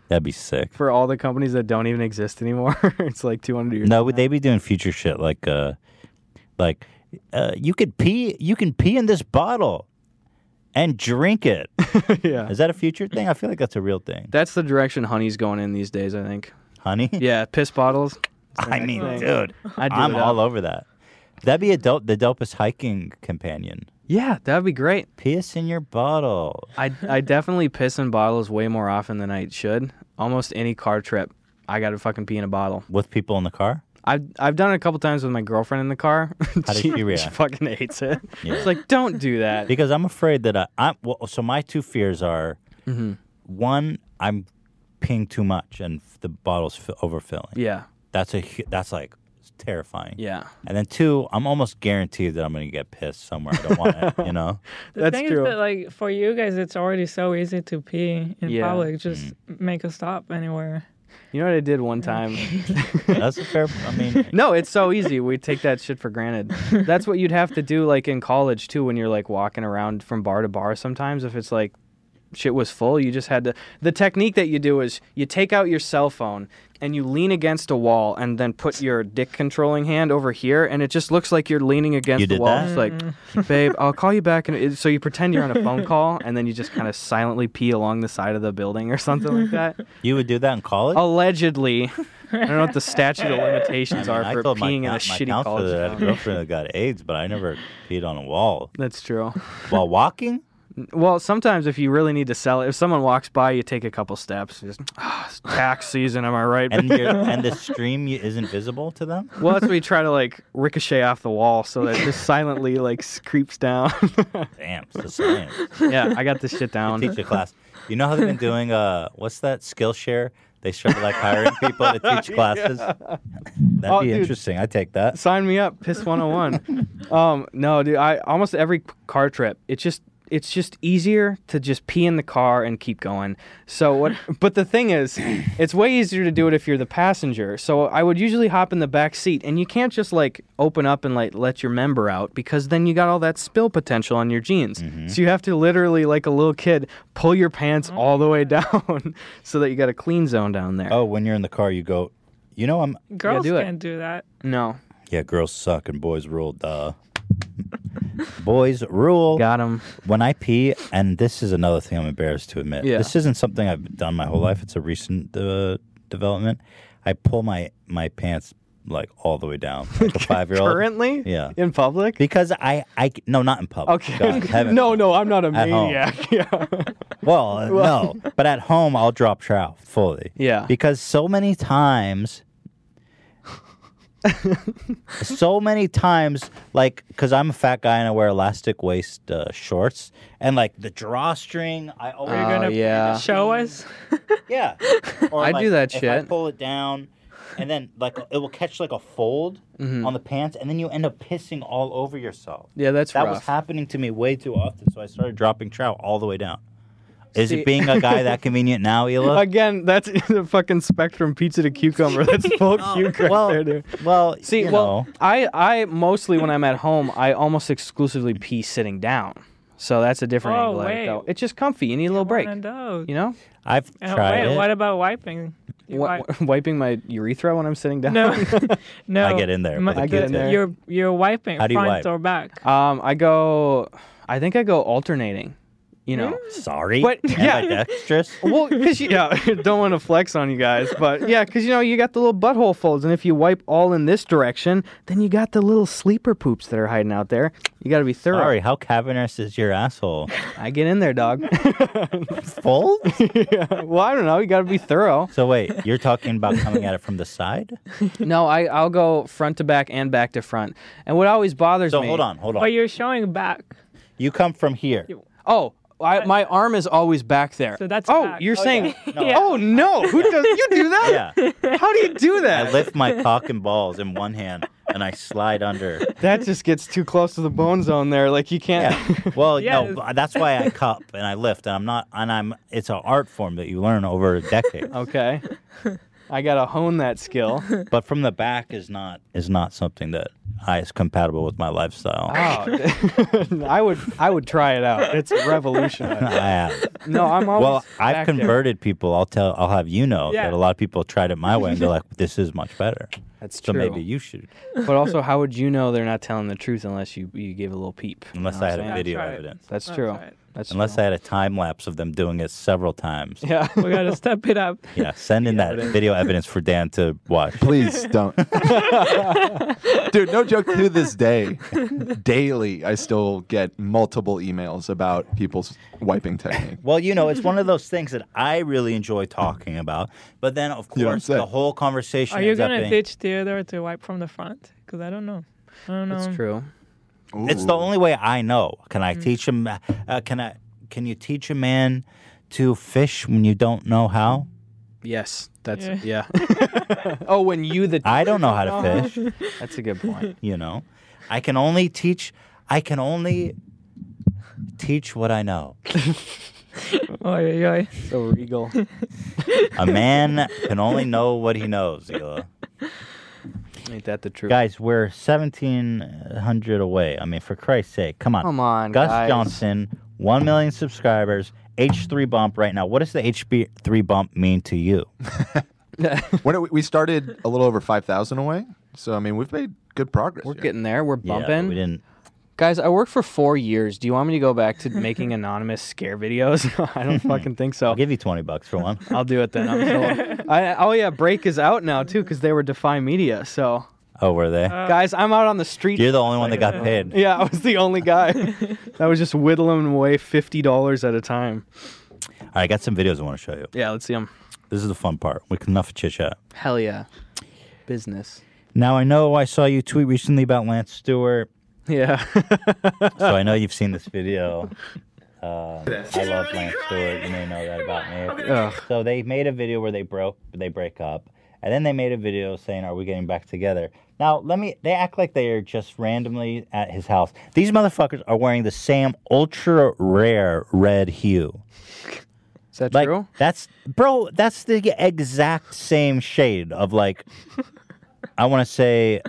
A: That'd be sick.
B: For all the companies that don't even exist anymore, *laughs* it's like 200 years.
A: No, would they be doing future shit like, uh, like, uh, you could pee, you can pee in this bottle, and drink it.
B: *laughs* yeah.
A: Is that a future thing? I feel like that's a real thing.
B: That's the direction honey's going in these days, I think.
A: Honey.
B: Yeah, piss bottles.
A: *laughs* I mean, dude,
B: I'd do
A: I'm
B: it up.
A: all over that. That'd be a dope, the dopest hiking companion.
B: Yeah, that'd be great.
A: Piss in your bottle.
B: I, I definitely piss in bottles way more often than I should. Almost any car trip, I got to fucking pee in a bottle.
A: with people in the car.
B: I've I've done it a couple times with my girlfriend in the car. *laughs*
A: did she react?
B: fucking hates it.
A: Yeah.
B: It's like, don't do
A: *laughs*
B: that.
A: Because I'm afraid that I, I'm. Well, so my two fears are:
B: Mm-hmm.
A: one, I'm peeing too much and f- the bottle's f- overfilling.
B: Yeah,
A: That's a. hu- That's like terrifying.
B: yeah,
A: And then two, I'm almost guaranteed that I'm going to get pissed somewhere. I don't want it. You
B: *laughs*
A: know.
C: The
B: That's
C: thing
B: true.
C: is that like for you guys, it's already so easy to pee in
B: Yeah.
A: Mm.
C: public. Just make a stop anywhere.
B: You know what I did one time?
A: That's a fair. I mean,
B: *laughs* no, it's so easy. We take that shit for granted. That's what you'd have to do, like in college too, when you're like walking around from bar to bar. Sometimes, if it's like shit was full, you just had to. The technique that you do is you take out your cell phone and you lean against a wall, and then put your dick controlling hand over here, and it just looks like you're leaning against
A: You
B: the
A: did
B: wall.
A: that?
B: It's like, babe, I'll call you back, and it, so you pretend you're on a phone call, and then you just kind of silently pee along the side of the building or something like that
A: you would do that in college.
B: allegedly. I don't know what the statute of limitations
A: I, mean,
B: are
A: I
B: for
A: told my,
B: peeing in
A: coun-
B: a
A: my
B: shitty
A: counselor
B: college.
A: that I had a
B: town.
A: girlfriend that got AIDS, but I never peed on a wall
B: That's true.
A: while walking.
B: Well, sometimes if you really need to sell it, if someone walks by, you take a couple steps. Just *sighs* "Ah, it's tax season, am I right?
A: And
B: *laughs*
A: your, and the stream isn't visible to them.
B: well, that's what you try to like ricochet off the wall so that it just silently like
A: *laughs*
B: creeps down.
A: Damn, it's the science.
B: yeah, I got this shit down.
A: teach a class. You know how they've been doing uh what's that Skillshare? They started like hiring people to
B: *laughs*
A: teach classes. That'd
B: Oh,
A: be
B: dude.
A: interesting. I take that. *laughs*
B: oh Sign me up, piss 101. um, no, dude, I almost every car trip, it just it's just easier to just pee in the car and keep going. So
A: *laughs*
B: what? But the thing is, it's way easier to do it if you're the passenger. So I would usually hop in the back seat, and you can't just like open up and like let your member out because then you got all that spill potential on your jeans.
A: Mm-hmm.
B: So you have to literally, like a little kid, pull your pants all the way *laughs* down so that you got a clean zone down there.
A: Oh, when you're in the car, you go, you know, I'm.
C: Girls
B: do it.
C: can't do that.
B: No,
A: Yeah, girls suck and boys rule. Duh. boys rule.
B: got him.
A: when I pee, and this is another thing I'm embarrassed to admit.
B: Yeah.
A: This isn't something I've done my whole life. It's a recent uh, development. I pull my my pants like all the way down,
B: *laughs*
A: like a five year old.
B: Currently,
A: Oh. Yeah.
B: in public.
A: Because I, I c- no, not in public.
B: *laughs*
A: God,
B: Okay.
A: heaven.
B: no, no, I'm not a
A: At home. *laughs*
B: maniac. Yeah.
A: Well, uh, no, but at home I'll drop trout fully.
B: Yeah.
A: Because so many
B: *laughs*
A: times, so many times, like, because I'm a fat guy and I wear elastic waist uh, shorts, and like the drawstring, I always
B: Oh,
C: gonna-
A: Uh-huh.
B: yeah.
C: Show us.
B: *laughs*
A: yeah. Or,
B: I do that
A: if I
B: shit.
A: pull it down, and then like it will catch like a fold on the pants, and then you end up pissing all over yourself.
B: Mm-hmm. Yeah, that's
A: That
B: rough.
A: was happening to me way too often, so I started dropping trout all the way down. Is
B: See-
A: it being a guy that convenient
B: *laughs*
A: now, Ela?
B: Again, that's the fucking spectrum pizza to cucumber. That's full cucumber. right there,
A: well,
B: dude.
A: well,
B: Oh, See,
A: you
B: well,
A: know,
B: I, I mostly when I'm at home, I almost exclusively pee sitting down. So that's a different
C: Oh,
B: angle at it,
C: wait.
B: though. It's just comfy. You need a little break.
C: And, oh,
B: You know,
A: I've
C: and
A: tried
C: wait,
A: it.
C: what about wiping? You
B: Wi- *laughs*
C: wipe-
B: wiping my urethra when I'm sitting
A: *laughs*
B: down.
C: No, no.
A: I get in there with a
B: I get
A: Q-tip.
B: in there.
C: You're you're wiping
A: How do you
C: front
A: wipe? Oh.
C: or back.
B: *laughs* Um, I go. I think I go alternating. You know.
A: Sorry, *laughs*
B: But- yeah.
A: ambidextrous.
B: *laughs* Well, because you yeah, don't want to flex on you guys, but yeah, because you know you got the little butthole folds, and if you wipe all in this direction, then you got the little sleeper poops that are hiding out there. You got to be thorough.
A: Sorry, how cavernous is your
B: *laughs*
A: asshole?
B: I get in there, dog. *laughs*
A: Full?
B: well, I don't know. You got to be thorough.
A: so wait, you're talking about coming at it from the side?
B: No, I I'll go front to back and back to front. And what always bothers
A: So
B: me.
A: hold on, hold
C: But
A: on.
C: Oh, you're showing back.
A: You come from here.
B: Oh. I, my arm is always back there.
C: So that's
B: oh,
C: back.
B: you're
A: Oh,
B: saying,
A: yeah. No.
B: *laughs* oh no, who does you do that?
A: Yeah.
B: How do you do that?
A: I lift my
B: *laughs*
A: cock and balls in one hand and I slide under.
B: that just gets too close to the bone zone there. Like you can't.
A: Yeah. Well,
C: Yes.
A: no, but that's why I cup and I lift. And I'm not, and I'm. It's an art form that you learn over a decade.
B: Okay. I gotta hone
A: *laughs*
B: that skill.
A: But from the back is not is not something that I, is compatible with my lifestyle.
B: Wow. I would I would try it out. It's
A: I
B: revolutionary. *laughs*
A: have.
B: No, I'm always
A: Well, I've
B: Oh, back there.
A: converted people. I'll tell. I'll have you know
C: Yeah.
A: that a lot of people tried it my way and they're like, "This is much better."
B: That's
A: So
B: true.
A: maybe you should,
B: But also, how would you know they're not telling the truth unless you you give a little peep? You
A: unless
B: know
A: I
B: what
A: had
B: I'm
A: a
B: saying?
A: video
C: right.
A: evidence.
B: That's
C: That's
B: true.
C: right.
B: That's
A: Unless I
B: true.
A: had a time lapse of them doing it several times. Yeah,
B: Yeah.
C: We gotta step
A: *laughs*
C: it up.
B: *laughs*
A: send in that video evidence for Dan to watch.
D: Please don't. Dude, no joke to this day. Daily, I still get multiple emails about people's wiping technique.
A: Well, you know, it's one
C: *laughs*
A: of those things that I really enjoy talking about. But then, of
D: You don't
A: course,
D: say.
A: the whole conversation.
C: Are you
A: ends up eh?
C: gonna
A: being-
C: teach Theodore to wipe from the front? Because I don't know. I don't know.
B: That's true.
A: It's the only way I know. Can
C: Mm.
A: I teach him? Uh, can I? Can you teach a man to fish when you don't know how?
B: Yes. That's yeah. *laughs* oh, when you the
A: I don't know how to
C: *laughs*
A: fish.
B: that's a good point.
A: You know, I can only teach. I can only teach what I know.
C: Oy, oy, oy.
B: So regal.
A: A man can only know what he knows. Ela.
B: Ain't that the truth?
A: Guys, we're seventeen hundred away. I mean, for Christ's sake, come on.
B: Come on,
A: Gus
B: guys.
A: Johnson, one million subscribers. H3 bump right now. What does the H3 bump mean to you?
D: When it, we started a little over 5,000 away. So, I mean, we've made good progress.
B: We're
D: here.
B: getting there. We're
A: Yeah,
B: bumping.
A: we didn't
B: Guys, I worked for four years. Do you want me to go back to *laughs* making anonymous scare videos? *laughs* I don't fucking think so.
A: I'll give you 20 bucks for *laughs* one.
B: I'll do it then. I'm so- *laughs* I, oh yeah, Break is out now too because they were Defy Media. So
A: Oh, were they?
B: guys, I'm out on the
A: *laughs*
B: street.
A: You're the only one that *laughs* got paid.
B: *laughs* yeah, I was the only guy *laughs* that was just whittling away fifty dollars at a time.
A: All right, I got some videos I want to show you.
B: Yeah, let's see them.
A: This is the fun part. We can enough chit chat.
B: Hell yeah, business. *laughs*
A: Now I know I saw you tweet recently about Lance Stewart,
B: Yeah,
A: so I know you've seen this video. Um, I love Lance Stewart. You may know that about me. So they made a video where they broke, they break up, And then they made a video saying, "Are we getting back together?" Now let me. They act like they are just randomly at his house. These motherfuckers are wearing the same ultra rare red hue.
B: Is that
A: Like
B: true?
A: that's bro. That's the exact same shade of like. I want to say,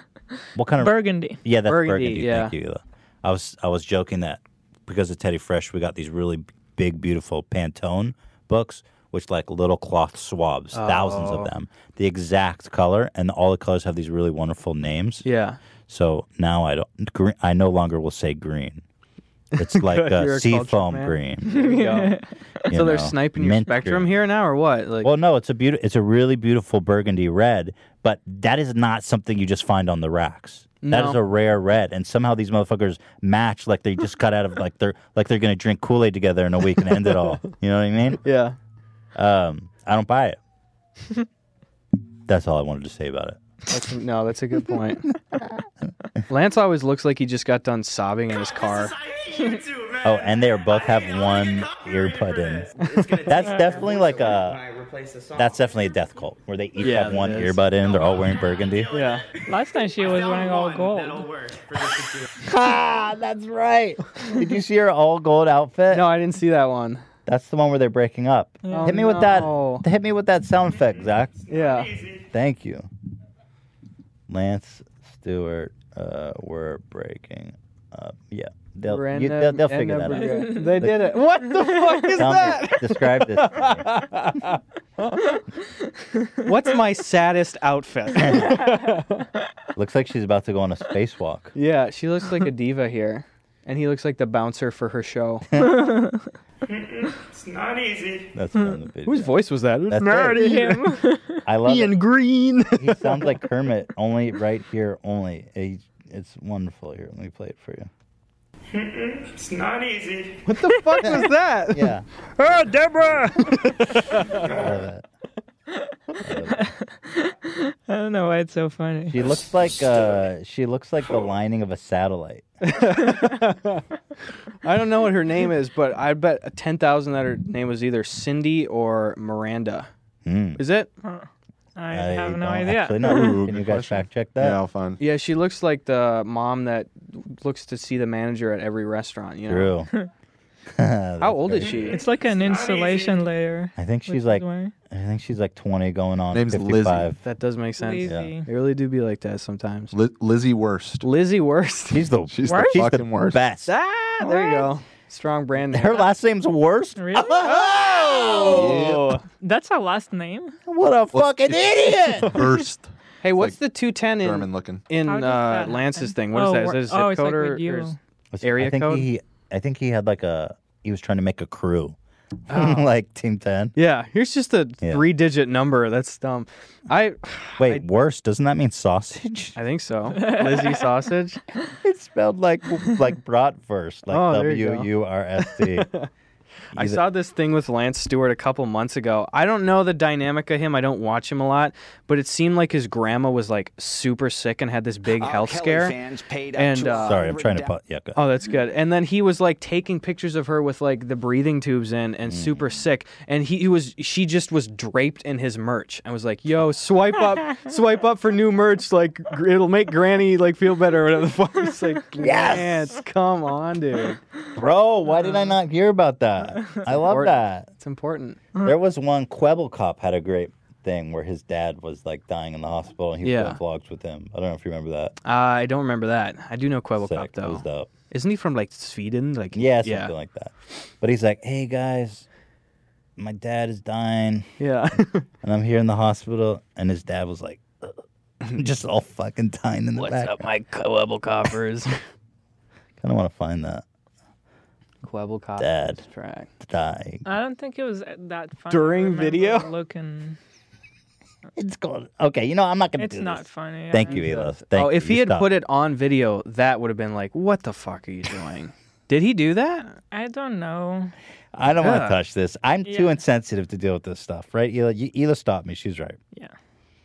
A: what kind of
C: Burgundy.
A: yeah, that's burgundy.
B: Burgundy,
A: Thank you. Ela. I was I was joking that because of Teddy Fresh, we got these really big, beautiful Pantone books, which like little cloth swabs, thousands
B: Oh.
A: of them, the exact color, and all the colors have these really wonderful names.
B: Yeah.
A: So now I don't. Green, I no longer will say green.
B: *laughs*
A: It's like
B: you're
A: uh,
B: a
A: sea
B: cultured
A: foam
B: man.
A: green.
B: Yeah.
A: you
B: *laughs* so they're
A: know,
B: sniping your
A: mint
B: spectrum
A: green.
B: here now, or what? Like,
A: Well, no, it's a beautiful, it's a really beautiful burgundy red, but that is not something you just find on the racks. That
B: No.
A: is a rare red, and somehow these motherfuckers match like they just got out of like they're like they're gonna drink Kool Aid together in a week and end it all. You know what I mean?
B: yeah.
A: Um, I don't buy it. *laughs* That's all I wanted to say about it.
B: That's a- no, that's a
A: *laughs*
B: good point. Lance always looks like he just got done sobbing in his car.
A: Oh, and they are both have one earbud in. That's definitely like a that's definitely a death cult where they each
B: Yeah,
A: have one
B: it is.
A: earbud in. They're all wearing *laughs* burgundy.
B: Yeah.
C: Last time she was wearing all gold.
F: *laughs*
A: Ah, that's right. Did you see her all gold outfit?
B: No, I didn't see that one.
A: That's the one where they're breaking up.
B: Oh,
A: hit me with
B: no.
A: that. Hit me with that sound effect, Zach.
B: Yeah.
A: Thank you. Lance Stewart, uh, we're breaking up. Yeah, they'll you, they'll, they'll figure that out. *laughs*
B: They did it. What the fuck is
A: Tell me,
B: that?
A: describe this. to me.
B: What's my saddest outfit?
A: Looks like she's about to go on a spacewalk.
B: *laughs* yeah, she looks like a diva here. And he looks like the bouncer for
A: *laughs*
B: her show.
A: That's from the video.
B: Whose voice was that?
A: That's it.
C: Him.
A: I love it. *laughs*
B: Green.
A: He sounds like Kermit, only right here, only. He- It's wonderful. Here, let me play it for you.
F: It's not easy.
B: what the fuck was that?
A: Yeah.
B: Oh, Deborah.
A: I love it.
C: *laughs* I don't know why it's so funny.
A: *laughs* She looks like uh, she looks like the lining of a satellite.
B: I don't know what her name is, but I bet 10,000 that her name was either Cindy or Miranda.
A: Hmm.
B: Is it?
C: I, have no
A: don't
C: idea.
A: Actually,
B: *laughs*
A: no. Can you guys
D: question.
A: fact check that?
D: Yeah, I'll find.
B: Yeah, she looks like the mom that looks to see the manager at every restaurant, you know.
A: *laughs*
D: *laughs*
A: True.
B: How old is she?
C: It's like an insulation layer.
A: I think she's
C: Which
A: like
C: is why-
A: I think she's like 20 going on
D: Name's Lizzie.
A: 55.
B: That does make sense.
C: Lazy.
A: Yeah.
B: They really do be like that sometimes.
D: Li- Lizzie Worst.
B: Lizzie Worst. *laughs*
A: She's the
D: She's
C: Worst?
D: the
A: she's
D: fucking
A: the
D: worst.
A: best.
B: ah, there you go. Strong
A: *laughs*
B: brand name.
A: Her last name's worst.
C: Really?
A: *laughs*
B: Oh.
C: That's her last name?
A: What a fucking idiot!
D: *laughs* Worst.
B: Hey, what's
D: like
B: the 210 in
D: German looking.
B: in
C: How does
B: uh,
C: that
B: Lance's
C: happen?
B: thing? What is
C: Oh,
B: that? Is
C: wor-
B: that a zip
C: oh, it's like
B: code or-
C: with you.
B: or is-
A: What's-
B: Area
A: I think
B: code?
A: he I think he had like a he was trying to make a crew.
B: Oh.
A: *laughs* like Team 10.
B: Yeah, here's just a
A: Yeah.
B: three-digit number. That's dumb. I *sighs*
A: Wait, worst doesn't that mean
B: *laughs*
A: sausage? *laughs*
B: I think
C: *laughs*
B: so. Lizzie sausage.
A: It's spelled like like bratwurst, like
B: Oh, there you go.
A: W U R S
B: *laughs*
A: T.
B: I saw this thing with Lance Stewart a couple months ago. I don't know the dynamic of him. I don't watch him a lot, but it seemed like his grandma was like super sick and had this big health scare. and uh,
A: Sorry, I'm trying to put yeah. Go.
B: Oh, that's good. And then he was like taking pictures of her with like the breathing tubes in
A: Mm.
B: and super sick. And he, he was, she just was draped in his merch and was like, yo, swipe up, swipe up for new merch. Like, gr- it'll make granny like feel better or whatever the fuck. It's like, Lance, come on, dude.
A: Bro, why did I not hear about
B: *laughs*
A: that? I love
B: Uh, important.
A: that.
B: It's important.
A: There was one Quebble cop had a great thing where his dad was like dying in the hospital and he
B: Yeah.
A: was doing vlogs with him. I don't know if you remember that.
B: Uh, I don't remember that. I do know Quebble
A: Sick.
B: Cop,
A: It
B: though.
A: was dope.
B: Isn't he from like Sweden? Like
A: Yeah, something
B: yeah,
A: like that. But he's like, Hey guys, my dad is dying
B: yeah. *laughs*
A: and I'm here in the hospital and his dad was like *laughs* just all fucking dying in the
B: What's
A: back.
B: up, my Quebble *laughs* Coppers?
A: Kinda wanna find that.
B: Quebble Coppers
A: Dad
B: track.
A: dying.
C: I don't think it was that funny. I
B: During
C: remember
A: *laughs*
B: video?
C: Looking.
A: It's called okay, you know I'm not gonna
C: It's
A: do
C: not
A: this.
C: funny.
A: Thank
C: I-
A: you, Elos. Thank
B: oh, if
A: you.
B: he
A: You
B: had
A: stopped.
B: put it on video, that would have been like, "What the fuck are you doing?" Did he do that?
C: I don't know.
A: I don't want to
B: Yeah.
A: touch this. I'm too
C: Yeah.
A: insensitive to deal with this stuff, right? Ela, you, Ela stopped me. She's right.
C: Yeah.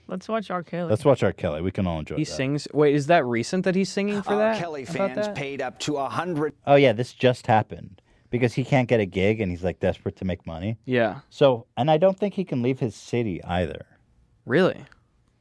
C: Let's watch R. Kelly.
A: Let's watch our Kelly. We can all enjoy
B: He
A: that.
B: sings. Wait, is that recent that he's singing for that?
G: Oh, Kelly
B: About
G: fans
B: that?
G: paid up to a hundred
A: oh yeah, this just happened because he can't get a gig and he's like desperate to make money.
B: Yeah,
A: So, and I don't think he can leave his city either.
B: really.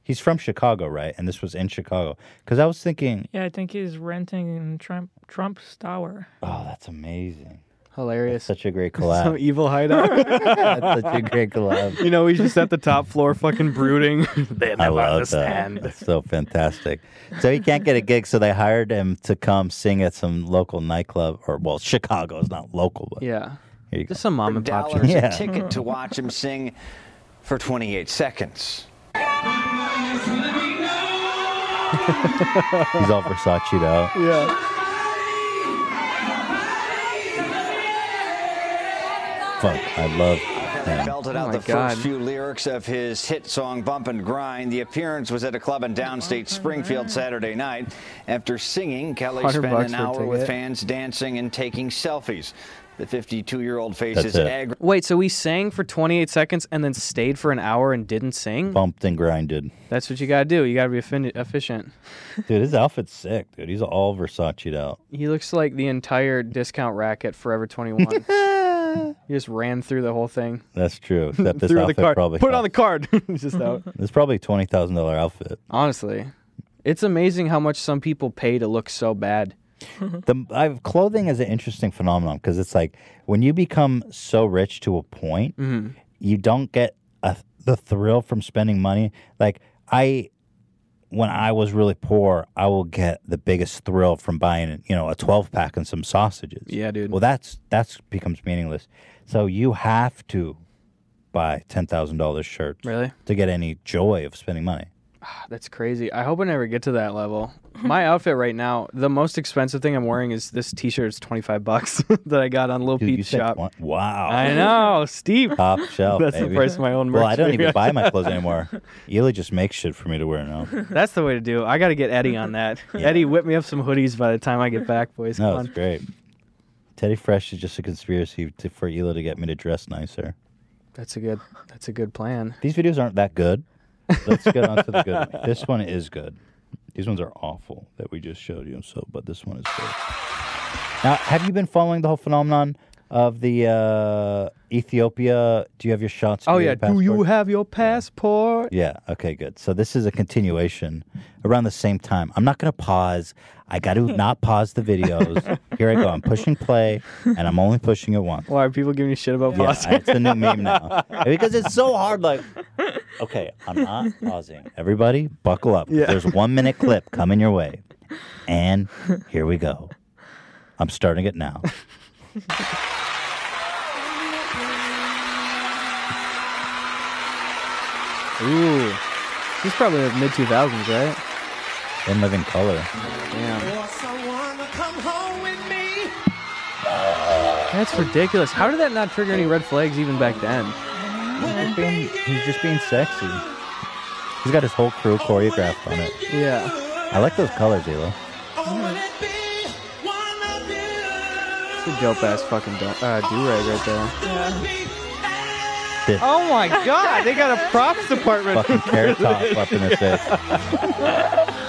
A: He's from Chicago, right? And this was in Chicago. Because I was thinking,
C: Yeah, I think he's renting in Trump Trump's tower.
A: oh, that's amazing.
B: Hilarious.
A: Such a great
B: Some
A: collab.
B: evil
G: *laughs*
B: hideout.
A: that's such a great collab.
B: *laughs* you know, he's just at the top
A: *laughs*
B: floor fucking brooding. they
A: I love that. That's so fantastic. So he can't get a gig, so they hired him to come sing at some local nightclub, or well, Chicago is not local, but
B: Yeah.
A: Here you go.
B: Just some mom and pop
G: dollars
B: shit.
A: Yeah.
G: a ticket
B: *laughs*
G: to watch him sing for 28 seconds.
A: he's all Versace out.
B: Yeah.
A: Fuck, I love
G: They
A: him.
G: belted
B: Oh
G: out
B: my
G: the
B: God.
G: first few lyrics of his hit song Bump and Grind. The appearance was at a club in downstate Springfield Saturday night. After singing, Kelly
B: 100
G: spent
B: bucks
G: an
B: for a
G: hour with
B: ticket.
G: fans dancing and taking selfies. The 52 year old
A: That's
G: faces
A: it.
G: aggra-
B: Wait, so we sang for 28 seconds and then stayed for an hour and didn't sing?
A: Bumped and grinded.
B: That's what you gotta do. You gotta be effi- efficient.
A: Dude, his outfit's sick, dude. He's all Versace
B: *laughs*
A: out.
B: He looks like the entire discount rack at Forever *laughs* 21. he just ran through the whole thing.
A: That's true. Except this
B: through the
A: outfit
B: card.
A: probably
B: Put it on the
A: cost-
B: card. *laughs* He's just out.
A: It's probably a twenty thousand dollar outfit.
B: Honestly, it's amazing how much some people pay to look so bad.
A: The I've, clothing is an interesting phenomenon because it's like when you become so rich to a point,
B: Mm-hmm.
A: you don't get a, the thrill from spending money. Like I, when I was really poor, I will get the biggest thrill from buying you know a twelve pack and some sausages.
B: Yeah, dude.
A: Well, that's that's becomes meaningless. So you have to buy ten thousand dollars shirts
B: Really?
A: to get any joy of spending money.
B: Ah, That's crazy. I hope I never get to that level. My *laughs* outfit right now, the most expensive thing I'm wearing is this T-shirt. It's 25 bucks *laughs* that I got on Lil
A: Dude, you
B: Peep's
A: said
B: shop.
A: one- wow.
B: I know, Steve. *laughs*
A: Top shelf.
B: That's
A: baby.
B: the price of my own merch.
A: Well, I don't
B: baby.
A: even buy my clothes anymore. Ely just makes shit for me to wear now.
B: *laughs* That's the way to do. it. I got to get Eddie
A: *laughs*
B: on that. Eddie, whip me up some hoodies by the time I get back, boys.
A: No,
B: Come
A: it's
B: on.
A: great. Teddy Fresh is just a conspiracy to, for Ela to get me to dress nicer.
B: That's a good. That's a good plan.
A: These videos aren't that good. Let's get on to the good
B: *laughs*
A: one. This one is good. These ones are awful that we just showed you. So, but this one is good. Now, have you been following the whole phenomenon of the uh, Ethiopia? Do you have your shots?
B: Oh
A: you
B: yeah.
A: have
B: Do you
A: passports?
B: have your passport?
A: Yeah. Okay. Good. So this is a continuation around the same time. I'm not going to pause. I got to not pause the videos. Here I go. I'm pushing play, and I'm only pushing it
B: *laughs*
A: once.
B: Why are people giving you shit about
A: Yeah,
B: passports?
A: I- it's a new meme now because it's so hard. Like, okay, I'm not pausing. Everybody, buckle up.
B: Yeah.
A: There's one minute clip coming your way, and here we go. I'm starting it now.
B: Ooh. He's probably in the mid 2000s, right?
A: In living color.
B: Damn. That's ridiculous. How did that not trigger any red flags even back then?
A: He's, being, he's just being sexy. He's got his whole crew choreographed on it.
B: Yeah.
A: I like those colors, Elo.
B: It's a dope ass fucking do- uh, do rag right there.
A: This
B: Oh my god, they got a props department.
A: fucking carrot top up in his face.
B: *laughs*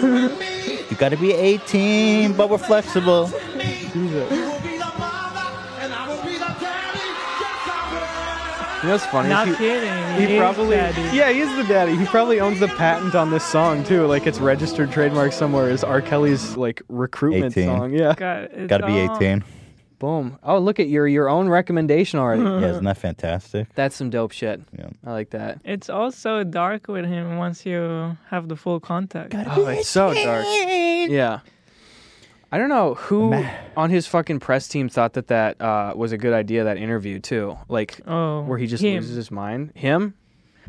A: You gotta be 18, but we're flexible.
B: You know what's funny?
C: Not
B: He-
C: kidding.
B: He
C: is
B: probably
C: daddy.
B: Yeah, he is the daddy. He probably owns the patent on this song too. Like it's registered trademark somewhere is R. Kelly's like recruitment
A: 18.
B: song. Yeah.
C: God, it's
A: Gotta be
B: *laughs*
C: all-
A: 18.
B: Boom. Oh look at your your own recommendation already.
C: *laughs*
A: Yeah, isn't that fantastic?
B: That's some dope shit.
A: Yeah.
B: I like that.
C: It's also dark with him once you have the full contact.
B: Oh, it's so dark. Yeah. I don't know who on his fucking press team thought that that uh, was a good idea. That interview too, like
C: Oh,
B: where he just
C: him.
B: loses his mind. Him,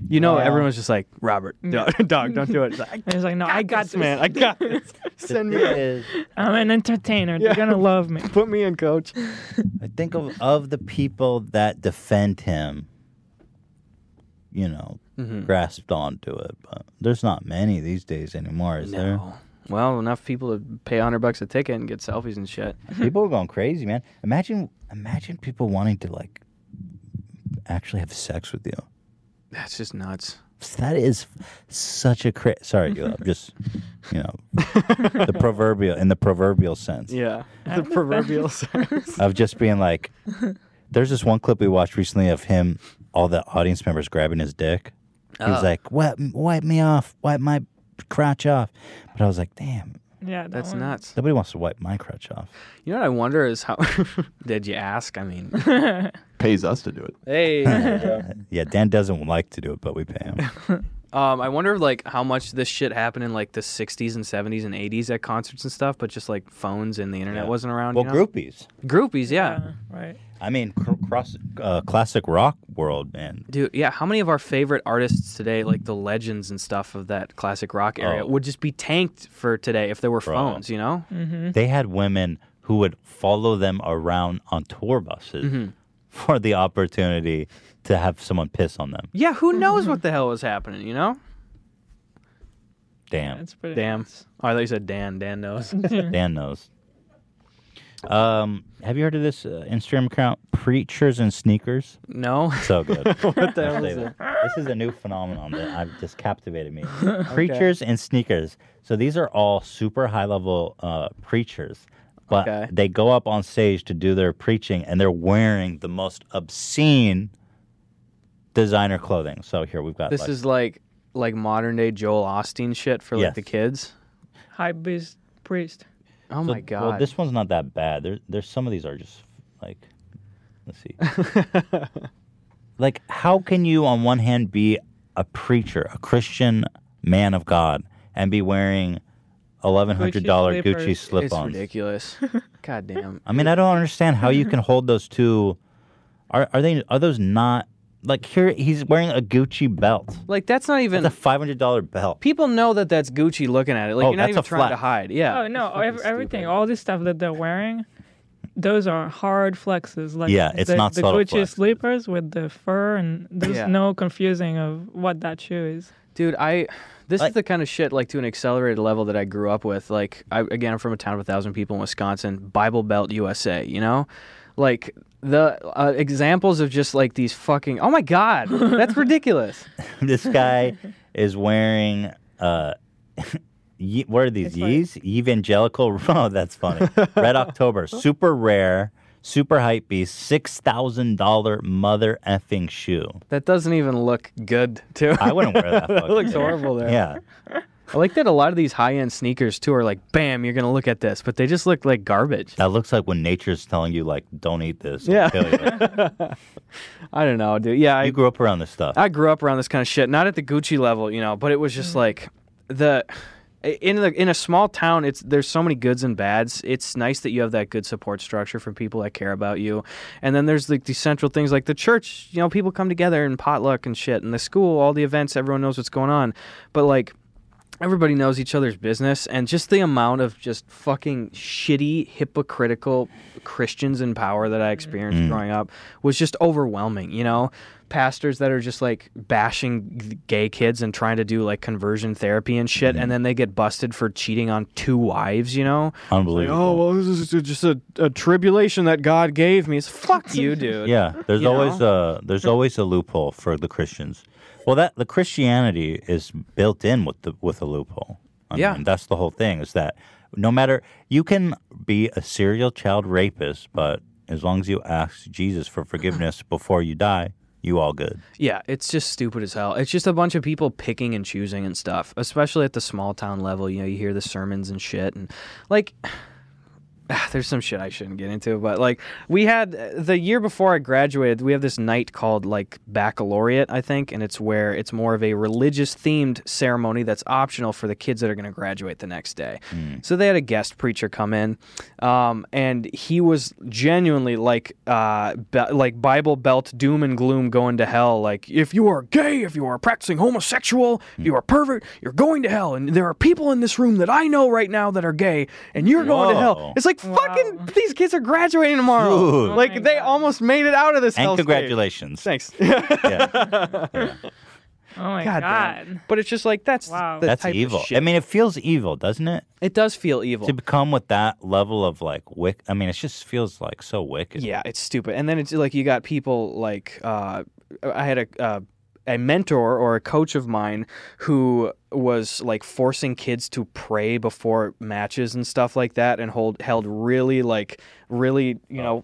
B: you know, everyone's just like Robert, no, dog, *laughs* don't
C: *laughs*
B: do it. He's like, I
C: And he's like, no, I got
B: got this,
C: this.
B: man. I
C: *laughs*
B: got this. Send me.
C: I'm an entertainer. They're gonna love me.
B: *laughs* Put me in, coach.
A: I think of, of the people that defend him, you know,
B: Mm-hmm.
A: grasped onto it, but there's not many these days anymore, is there?
B: *laughs* Well, enough people to pay hundred bucks a ticket and get selfies and shit.
A: people are going crazy, man. Imagine, imagine people wanting to like actually have sex with you.
B: That's just nuts.
A: That is such a cra- sorry, you know, I'm just you know the proverbial in the proverbial sense
B: Yeah, the proverbial
C: *laughs*
B: sex.
A: of just being like. There's this one clip we watched recently of him, all the audience members grabbing his dick. He was like, wipe, wipe me off, wipe my crotch off. But I was like, damn,
C: Yeah,
B: *laughs*
C: that
B: That's
C: one.
B: nuts.
A: nobody wants to wipe my crotch off.
B: You know what I wonder is how *laughs* did you ask?
A: *laughs*
B: I mean,
D: Pays us to do it.
B: hey.
A: Yeah, Dan doesn't like to do it, but we pay him.
B: *laughs* Um, I wonder like how much this shit happened in like the '60s and '70s and '80s at concerts and stuff, but just like phones and the internet wasn't around.
A: well,
B: you know?
A: groupies.
B: groupies, yeah.
C: Yeah, right.
A: I mean, cr- cross uh, classic rock world, man.
B: dude. Yeah, how many of our favorite artists today, like the legends and stuff of that classic rock area,
A: Oh.
B: would just be tanked for today if there were phones? You know,
A: They had women who would follow them around on tour buses for the opportunity to have someone piss on them.
B: yeah. Who knows what the hell was happening? You know,
A: Damn.
C: That's pretty.
B: damn. Oh, I thought you said Dan. Dan knows.
A: Dan knows. Um, have you heard of this uh, Instagram account, Preachers and Sneakers? *laughs*
B: no.
A: So
B: *laughs*
A: good. what
B: the hell is
A: This is a new phenomenon that I've just captivated
B: *laughs*
A: me. Preachers and sneakers. So these are all super high level uh, preachers, but
B: Okay.
A: they go up on stage to do their preaching, and they're wearing the most obscene designer clothing. So here we've got
B: This
A: like,
B: is like like modern day Joel Austin shit for like
A: Yes.
B: the kids.
C: High beast priest.
B: Oh
A: So-
B: my god.
A: Well, this one's not that bad. There, there's some of these are just like, let's
B: *laughs*
A: see. like, how can you on one hand be a preacher, a Christian man of God, and be wearing eleven hundred dollar
C: Gucci
A: Gucci
C: slippers.
A: slip
B: it's
A: ons?
B: *laughs* ridiculous. god damn.
A: I mean, I don't understand how you can hold those two. Are are they are those not like here? He's wearing a Gucci belt.
B: *laughs* Like that's not even.
A: It's a five hundred dollar belt.
B: People know that that's Gucci looking at it. Like
A: Oh,
B: you're not
A: that's
B: even
A: a
B: trying to
A: flex.
B: hide. Yeah.
C: Oh no,
B: It's fucking
C: ev- everything,
B: stupid.
C: all this stuff that they're wearing, those are hard flexes. Like
A: Yeah, it's
C: the,
A: not
C: the
A: subtle
C: Gucci
A: flex.
C: sleepers with the fur, and there's
B: Yeah.
C: no confusing of what that shoe is.
B: Dude, I this
A: Like-
B: is the kind of shit like to an accelerated level that I grew up with. Like I again I'm from a town of a thousand people in Wisconsin, Bible Belt USA, you know? Like the uh, examples of just like these fucking oh my god,
C: *laughs*
B: that's ridiculous.
A: *laughs* this
B: *laughs*
A: guy is wearing uh *laughs* ye- what are these
C: It's like-
A: yees evangelical *laughs* oh that's funny
B: *laughs*
A: red october super rare super hype beast six thousand dollar mother effing shoe
B: That doesn't even look good too.
A: i wouldn't wear that
B: *laughs* It
A: fucking
B: looks
A: thing.
B: horrible there.
A: yeah
B: I like that a lot of these high end sneakers too are like, bam, you're gonna look at this, but they just look like garbage.
A: that looks like when nature's telling you like don't eat this it'll
B: Yeah.
A: kill you.
B: I don't know, dude. Yeah, I,
A: you grew up around this stuff
B: *laughs* I grew up around this kind of shit, not at the Gucci level, you know, but it was just like the in the in a small town, it's there's so many goods and bads. It's nice that you have that good support structure from people that care about you, and then there's like these central things like the church. You know, people come together and potluck and shit, and the school, all the events, everyone knows what's going on, but like. Everybody knows each other's business, and just the amount of just fucking shitty, hypocritical Christians in power that I experienced growing up was just overwhelming. You know, pastors that are just like bashing g- gay kids and trying to do like conversion therapy and shit, and then they get busted for cheating on two wives. You know,
A: unbelievable
B: oh well, this is just a, a tribulation that God gave me. It's *laughs* fuck you,
A: *laughs*
B: dude.
A: yeah there's
B: you
A: always
B: know?
A: a there's always a loophole for the christians well that the christianity is built in with the with a loophole I
B: Yeah.
A: mean, that's the whole thing is that no matter you can be a serial child rapist but as long as you ask jesus for *laughs* forgiveness before you die you all good
B: Yeah, it's just stupid as hell. It's just a bunch of people picking and choosing and stuff, especially at the small town level. You know, you hear the sermons and shit, and like, Ah, there's some shit I shouldn't get into, but like, we had the year before I graduated, we have this night called like baccalaureate, I think, and it's where it's more of a religious themed ceremony that's optional for the kids that are going to graduate the next day. So they had a guest preacher come in, um, and he was genuinely like, uh, be- like Bible belt doom and gloom going to hell. Like, if you are gay, if you are a practicing homosexual, if you are a pervert, you're going to hell. And there are people in this room that I know right now that are gay, and you're going to
A: Whoa.
B: hell. It's like fucking these kids are graduating tomorrow.
C: Oh
A: Dude.
B: Like they almost made it out of this.
A: and
B: hellscape.
A: congratulations
B: Thanks.
A: Yeah.
C: Oh
B: *laughs*
C: my
B: God
C: god!
B: damn. But it's just like that's
C: Wow.
B: the
A: that's
B: type of
A: evil
B: shit.
A: i mean it feels evil doesn't it
B: it does feel evil.
A: to come with that level of like wick i mean it just feels like so wicked
B: Yeah, it's stupid. And then it's like you got people like uh, I had a uh, a mentor or a coach of mine who was like forcing kids to pray before matches and stuff like that, and hold held really like really you know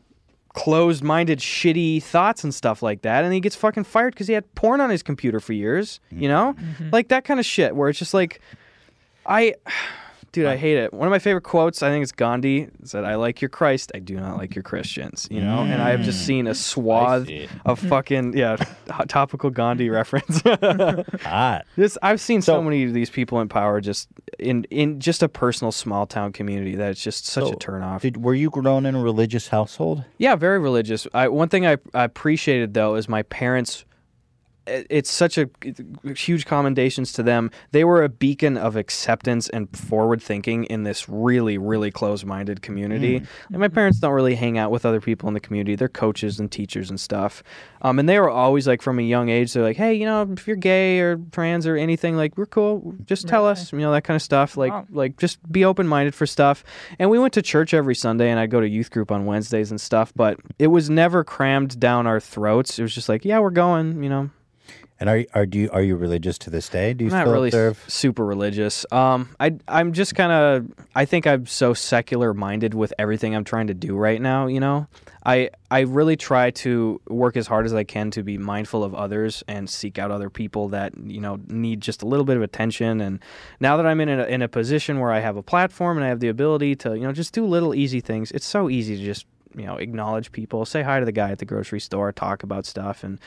B: closed-minded shitty thoughts and stuff like that and he gets fucking fired because he had porn on his computer for years you know like that kind of shit where it's just like i *sighs* dude i hate it one of my favorite quotes i think it's gandhi said i like your christ i do not like your christians you know and i have just seen a swath
A: Mm. see. *laughs*
B: of fucking yeah *laughs* topical gandhi reference *laughs*
A: Hot.
B: This I've seen so,
A: So-
B: many of these people in power just in in just a personal small town community that it's just such a turnoff.
A: Did, were you grown in a religious household?
B: Yeah, very religious. I, one thing I, I appreciated though is my parents. it- It's such a huge commendations to them. They were a beacon of acceptance and forward thinking in this really, really close-minded community. And my parents don't really hang out with other people in the community. They're coaches and teachers and stuff. Um, and they were always like from a young age. They're like, hey, you know, if you're gay or trans or anything, like we're cool. Just tell us, you know, that kind of stuff. Like,
C: Wow.
B: like just be open minded for stuff. And we went to church every Sunday, and I'd go to youth group on Wednesdays and stuff. But it was never crammed down our throats. It was just like, yeah, we're going, you know.
A: And are you- are do you are you religious to this day? Do you
B: I'm not
A: still
B: really s- *laughs*
A: observe?
B: super religious. Um, I I'm just kind of I think I'm so secular minded with everything I'm trying to do right now. You know, I I really try to work as hard as I can to be mindful of others and seek out other people that you know need just a little bit of attention. And now that I'm in a, in a position where I have a platform and I have the ability to you know just do little easy things, it's so easy to just you know acknowledge people, say hi to the guy at the grocery store, talk about stuff, and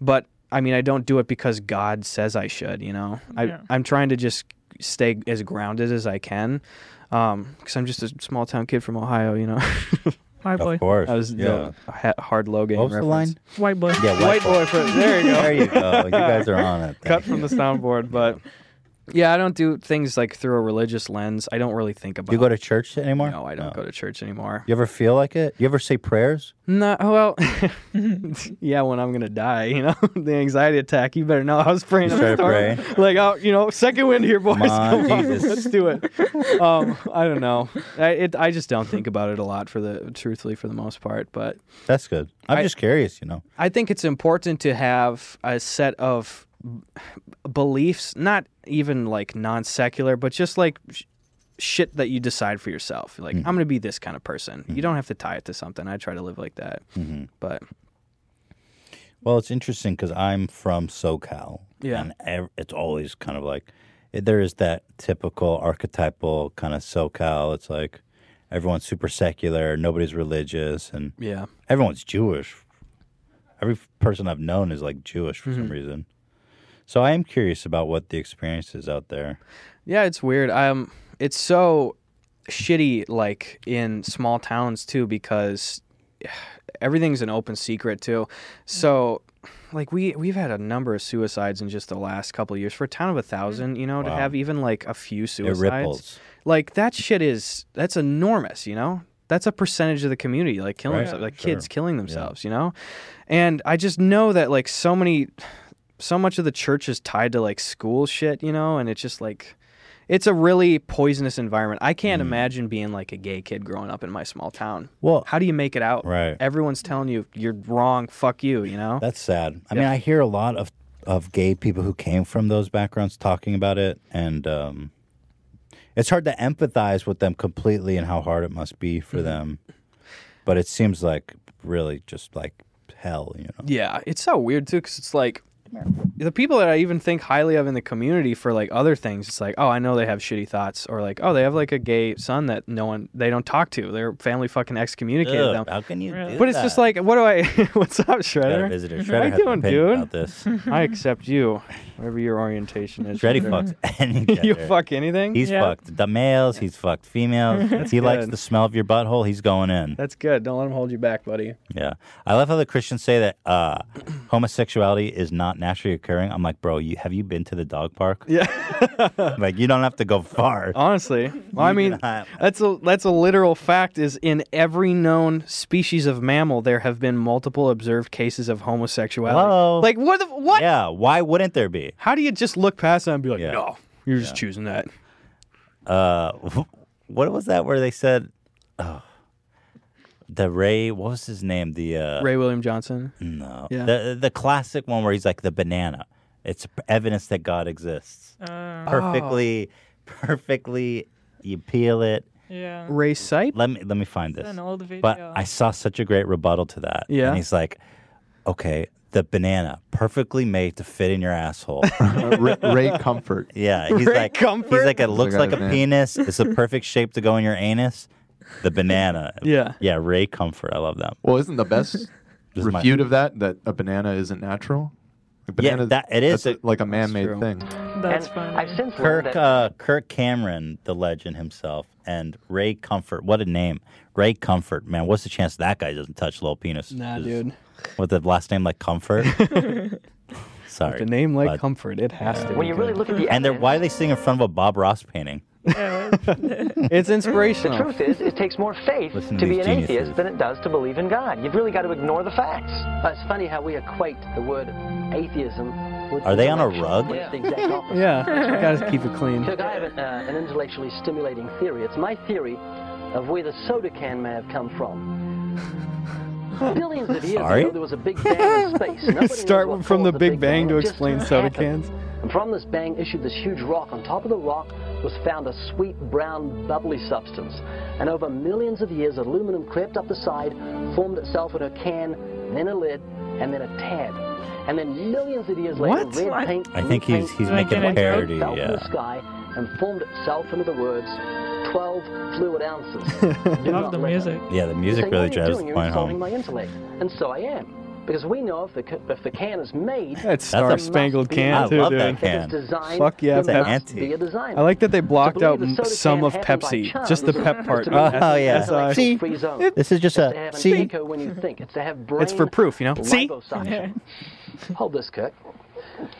B: but I mean, I don't do it because God says I should, you know?
C: Yeah.
B: I, I'm trying to just stay as grounded as I can because I'm just a small town kid from Ohio, you know? *laughs*
C: White boy.
A: Of course.
B: I was
A: yeah.
B: the ha- hard Logan.
A: What was the
B: reference.
A: line?
C: White boy.
A: Yeah,
B: White boy, for, there you go.
A: There you go. You guys are on it.
B: *laughs*
A: Thank
B: Cut from
A: you.
B: the soundboard, but yeah, I don't do things like through a religious lens. I don't really think about
A: Do you go to Oh. church anymore?
B: No, I don't go to church anymore.
A: You ever feel like it? You ever say
B: *laughs*
A: prayers?
B: No, well, yeah, when I'm gonna die, you know, *laughs* the anxiety attack. You better know I was praying.
A: You
B: up a
A: started
B: storm. Like, oh, you know, second wind here, boys.
A: Come on,
B: Come on,
A: Jesus.
B: *laughs* let's do it. Um, I don't know. I, it, I just don't think about it a lot for the truthfully for the most part, but
A: That's good. I'm
B: I-
A: just curious, you know.
B: I think it's important to have a set of b- beliefs, not even like non secular, but just like sh- shit that you decide for yourself. Like, I'm going to be this kind of person. You don't have to tie it to something. I try to live like that. But
A: Well, it's interesting because I'm from SoCal.
B: Yeah.
A: And ev- it's always kind of like it- there is that typical archetypal kind of SoCal. It's like everyone's super secular, nobody's religious, and
B: yeah.
A: everyone's Jewish. Every person I've known is like Jewish for some reason. So I am curious about what the experience is out there.
B: Yeah, it's weird. Um, it's so shitty, like in small towns too, because everything's an open secret too. So, like we we've had a number of suicides in just the last couple of years for a town of a thousand. You know, to have even like a few suicides,
A: ripples.
B: like that shit is that's enormous. You know, that's a percentage of the community, like killing
A: Right.
B: themselves, like
A: Sure.
B: kids killing themselves. You know, and I just know that like so many so much of the church is tied to like school shit, you know, and it's just like it's a really poisonous environment. I can't imagine being like a gay kid growing up in my small town.
A: Mm. Well-
B: how do you make it out?
A: Right.
B: Everyone's telling you you're wrong, fuck you, you know?
A: That's sad. I mean, I hear a lot of of gay people who came from those backgrounds talking about it, and um, it's hard to empathize with them completely and how hard it must be for them. But it seems like really just like hell, you know.
B: Yeah, it's so weird too because it's like the people that I even think highly of in the community for like other things. It's like, oh, I know they have shitty thoughts, or like, oh, they have like a gay son that no one they don't talk to. Their family fucking excommunicated
A: Ugh,
B: them.
A: how can you? do
B: But it's just
A: that?
B: like, what do I? *laughs* what's up,
A: Got
B: Shredder?
A: a visitor.
B: How
A: Shredder
B: you
A: has an
B: doing,
A: opinion
B: dude?
A: about this.
B: I accept you, whatever your orientation is. *laughs*
A: Shreddy
B: Peter.
A: fucks any
B: you
A: gender.
B: fuck anything.
A: He's
C: Yeah.
A: fucked the males. He's fucked
B: *laughs*
A: females. If he likes
B: Good.
A: the smell of your butthole, he's going in.
B: That's good. Don't let him hold you back, buddy.
A: Yeah. I love how the Christians say that uh, *clears throat* homosexuality is not naturally occurring. I'm like, bro, you have you been to the dog park?
B: Yeah.
A: *laughs*
B: Oh.
A: like, you don't have to go
B: *laughs*
A: far. *laughs*
B: Honestly, well, I mean,
A: not.
B: that's a that's a literal fact. Is in every known species of mammal, there have been multiple observed cases of homosexuality.
A: Hello?
B: Like what? The, what?
A: Yeah. Why wouldn't there be?
B: How do you just look past that and be like,
A: Yeah.
B: no, you're just choosing that?
A: Uh, what was that where they said, oh, the Ray, what was his name? The, uh,
B: Ray William Johnson.
A: no.
B: yeah.
A: the, the classic one where he's like the banana. It's evidence
C: Oh.
A: that God exists. perfectly, perfectly, you peel it.
C: Yeah.
B: Ray Sipe?
A: Let me let me find this.
C: an old
A: But
C: video.
A: I saw such a great rebuttal to that.
B: Yeah?
A: And he's like, okay, the banana, perfectly made to fit in your
B: *laughs*
A: asshole.
D: Ray, Ray Comfort.
A: yeah. He's
B: Ray
A: like
B: Comfort?
A: he's like it looks
D: I
A: like
D: got
A: a
D: his name.
A: penis. It's the perfect shape to go in your anus. The banana.
B: *laughs* Yeah.
A: Yeah, Ray Comfort. I love that.
D: Well, isn't the best
A: Just my-
D: refute of that that a banana isn't natural? A banana,
A: that- it is
D: that's
A: a-
D: like a man-made
B: true.
D: thing.
C: That's funny.
H: I've since
A: Kirk
H: learned that
A: uh, Kirk Cameron, the legend himself, and Ray Comfort. What a name, Ray Comfort. Man, what's the chance that guy doesn't touch little penis?
B: Nah,
A: Just-
B: dude.
A: With the last name like
B: *laughs*
A: Comfort. Sorry.
B: The name like
A: but-
B: Comfort, it has to.
H: when
B: be
H: you really
B: good.
H: look at the
A: And they're,
H: evidence,
A: why are they sitting in front of a Bob Ross painting?
B: it's
H: the
B: inspirational.
H: truth is, it takes more faith
A: uh, Listen to
H: to be
A: these
H: an
A: geniuses.
H: atheist than it does to believe in God. You've really got to ignore the facts. Uh, it's funny how we equate the word atheism with
A: Are they on a rug?
H: Yeah. The *laughs* exact opposite.
B: Yeah, gotta keep it clean.
H: Look, I have an, uh, an intellectually stimulating theory. It's my theory of where the soda can may have come
B: *laughs*
H: from. Billions of years
A: Sorry?
H: ago, there was a big bang
B: *laughs*
H: in space. Nobody knows
B: Start
H: what
B: from the
H: caused
B: Big Bang to
H: It just
B: explain soda
H: happened.
B: cans.
H: And from this bang issued this huge rock. On top of the rock was found a sweet, brown, bubbly substance. And over millions of years, aluminum crept up the side, formed itself in a can, then a lid, and then a tab. And then millions of years later,
B: What?
H: red
C: What?
H: paint.
A: I
H: blue
A: think he's-
H: paint,
A: he's
H: white
C: making a
H: paint
A: parody,
H: fell from
A: yeah.
H: the sky and formed itself into the words 12 fluid
B: *laughs*
H: ounces. Do
C: love
H: not
C: the
H: litter.
C: music.
A: Yeah, the
H: You
A: music
H: say,
A: really
H: what are you
A: drives
H: doing?
A: the
H: You're
A: point
H: insulting
A: home.
H: my intellect. And so I am. Because we know if the, c- if the can is made,
B: That
A: a-
B: star spangled can
A: I
B: too,
A: love
B: dude.
A: that can.
H: If it's designed,
B: Fuck yeah,
H: there
B: Pepsi.
H: must be a design.
B: I like that they blocked
H: To
B: out
H: believe the soda
B: some
H: can
B: of
H: happened by
B: Pepsi,
H: chance
B: just the
H: is
B: pep
H: *laughs* to
B: part.
H: be
B: Oh,
H: an
A: yeah.
H: intellectual
A: See?
H: free zone.
A: This is just
H: It's to
A: a
H: have an
A: see.
H: echo when you think. It's to have brain
B: It's for proof, you know? See?
H: liposuction. Hold this, Kirk.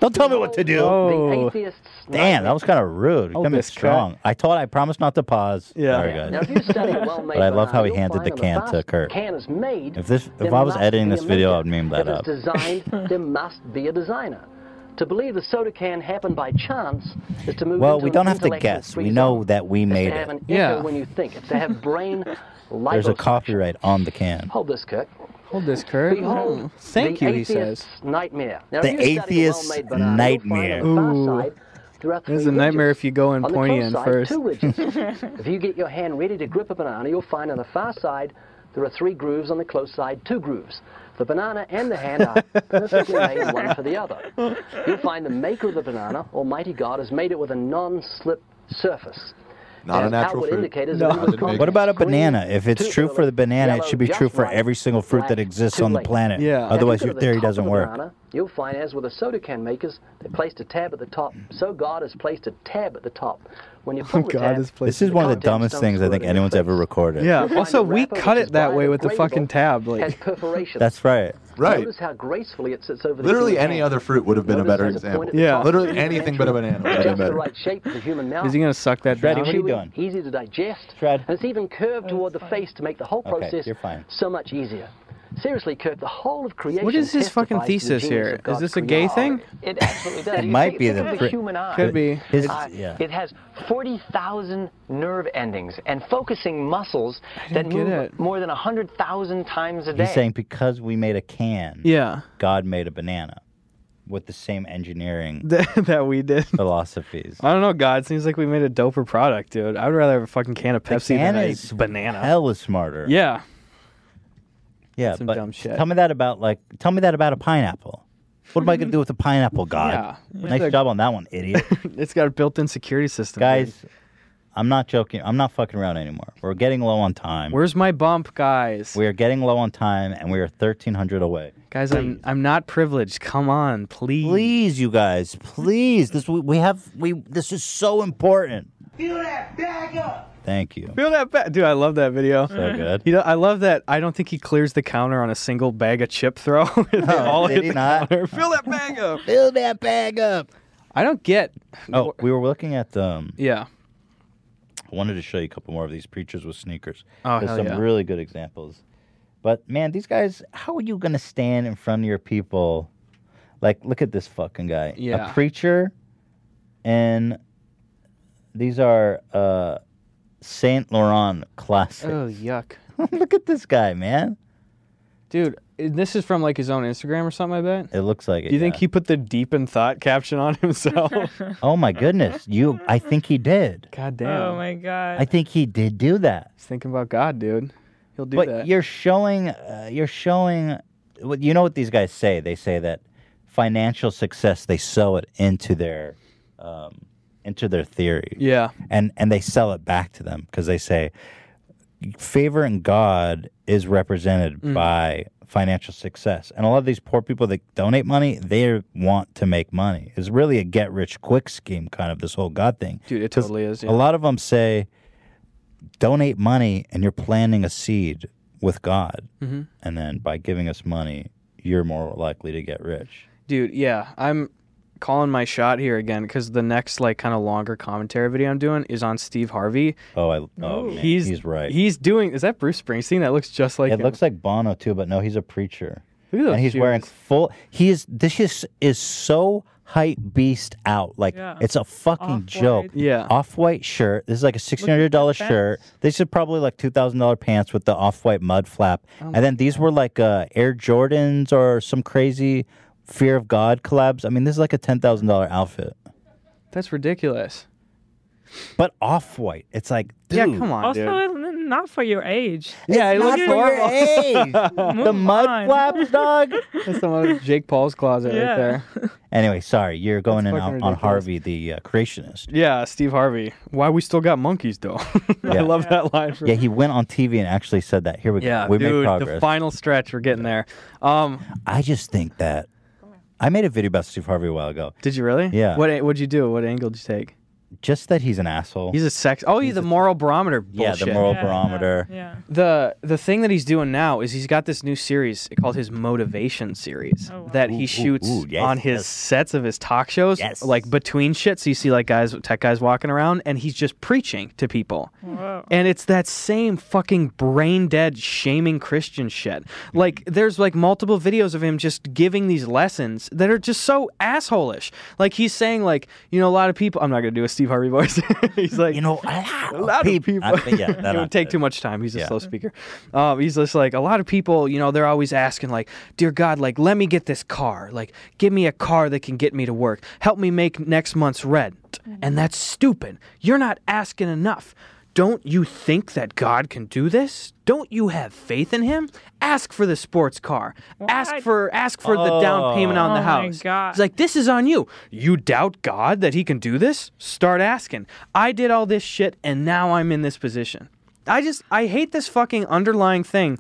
A: Don't tell me what to do.
B: Oh.
H: The atheists.
A: Damn, that was kind of rude.
B: Oh,
A: Come in
B: this cut.
A: strong. I told. I promised not to pause.
B: Yeah.
A: Sorry,
H: Now,
A: guys.
H: if you
A: *laughs*
H: study a well-made
A: But I love how he
H: banana,
A: handed
H: you'll
A: the
H: find
A: can
H: on the
A: to
H: first
A: Kirk.
H: Can is made.
A: If this- if
H: there
A: I was
H: must
A: editing
H: be a
A: this video,
H: maker.
A: I'd meme that
H: if
A: up.
H: it's
A: *laughs*
H: designed, there must be a designer. To believe the soda can happened by chance is to move.
A: Well,
H: into
A: we
H: an
A: don't have to
H: intellectual
A: guess.
H: free
A: We know
H: zone.
A: that we
H: It's
A: made
H: to have
A: it.
H: an
B: Yeah.
H: echo when you think. It's to have brain.
A: *laughs* There's a
H: liposuction.
A: copyright on the can.
H: Hold this, Kirk.
B: Hold this, Kurt.
H: Behold,
B: Thank
H: the
B: you, he
H: atheist's
B: says.
H: Nightmare. Now,
A: The
H: if you study a
A: atheist's
H: well-made banana, you'll find
A: nightmare.
H: on the far
B: Ooh.
H: side, throughout
B: This is
H: three
B: a nightmare
H: ridges.
B: if you go in
H: On the close
B: pointy end
H: side,
B: first. *laughs*
H: two ridges. if you get your hand ready to grip a banana, you'll find on the far side there are three grooves. On the close side, two grooves. The banana and the
B: *laughs*
H: hand are perfectly made one for the other. You'll find the maker of the banana, Almighty God, has made it with a non-slip surface.
D: Not a
H: And
D: natural
H: outward
D: fruit.
H: indicators
D: No.
H: of inward contact.
A: What about a
H: Green,
A: banana? If it's
H: too
A: true for
H: early.
A: the banana, it
H: Yellow,
A: should be
H: just
A: true for
H: right.
A: every single fruit that
H: Black,
A: exists
H: too
A: on the
H: late.
A: planet.
B: Yeah.
H: Now, if you
A: Otherwise,
H: go
A: your
H: to the
A: theory
H: top of
A: doesn't
H: the
A: work.
H: Banana, you'll find, as with the soda can makers, they placed a tab at the top. So God has placed a tab at the top. When you
D: Oh,
H: pull the
B: God
H: tab,
B: has placed
A: This is one of the
H: contents
A: dumbest
H: don't
A: things I
H: squirt
A: think
H: in your
A: anyone's
H: face.
A: ever recorded.
B: Yeah.
H: You'll find
B: Also,
H: the
B: we
H: wrapper,
B: cut
H: which
B: it
H: is
B: that way with the
H: biodegradable,
B: fucking tab.
H: Has
B: Like,
H: perforation.
A: That's right.
D: Right.
H: Notice how gracefully it sits over the
D: Literally
H: human
D: any
H: hand.
D: other fruit would have been a
H: Notice
D: better
H: there's point
D: example.
H: at the
B: Yeah.
H: top.
D: Literally anything but a banana would have been
H: Just the
D: better.
H: right shape for the human mouth.
B: is he gonna suck that
A: Shreddy,
B: down?
A: what are you doing?
H: Easy to digest.
A: Fred.
H: And it's even curved toward the face to make the whole
A: Okay,
H: process
A: you're fine.
H: so much easier. Seriously, Kirk, the whole of creation.
B: What is his fucking
H: testifies to the
B: thesis
H: genius
B: here?
H: of
B: Is
H: God's
B: this a gay
H: creation.
B: thing?
H: It absolutely does. You
A: might
H: take-
A: be
H: think
A: the
H: of
A: pri-
H: human eye.
B: Could be.
A: His-
H: Eye.
A: yeah.
H: It has 40,000 nerve endings and focusing muscles that
B: didn't get
H: move
B: it.
H: more than 100,000 times a day.
A: He's saying because we made a can,
B: Yeah, *laughs*
A: God made a banana with the same engineering
B: that that we did.
A: philosophies.
B: I don't know, God. Seems like we made a doper product, dude. I'd rather have a fucking can of Pepsi
A: can
B: than
A: is
B: a banana.
A: Hell is smarter.
B: Yeah.
A: yeah.
B: some
A: but
B: dumb shit.
A: tell me that about like tell me that about a pineapple. What am I gonna do with a pineapple, God?
B: Yeah.
A: Nice
B: Yeah.
A: job on that one, idiot.
B: *laughs* *laughs* It's got a built-in security system. dude.
A: Guys, I'm not joking. I'm not fucking around anymore. We're getting low on time.
B: where's my bump, guys?
A: We are getting low on time, and we are 1,300 away.
B: guys, I'm I'm not privileged. Come on, please.
A: Please, you guys, please. This we, we have we. This is so important. Thank you.
B: Feel that ba- dude. I love that video.
A: So
B: *laughs*
A: good.
B: You know, I love that. I don't think he clears the counter on a single bag of chip throw. *laughs* They all
A: did
B: hit
A: he
B: the
A: not?
B: counter. Fill that bag up.
A: Fill that bag up.
B: I don't get.
A: Oh, we were looking at um.
B: Yeah.
A: I wanted to show you a couple more of these preachers with sneakers.
B: Oh,
A: There's
B: hell
A: some
B: yeah.
A: really good examples. But man, these guys, how are you gonna stand in front of your people? Like, look at this fucking guy.
B: Yeah.
A: A preacher and these are uh Saint Laurent classics. *laughs*
B: Oh yuck,
A: look at this guy, man.
B: Dude, this is from like his own Instagram or something, I bet.
A: It looks like it.
B: Do you think
A: yeah.
B: he put the deep in thought caption on *laughs* himself?
A: *laughs* Oh my goodness, you! I think he did.
B: God damn.
C: Oh my god.
A: I think he did do that.
B: He's thinking about God, dude. He'll do
A: but
B: that.
A: you're showing, uh, you're showing. what- You know what these guys say? They say that financial success they sew it into their, um, into their theory.
B: Yeah.
A: and and they sell it back to them because they say favor in God is represented
B: Mm.
A: by financial success. And a lot of these poor people that donate money, they want to make money. It's really a get rich quick scheme, kind of this whole God thing.
B: Dude, it totally is. Yeah.
A: A lot of them say, donate money and you're planting a seed with God. And then by giving us money, you're more likely to get rich.
B: Dude, yeah, I'm calling my shot here again because the next like kind of longer commentary video I'm doing is on Steve Harvey.
A: Oh, I, oh man, he's, right.
B: He's doing. Is that Bruce Springsteen? That looks just like.
A: it
B: him.
A: looks like Bono too, but no, he's a preacher.
B: Look at those
A: and he's wearing
B: shoes.
A: full. He is. This is is so hype beast out. Like
C: Yeah.
A: it's a fucking
C: Off-white.
A: joke.
B: Yeah.
A: Off white shirt. This is like a sixteen hundred dollar
C: pants.
A: shirt. These are probably like two thousand dollar pants with the off white mud flap.
C: Oh
A: and then these were like uh, Air Jordans or some crazy Fear of God collabs. I mean, this is like a ten thousand dollar outfit,
B: That's ridiculous.
A: but off white. It's like dude.
B: yeah, come on,
C: also,
B: dude.
C: it's not for your age.
B: Yeah, it
A: Not
B: looks
A: for your
B: normal.
A: age.
C: *laughs*
A: *laughs* the
C: Move
A: mud
C: on.
A: flaps, dog.
C: *laughs*
A: *laughs*
B: That's the one with Jake Paul's closet
C: Yeah.
B: right there.
A: Anyway, sorry, you're going
B: That's
A: in
B: fucking
A: on, on
B: ridiculous.
A: Harvey, the uh, creationist.
B: Yeah, Steve Harvey. Why we still got monkeys though? *laughs* I
A: Yeah.
B: love that line. from-
A: Yeah, he went on TV and actually said that. Here we go.
B: Yeah,
A: we made
B: dude, the
A: progress.
B: final stretch. We're getting there. Um,
A: I just think that I made a video about Steve Harvey a while ago.
B: did you really?
A: Yeah.
B: What what'd you do? What angle did you take?
A: Just that he's an asshole.
B: He's a sex. Oh, he's the moral barometer.
A: yeah,
B: Bullshit.
A: the moral
C: Yeah,
A: barometer.
C: Yeah.
B: the the thing that he's doing now is he's got this new series called his motivation series
C: Oh, wow.
B: that
A: Ooh, ooh,
B: he shoots
A: ooh, yes,
B: on his
A: yes.
B: sets of his talk shows
A: Yes.
B: like between shit so you see like guys tech guys walking around and he's just preaching to people
C: Whoa.
B: and it's that same fucking brain dead shaming Christian shit. Like there's like multiple videos of him just giving these lessons that are just so assholish. Like he's saying like, you know, a lot of people I'm not gonna do a Steve Harvey voice. *laughs* he's like
A: You know, a lot,
B: a lot of people.
A: I
B: *laughs*
A: think- yeah, that
B: it
A: I- uh,
B: would take too much time. He's a
A: Yeah.
B: slow speaker. Um, he's just like a lot of people. You know, they're always asking, like, "Dear God, like, let me get this car. Like, give me a car that can get me to work. Help me make next month's rent." And that's stupid. You're not asking enough. Don't you think that God can do this? Don't you have faith in Him? Ask for the sports car. Ask
C: What?
B: for ask for the down payment on the
C: Oh my
B: house.
C: God.
B: He's like, like, this is on you. You doubt God that he can do this? Start asking. I did all this shit and now I'm in this position. I just I hate this fucking underlying thing.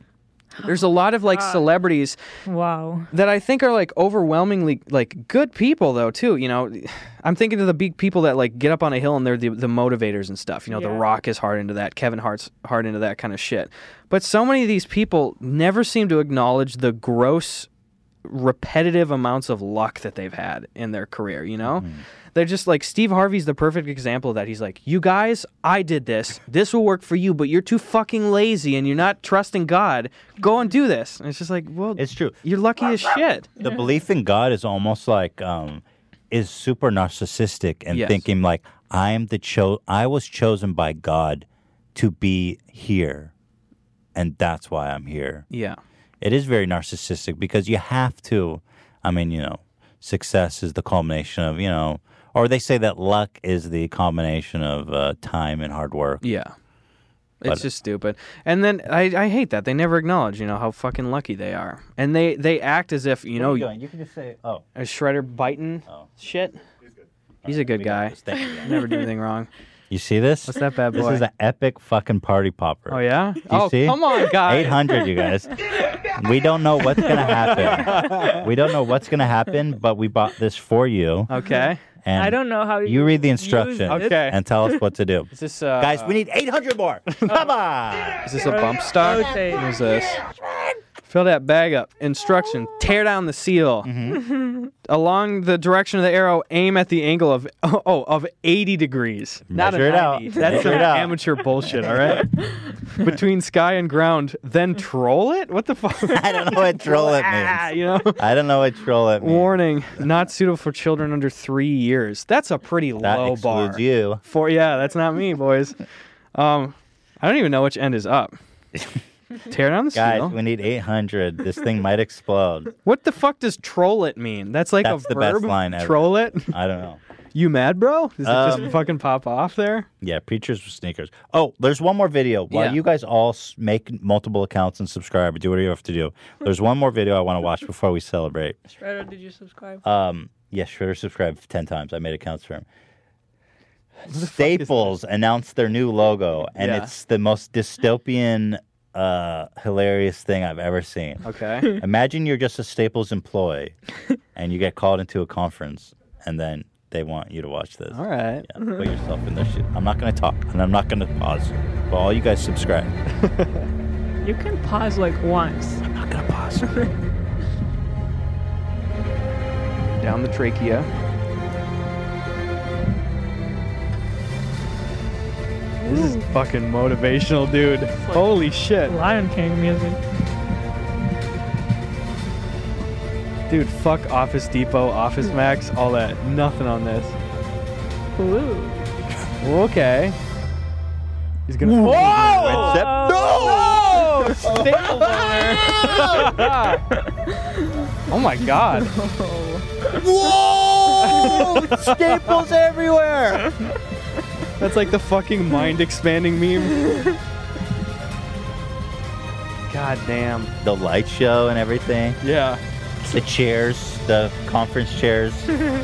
C: Oh
B: There's a lot of like celebrities
C: Wow.
B: that I think are like overwhelmingly like good people though too. You know, I'm thinking of the big people that like get up on a hill and they're the, the motivators and stuff. You know, The
C: Yeah.
B: Rock is hard into that. Kevin Hart's hard into that kind of shit. But so many of these people never seem to acknowledge the gross, repetitive amounts of luck that they've had in their career. You know. They're just like Steve Harvey's the perfect example of that. He's like, "You guys, I did this. This will work for you, but you're too fucking lazy and you're not trusting God. Go and do this." And it's just like, well,
A: It's true.
B: you're lucky as shit.
A: The belief in God is almost like um, is super narcissistic and
B: Yes.
A: thinking like I am the cho- I was chosen by God to be here, and that's why I'm here.
B: Yeah.
A: it is very narcissistic because you have to i mean you know success is the culmination of you know or they say that luck is the combination of uh, time and hard work
B: Yeah. It's just stupid. And then I, I hate that. They never acknowledge, you know, how fucking lucky they are. And they, they act as if, you know,
A: you can just say oh
B: a shredder biting shit. He's, a good guy. never do *laughs* anything wrong.
A: you see this
B: What's that bad
A: this
B: boy?
A: is an epic fucking party popper
B: Oh, yeah? oh,
A: see?
B: come on, guys.
A: 800 you guys we don't know what's gonna
B: *laughs*
A: happen we don't know what's gonna happen but we bought this for you
B: Okay.
A: and
C: I don't know how
A: you read the
C: use
A: instructions
C: this.
B: Okay.
A: and tell us what to do
B: Is this, uh,
A: guys we need 800
B: *laughs*
A: more come on
B: is this a bump stock?
C: Rotate.
B: What is this? Fill that bag up. Instruction: Tear down the seal.
A: Mm-hmm.
B: *laughs* Along the direction of the arrow, aim at the angle of *laughs* oh of 80 degrees. Not a
A: Measure it
B: 90.
A: out.
B: That's
A: Measure
B: some
A: it out.
B: amateur bullshit. All
A: *laughs*
B: right. Between sky and ground, then troll it. What the fuck?
A: I don't know what troll it
B: ah,
A: means.
B: *laughs* you know.
A: I don't know what troll it means.
B: Warning: Not suitable for children under three years. That's a pretty
A: that
B: low
A: excludes
B: bar.
A: you. *laughs*
B: For yeah, that's not me, boys. Um, I don't even know which end is up. Tear down the
A: Guys,
B: seal.
A: we need 800. This thing might explode.
B: What the fuck does troll it mean? That's like
A: That's
B: a
A: the best
B: verb.
A: line ever.
B: Troll it. *laughs*
A: I don't know.
B: You mad, bro? Does it
A: Um,
B: just fucking pop off there?
A: Yeah, preachers with sneakers. Oh, there's one more video. While
B: Yeah.
A: you guys all s- make multiple accounts and subscribe, or do whatever you have to do. There's one more video I want to watch before we celebrate.
C: Shredder, did you subscribe?
A: Um, yes, Schroeder subscribed ten times. I made accounts for him. Staples announced their new logo, and
B: Yeah.
A: it's the most dystopian, uh, hilarious thing I've ever seen. *laughs*
B: Okay.
A: Imagine you're just a Staples
B: *laughs*
A: employee, and you get called into a conference, and then they want you to watch this.
B: All right.
A: Yeah, put yourself in their shit. I'm not gonna talk, and I'm not gonna pause. But all you guys subscribe.
B: *laughs*
A: *laughs*
C: You can pause like once.
A: I'm not gonna pause.
B: Down the trachea. This is fucking motivational, dude. Holy shit.
C: Lion King music.
B: Dude, fuck Office Depot, Office Max, all that. Nothing on this.
C: Ooh.
B: Okay. He's gonna. Whoa!
A: Except-
B: No! Staples on there. oh my god. Oh,
A: Whoa! Staples everywhere.
B: That's like the fucking mind expanding meme. God damn.
A: The light show and everything.
B: Yeah.
A: The chairs, the conference
B: *laughs*
A: chairs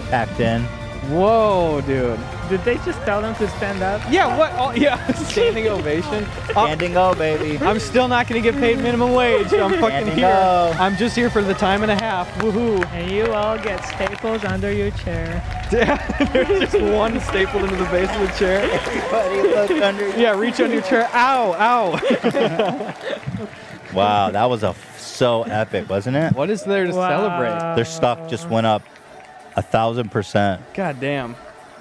A: packed in.
B: Whoa, dude.
C: Did they just tell them to stand up?
B: Yeah, what? Oh, yeah, *laughs* standing ovation. Uh,
A: Standing O,
B: *laughs*
A: baby.
B: I'm still not gonna get paid minimum wage. I'm fucking
A: Standing
B: here.
A: O.
B: I'm just here for the time and a half. Woohoo. *laughs*
C: And you all get staples under your chair.
B: There's just one stapled into the base of the chair.
A: Everybody look under. you.
B: Yeah, reach under your chair. Ow, ow.
A: Wow, that was a f- so epic, wasn't it?
B: *laughs* What is there to celebrate?
A: Their stock just went up a thousand percent.
B: God damn.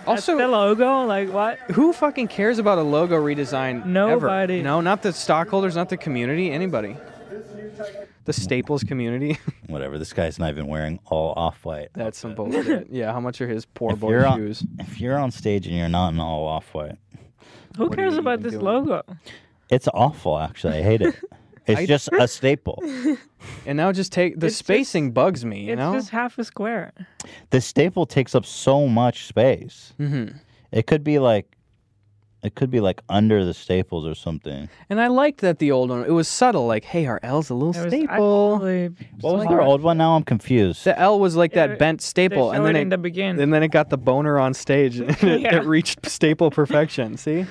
C: That's the
B: Also,
C: logo? Like what?
B: who fucking cares about a logo redesign? ever?
C: Nobody.
B: No, not the stockholders, not the community, anybody. The Staples community. *laughs*
A: Whatever. This guy's not even wearing all off white.
B: That's some
C: *laughs*
B: bullshit. Yeah, how much are his poor
A: If
B: boy
A: you're on-
B: shoes?
A: If you're on stage and you're not in all off white,
C: Who
B: What are
C: cares
B: you
C: about
B: even
C: this
B: doing?
C: logo?
A: It's awful, actually. I
B: *laughs*
A: hate it. It's
B: I-
A: just a
B: *laughs*
A: staple.
B: And now just take the
C: It's just-
B: spacing bugs me. You
C: It's
B: know,
C: just half a square.
A: The staple takes up so much space.
B: Mhm.
A: It could be like, it could be like under the staples or something.
B: and I liked that the old one. It was subtle, like, hey, our L's a little
C: There was
B: staple.
C: actually-
A: What was
B: like
A: their
B: that.
A: old one? Now I'm confused.
B: the L was like
C: Yeah,
B: that bent
C: They
B: staple,
C: show
B: and then
C: it
B: it,
C: in the beginning.
B: and then it got the boner on stage, *laughs* and it,
C: Yeah.
B: it reached staple perfection.
C: *laughs*
B: See,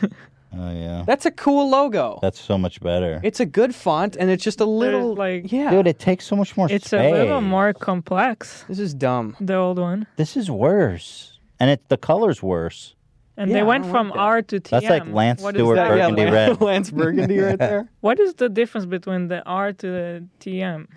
A: Oh yeah,
B: that's a cool logo.
A: that's so much better,
B: It's a good font, and it's just a little
C: like-
B: yeah.
A: dude. It takes so much more
C: It's
A: space.
C: a little more complex,
B: this is dumb.
C: the old one.
A: This is worse, and it the color's worse.
C: And
B: Yeah,
C: they
B: I
C: went
B: don't
C: from
B: like that.
C: R to TM.
A: That's like Lance
C: What is
A: Stewart
C: that?
A: Burke. Burgundy
B: yeah,
A: red.
B: *laughs* Lance Burgundy right
C: *laughs*
B: there.
C: What is the difference between the R to the TM?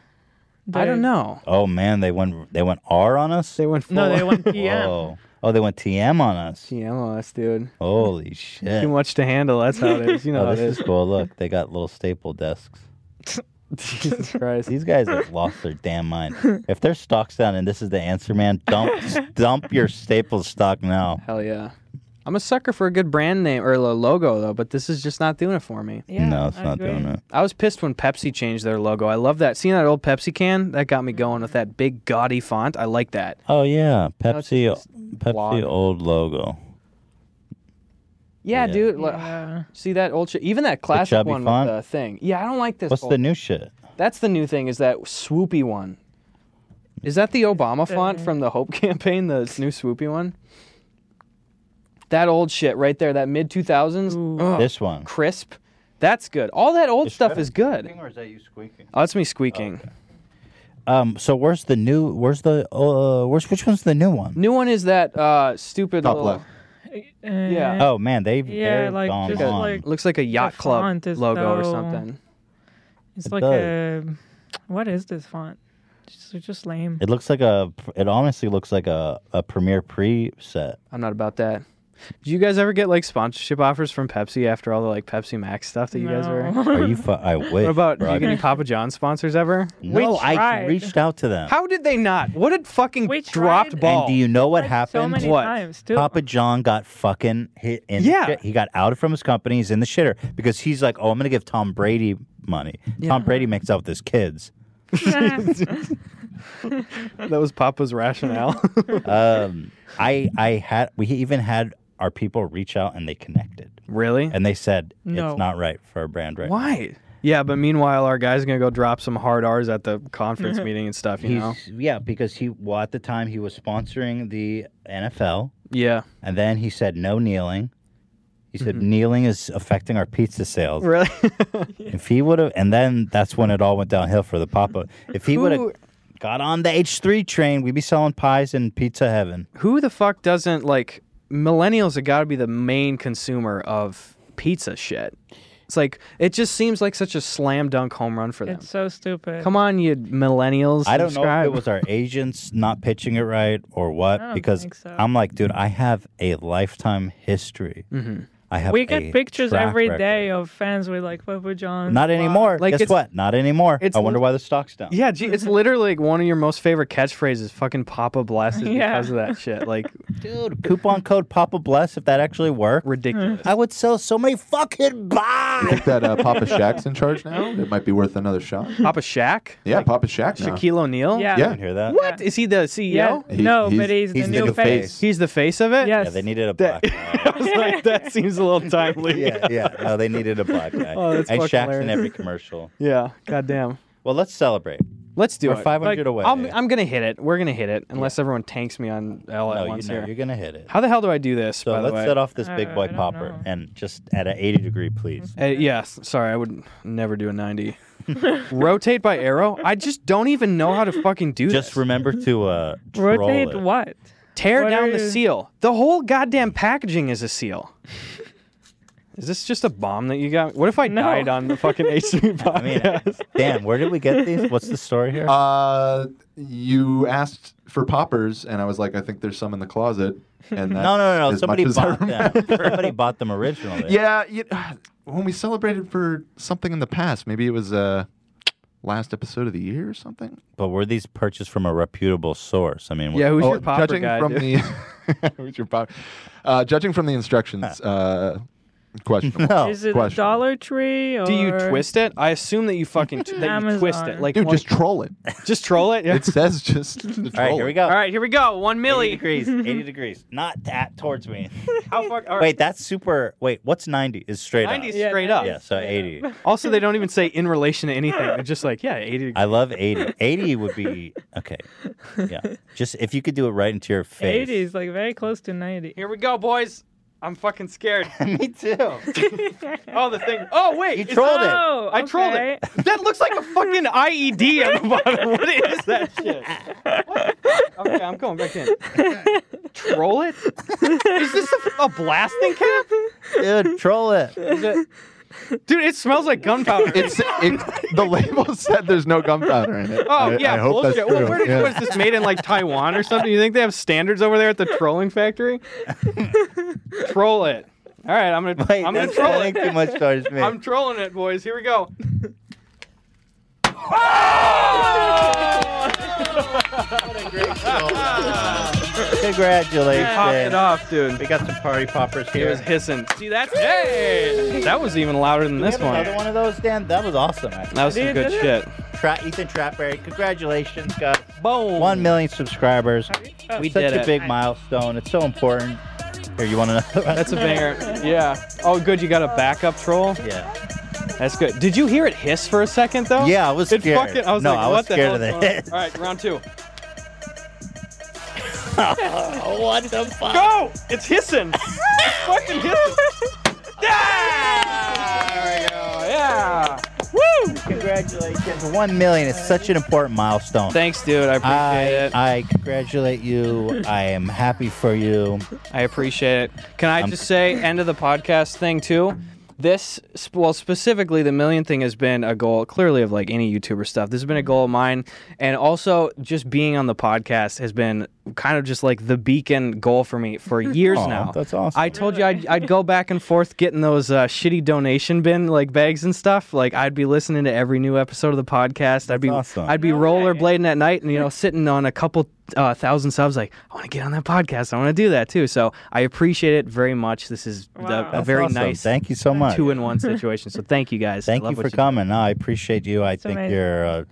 B: I don't
C: They-
B: know.
A: Oh man, they went they went R on us.
B: They
A: *laughs*
B: went full
C: No, they went TM.
A: Whoa. Oh, they went TM on us.
B: TMOS, dude.
A: Holy shit.
B: Too much to handle. That's how it is. You know
A: Oh,
B: how
A: this
B: it
A: is
B: is.
A: cool. Look, they got little staple desks.
B: *laughs*
A: *laughs*
B: Jesus Christ.
A: These guys have lost their damn mind. If their stock's down and this is the answer, man, dump dump your Staples stock now.
B: Hell yeah. I'm a sucker for a good brand name or a logo though, but this is just not doing it for me.
C: Yeah,
A: no, it's
C: I
A: not doing
C: agree.
A: it.
B: I was pissed when Pepsi changed their logo. I love that. Seeing that old Pepsi can, that got me going with that big gaudy font. I like that.
A: Oh yeah,
B: it's
A: Pepsi
B: just
A: Pepsi
B: blog.
A: old logo.
B: Yeah,
A: Yeah.
B: dude. like,
C: Yeah.
B: *sighs* See that old shit? Even that classic
A: chubby
B: one
A: font?
B: with the thing. Yeah, I don't like this.
A: What's
B: old-
A: the new shit?
B: That's the new thing is that swoopy one. Is that the Obama
C: Uh-huh.
B: font from the Hope *laughs* campaign, the new swoopy one? That old shit right there, that mid 2000s. Ugh,
A: This one.
B: crisp. That's good. All that old stuff is good.
A: Or is that you squeaking?
B: Oh, that's me squeaking.
A: Um. So where's the new? Where's the? Uh. Where's which one's the new
C: Mm.
A: one?
B: New one is that uh, stupid
D: Top
B: little.
D: left.
C: Uh,
B: Yeah.
A: Oh man, they've
C: Yeah,
A: they're
C: like,
A: gone
C: just
A: on.
C: like-
B: Looks like a yacht
C: The
B: club
C: font is
B: logo or
C: so-
B: something.
C: It's
A: It
C: like
A: does.
C: a. What is this font? It's just, just lame.
A: It looks like a. It honestly looks like a a Premiere preset.
B: I'm not about that. Did you guys ever get like sponsorship offers from Pepsi after all the like Pepsi Max stuff that you guys were? in?
C: No. *laughs*
A: Are you? Fu- I wish.
B: What about did
A: bro.
B: you get any Papa John sponsors ever?
A: no, I
C: tried.
A: reached out to them.
B: How did they not? What a fucking
C: We
B: dropped
C: tried-
B: ball.
A: And do you know what
C: Like,
A: happened?
C: So many
B: What?
C: times too.
A: Papa John got fucking hit in
B: Yeah.
A: the shit. He got outed from his company. He's in the shitter because he's like, oh, I'm going to give Tom Brady money. Tom Brady makes out with his kids.
B: *laughs* that was Papa's rationale.
A: Um, I, I had, we even had our people reach out and they connected.
B: *laughs* really?
A: And they said,
C: No.
A: it's not right for our brand right now.
B: Why? Yeah, but meanwhile, our guy's gonna go drop some hard R's at the
C: *laughs*
B: conference meeting and stuff. You know?
A: He's, yeah, because he, well, at the time he was sponsoring the NFL.
B: Yeah.
A: And then he said, no kneeling. He said,
B: Mm-hmm.
A: kneeling is affecting our pizza sales.
B: Really?
A: If he would have, and then that's when it all went downhill for the Papa. If he would have
B: Who-
A: got on the H3 train, we'd be selling pies in Pizza Heaven.
B: *laughs* Who the fuck doesn't like millennials? Have got to be the main consumer of pizza shit. It's like it just seems like such a slam dunk home run for them.
C: It's so stupid.
B: Come on, you millennials!
A: I don't know if
B: subscribe.
A: it was our agents not pitching it right or
C: I
A: what,
C: don't
A: because
C: think so.
A: I'm like, dude, I have a lifetime history.
B: Mm-hmm.
A: I have.
C: we get
A: a
C: pictures
A: track
C: every day
A: record.
C: of fans with like Papa John's.
A: Not
C: blah.
A: anymore.
B: Like,
A: Guess
B: it's-
A: what? Not anymore.
B: it's
A: I wonder
B: li-
A: why the stock's down.
B: *laughs* Yeah, gee, it's literally like one of your most favorite catchphrases. Fucking Papa blasted
C: *laughs* Yeah.
B: because of that shit. Like
A: dude. Coupon code Papa Bless if that actually worked.
C: *laughs*
B: ridiculous.
A: I would sell so many fucking pies.
B: *laughs*
D: think that uh, Papa Shaq's in charge now. It might be worth another shot.
B: Papa Shaq,
D: Yeah, Papa Shaq. Now.
B: Shaquille O'Neal.
C: Yeah.
A: I
D: Yeah.
A: didn't hear that.
B: What is he the CEO?
C: Yeah.
D: He-
C: no, but he's,
A: he's
C: the
A: the
C: new
A: new
C: face.
A: face.
B: He's the face of it.
A: Yeah,
C: Yes.
A: they needed a black.
B: That-
A: guy.
B: *laughs* I was like, that seems a little timely.
A: yeah, yeah. No, they needed a black guy.
B: Oh, that's
A: and
B: fucking
A: Shaq's in
B: hilarious.
A: every commercial.
B: *laughs* Yeah. Goddamn.
A: Well, let's celebrate.
B: Let's do
A: We're
B: it.
A: 500
B: Like,
A: away.
B: I'm, I'm gonna hit it. We're gonna hit it unless everyone tanks me on L at
A: No, Oh, you
B: once
A: know,
B: here.
A: you're gonna hit it.
B: How the hell do I do this?
A: So
B: by
A: let's
B: the way,
A: set off this big
C: Uh,
A: boy
C: I don't
A: popper
C: know.
A: and just at an 80 degree, please.
B: Uh, yes. Sorry, I would never do a 90. Rotate by arrow. I just don't even know how to fucking do this.
A: Just remember to uh, troll
C: Rotate
A: it.
C: what?
B: Tear
C: What
B: down
C: are
B: the
C: you-
B: seal. The whole goddamn packaging is a seal. is this just a bomb that you got? What if I
C: No.
B: died on the
C: *laughs*
B: fucking H3 podcast?
A: I mean, damn, where did we get these? What's the story here?
D: Uh, you asked for poppers, and I was like, I think there's some in the closet.
A: *laughs*
D: And that's
A: no, no, no, no.
D: as
A: Somebody
D: much as I
A: bought them.
D: remember.
A: Somebody bought them originally.
D: Yeah, you, *sighs* when we celebrated for something in the past, maybe it was uh, last episode of the year or something.
A: But were these purchased from a reputable source? I mean,
B: yeah, who's
D: Oh,
B: your popper
D: judging
B: guy?
D: from
B: dude?
D: the *laughs* who's your pop- uh, judging from
A: *laughs*
D: the instructions, uh, questionable.
A: No.
C: Is it
D: question.
C: Dollar Tree or
B: do you twist it? I assume
C: *laughs*
B: that you fucking t- that you twist it.
C: Amazon.
B: Like
D: Dude,
B: one-
D: just troll it.
B: just troll it. Yeah.
D: It says just troll
A: All right, here
D: it.
A: we go.
B: *laughs* All right, here we go. One
A: 80
B: milli.
A: degrees. 80 degrees. Not that towards me.
B: How far? all right,
A: Wait, that's super. Wait, what's 90? Is straight
B: 90 is
A: up.
C: Yeah,
B: straight up.
A: Yeah, so 80.
B: Also, they don't even say in relation to anything. They're just like, yeah, 80 degrees.
A: I love 80. 80 would be okay. Yeah. Just if you could do it right into your face.
C: 80s? Like very close to 90.
B: Here we go, boys. I'm fucking scared.
A: Me too.
B: *laughs* Oh, the thing. Oh, wait.
A: You
B: it's-
A: trolled it.
C: Oh,
B: I trolled
C: okay.
B: it. That looks like a fucking IED on the bottom. What is that shit? What? Okay, I'm going back in. Troll it? Is this a, oh, a blasting cap?
A: *laughs* Dude, troll
B: *laughs*
A: it.
B: Is it- Dude, it smells like gunpowder.
D: It's it, the label *laughs* said there's no gunpowder in it.
B: oh,
D: I,
B: yeah,
D: I hope
B: bullshit.
D: That's true.
B: well, where did,
D: yeah.
B: was this made in like Taiwan or something? You think they have standards over there at the trolling factory? Troll it. All right, I'm gonna
A: Wait,
B: I'm gonna
A: that's
B: troll
A: I
B: it.
A: think too much towards me.
B: I'm trolling it, boys. Here we go. Pop
A: *laughs*
B: it
A: Congratulations.
B: off, dude.
A: We got some party poppers
B: It
A: here.
B: was hissing. See, that's hey! That was even louder than
A: We
B: this
A: have
B: one.
A: another one of those, Dan? That was awesome, actually.
B: That was some
C: Dude,
B: good
C: did
B: shit.
A: Tra- Ethan Trapberry, congratulations, guys.
B: Boom.
A: 1 million subscribers. *laughs*
B: We
A: Such
B: did
A: a
B: it. *laughs*
A: big milestone. It's so important. Here, you want to *laughs* know?
B: That's a banger. Yeah. Oh, good. You got a backup troll.
A: yeah.
B: That's good. Did you hear it hiss for a second though?
A: Yeah, I was
B: It
A: scared.
B: fucking. I was
A: No,
B: like,
A: I was
B: what the
A: scared
B: hell?
A: of the
B: is going on?
A: hiss.
B: All right, round two.
A: *laughs* What the fuck?
B: Go! It's
A: *laughs*
B: hissing. it's fucking hissing. Yeah! There we go. Yeah. Woo!
A: Congratulations. 1 million is such an important milestone.
B: Thanks, dude. I appreciate
A: I,
B: it. I,
A: I congratulate you. I am happy for you.
B: appreciate it. Can I just say, end of the podcast thing too? This, sp- well, specifically, the million thing has been a goal, clearly, of like any YouTuber stuff. This has been a goal of mine. And also, just being on the podcast has been kind of just like the beacon goal for me for years
A: Aw,
B: now.
A: that's awesome.
B: I told you I'd, I'd go back and forth getting those uh, shitty donation bin like bags and stuff. Like I'd be listening to every new episode of the podcast. I'd be
A: awesome.
B: I'd be rollerblading at night and you know sitting on a couple uh, thousand subs. Like I want to get on that podcast. I want to do that too. So I appreciate it very much. This is the-
C: Wow.
B: a
C: That's
B: very
A: awesome.
B: nice
A: Thank you so much.
B: two in one situation. So thank you guys.
A: Thank
B: I love
A: you
B: what
A: for coming. No, I appreciate you. I think
C: amazing.
A: you're a,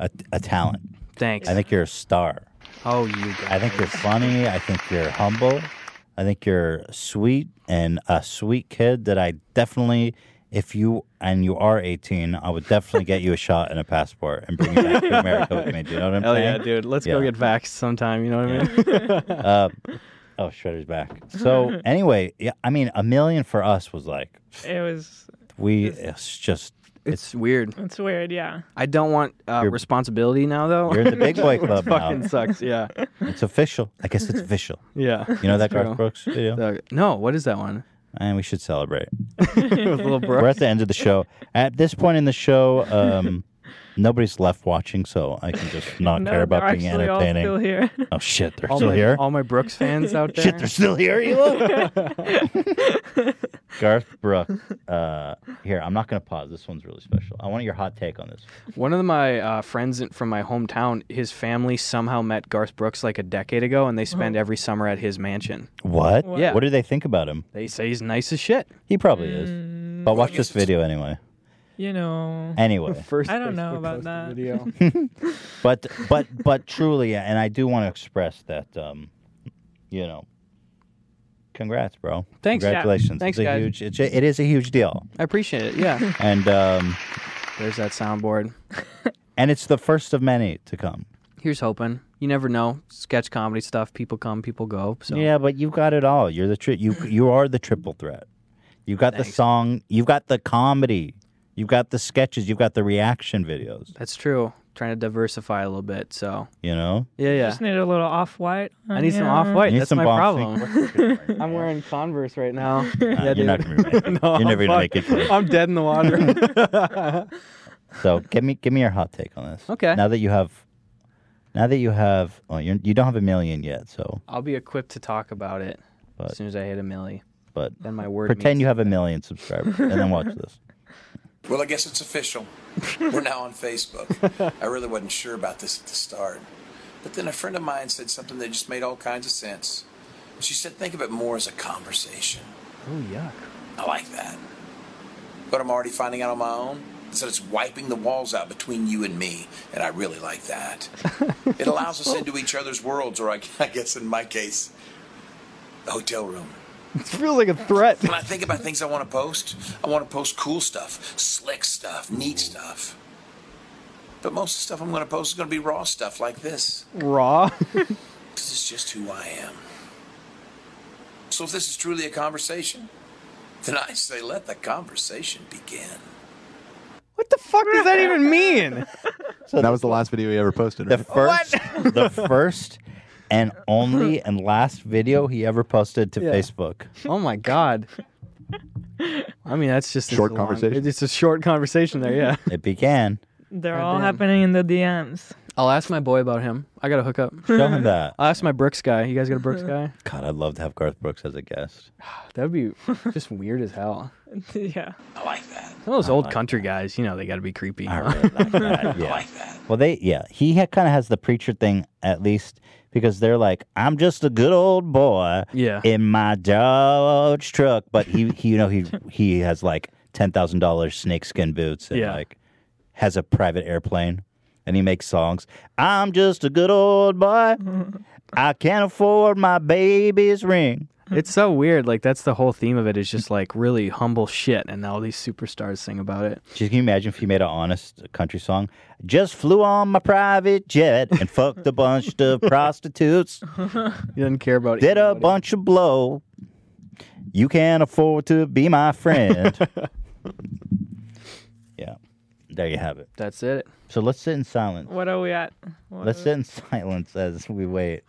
A: a, a talent.
B: do. Thanks.
A: I think you're a star.
B: oh, you guys.
A: I think you're funny. I think you're humble. I think you're sweet and a sweet kid that I definitely, if you and you are 18, I would definitely get you a shot and a passport and bring you back to America with me. Do you know what I'm
B: Hell
A: saying?
B: yeah, dude. Let's go
A: Yeah.
B: get vaxxed sometime. You know what I mean?
A: Uh, oh, Shredder's back. So anyway, yeah, I mean, a million for us was like
C: It was.
A: we. It's just
B: It's weird.
C: It's weird. Yeah.
B: I don't want uh, responsibility now, though.
A: you're
B: *laughs*
A: in the big boy club
B: fucking
A: now.
B: sucks. Yeah,
A: It's official. I guess it's official.
B: *laughs* yeah.
A: You know that
B: That's
A: Garth
B: true.
A: Brooks video,
B: Uh, no, what is that one?
A: and we should celebrate.
B: *laughs* With little
A: We're
B: bro.
A: at the end of the show. At this point in the show, um, nobody's left watching, so I can just not care
C: they're
A: about being
C: actually all
A: entertaining.
C: still here. *laughs*
A: Oh shit, they're
B: All
A: still
B: my,
A: here.
B: all my Brooks
A: *laughs*
B: fans out there.
A: Shit, they're still here. Elo. *laughs* Garth Brooks. Uh, here, I'm not gonna pause. This one's really special. I want your hot take on this.
B: One of my uh, friends in- from my hometown, his family somehow met Garth Brooks like a decade ago, and they spend every summer at his mansion.
A: What?
B: Yeah.
A: What do they think about him?
B: They say he's nice as shit.
A: He probably is. But watch this video anyway.
C: You know.
A: Anyway,
B: First,
C: I don't know about that.
B: Video.
A: but but but truly, and I do want to express that, um, you know, congrats, bro.
B: Thanks, yeah.
A: Congratulations.
B: Thanks,
A: it's a
B: guys.
A: huge. It's a, it is a huge deal,
B: I appreciate it. *laughs* Yeah.
A: and um,
B: There's that soundboard.
A: and it's the first of many to come.
B: Here's hoping. You never know. Sketch comedy stuff. People come, people go. So
A: Yeah, but you've got it all. You're the tri- you you are the triple threat. You've got the song. You've got the comedy. You've got the sketches. You've got the reaction videos.
B: That's true. Trying to diversify a little bit. So
A: You know,
B: yeah, yeah.
C: Just need a little off white.
B: I need some off white.
A: You need
B: That's
A: some
B: my
A: bomb- *laughs*
B: problem. *laughs* I'm wearing Converse right now.
A: Nah, you're not
B: *laughs*
A: gonna make it.
B: No,
A: you're never
B: I'm
A: gonna
B: fucked.
A: make it. for this.
B: I'm dead in the water.
A: So give me give me your hot take on this.
B: Okay.
A: Now that you have, now that you have, oh, you're, you don't have a million yet. So,
B: *laughs* I'll be equipped to talk about it
A: But-
B: as soon as I hit a milli.
A: but
B: Then my word.
A: pretend
B: means-
A: you have a million subscribers and then watch *laughs* this.
I: Well, I guess it's official. We're now
B: *laughs*
I: on Facebook. I really wasn't sure about this at the start. But then a friend of mine said something that just made all kinds of sense. She said, think of it more as a conversation.
B: Oh yuck.
I: I like that. But I'm already finding out on my own is that it's wiping the walls out between you and me, and I really
B: *laughs*
I: like that. it allows us into each other's worlds, or I, I guess in my case, a hotel room.
B: It feels like a threat.
I: When I think about things I want to post, I want to post cool stuff, slick stuff, neat stuff. But most of the stuff I'm going to post is going to be raw stuff like this.
B: *laughs* Raw.
I: This is just who I am. So if this is truly a conversation, then I say let the conversation begin.
B: what the fuck does that even mean?
D: that was the last video he ever posted.
A: The
D: right?
A: first, the first, and only *laughs* and last video he ever posted to Facebook.
B: *laughs* Oh my god. I mean, that's just it's
D: Short
B: a long-
D: conversation.
B: It's a short conversation there. Yeah.
A: It began.
C: They're all
B: Goddamn.
C: happening in
B: *laughs*
C: the DMs.
B: I'll ask my boy about him. I got to hook up.
A: Show him that.
B: I'll ask my Brooks guy. You guys got a Brooks guy?
A: *laughs* God, I'd love to have Garth Brooks as a guest.
B: That'd be just weird as hell.
C: yeah.
I: I like that.
B: Some of those old country guys, you know, they got to be creepy.
A: I really like that.
I: I
A: Yeah.
I: like that.
A: Well, they yeah, he ha- kind of has the preacher thing at least because they're like, I'm just a good old boy.
B: *laughs* Yeah.
A: in my Dodge truck, but he, he you know, he he has like ten thousand dollars snakeskin boots and
B: Yeah.
A: like has a private airplane, and he makes songs. I'm just a good old boy. I can't afford my baby's ring.
B: it's so weird. Like that's the whole theme of it is just like really humble shit, and all these superstars sing about it.
A: Just can you imagine if he made an honest country song? Just flew on my private jet and fucked a bunch of
B: *laughs*
A: prostitutes.
B: He doesn't care about
A: Did a
B: anybody.
A: bunch of blow. You can't afford to be my friend. yeah. There you have it.
B: *laughs* That's it.
A: So let's sit in silence.
C: What are we at? What
A: Let's sit in silence as we wait.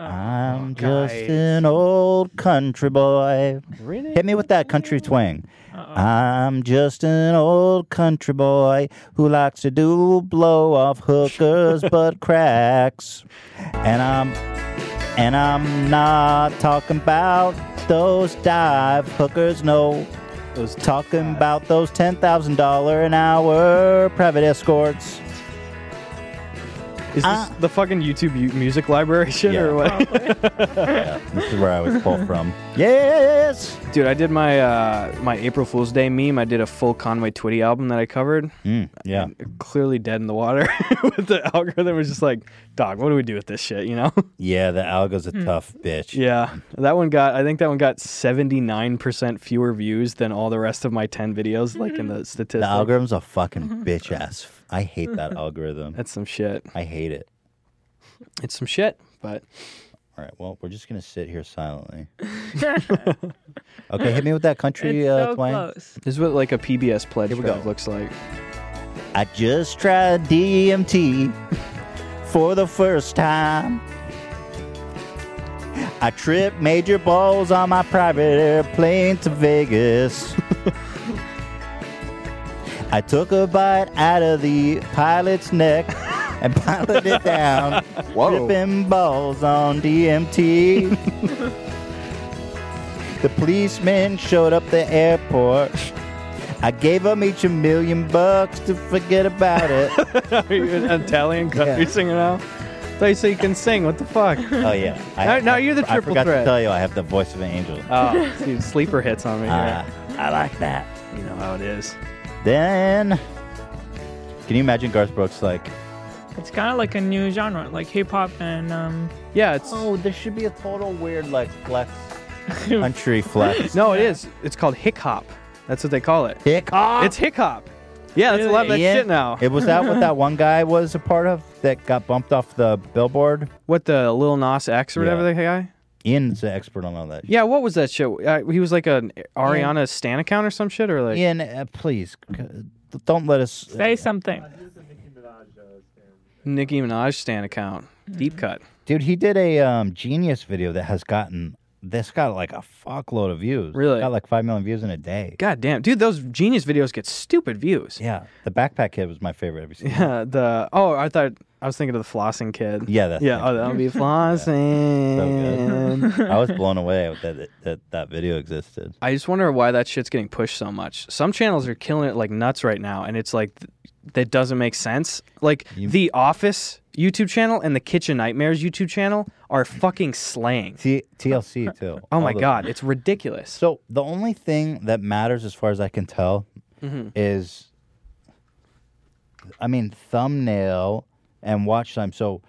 B: Oh,
A: I'm just an old country boy.
B: Really?
A: Hit me with that country twang. I'm just an old country boy who likes to do blow off
B: *laughs*
A: hookers but cracks. And I'm and I'm not talking about those dive hookers, no. I was talking about those ten thousand dollar an hour private escorts.
B: Is this
A: Uh,
B: the fucking YouTube mu- music library *laughs* shit
A: Yeah.
B: or what?
A: This is where I was pulled from. Yes.
B: Dude, I did my uh, my April Fool's Day meme. I did a full Conway Twitty album that I covered.
A: Mm, yeah.
B: Clearly dead in the water. *laughs* with the algorithm was just like, dog, what do we do with this shit? You know? *laughs*
A: Yeah, the algo's
C: Mm.
A: a tough bitch.
B: yeah. That one got. I think that one got seventy nine percent fewer views than all the rest of my ten videos, like in the
A: Hmm. The
B: statistics.
A: algorithm's a
C: *laughs*
A: fucking bitch ass. I hate that algorithm.
B: That's some shit.
A: I hate it.
B: It's some shit. But
A: All right, well, we're just gonna sit here
C: *laughs*
A: silently. okay, hit me with that country
C: It's
A: uh,
C: so
A: twang.
C: close.
B: this is what like a PBS pledge
A: we
B: drive
A: go.
B: looks like.
A: I just tried DMT for the first time. I tripped major balls on my private airplane to Vegas. I took a bite out of the pilot's neck and *laughs* piloted it down,
B: Oh.
D: Whoa.
A: tripping balls on
B: *laughs*
A: DMT. the policeman showed up the airport. I gave them each a million bucks to forget about
B: *laughs*
A: it.
B: *laughs* Are you an Italian country
A: Yeah.
B: singer now? So you say you can sing. What the *laughs* fuck?
A: Oh yeah. I,
B: Now- now you're the
A: I
B: triple
A: forgot to
B: threat.
A: tell you, I have the voice of an angel.
B: Oh, dude, sleeper hits on me.
A: Ah,
B: here.
A: I like that.
B: You know how it is.
A: Then, can you imagine Garth Brooks like?
C: It's kind of like a new genre, like hip hop and um.
B: Yeah, it's
A: oh, there should be a total weird like
B: *laughs*
A: flex, country flex.
B: no, it is. It's called hick hop. That's what they call it.
A: Hick hop.
B: It's hick hop. Yeah, that's a lot of that
A: Yeah.
B: shit now.
A: Ah. It was that what
B: *laughs*
A: that one guy was a part of that got bumped off the billboard.
B: What the Lil Nas X or whatever
A: Yeah.
B: the guy?
A: Ian's the expert on all that.
B: Yeah, what was that shit? Uh, he was like an Ariana Stan account or some shit, or like
A: Ian, uh, please c- don't let us. uh,
C: Say something.
B: Nicki Minaj Stan account. Deep
A: Mm-hmm.
B: cut.
A: Dude, he did a um, genius video that has gotten this got like a fuckload of views.
B: Really?
A: got like five million views in a day.
B: God damn, dude, those genius videos get stupid views.
A: Yeah, the backpack kid was my favorite every season.
B: Yeah, *laughs* the oh, I thought I was thinking of the flossing
A: *laughs*
B: kid.
A: Yeah, that's
B: yeah. Oh, that'll be flossing.
A: I was blown away with that that that video existed.
B: *laughs* I just wonder why that shit's getting pushed so much. Some channels are killing it like nuts right now, and it's like th- that doesn't make sense. Like the Office YouTube channel and the Kitchen Nightmares YouTube channel are fucking slaying.
A: T- TLC too.
B: Oh my
A: All the-
B: god, it's ridiculous.
A: So the only thing that matters, as far as I can tell,
B: Mm-hmm.
A: is, I mean, thumbnail and watch time. So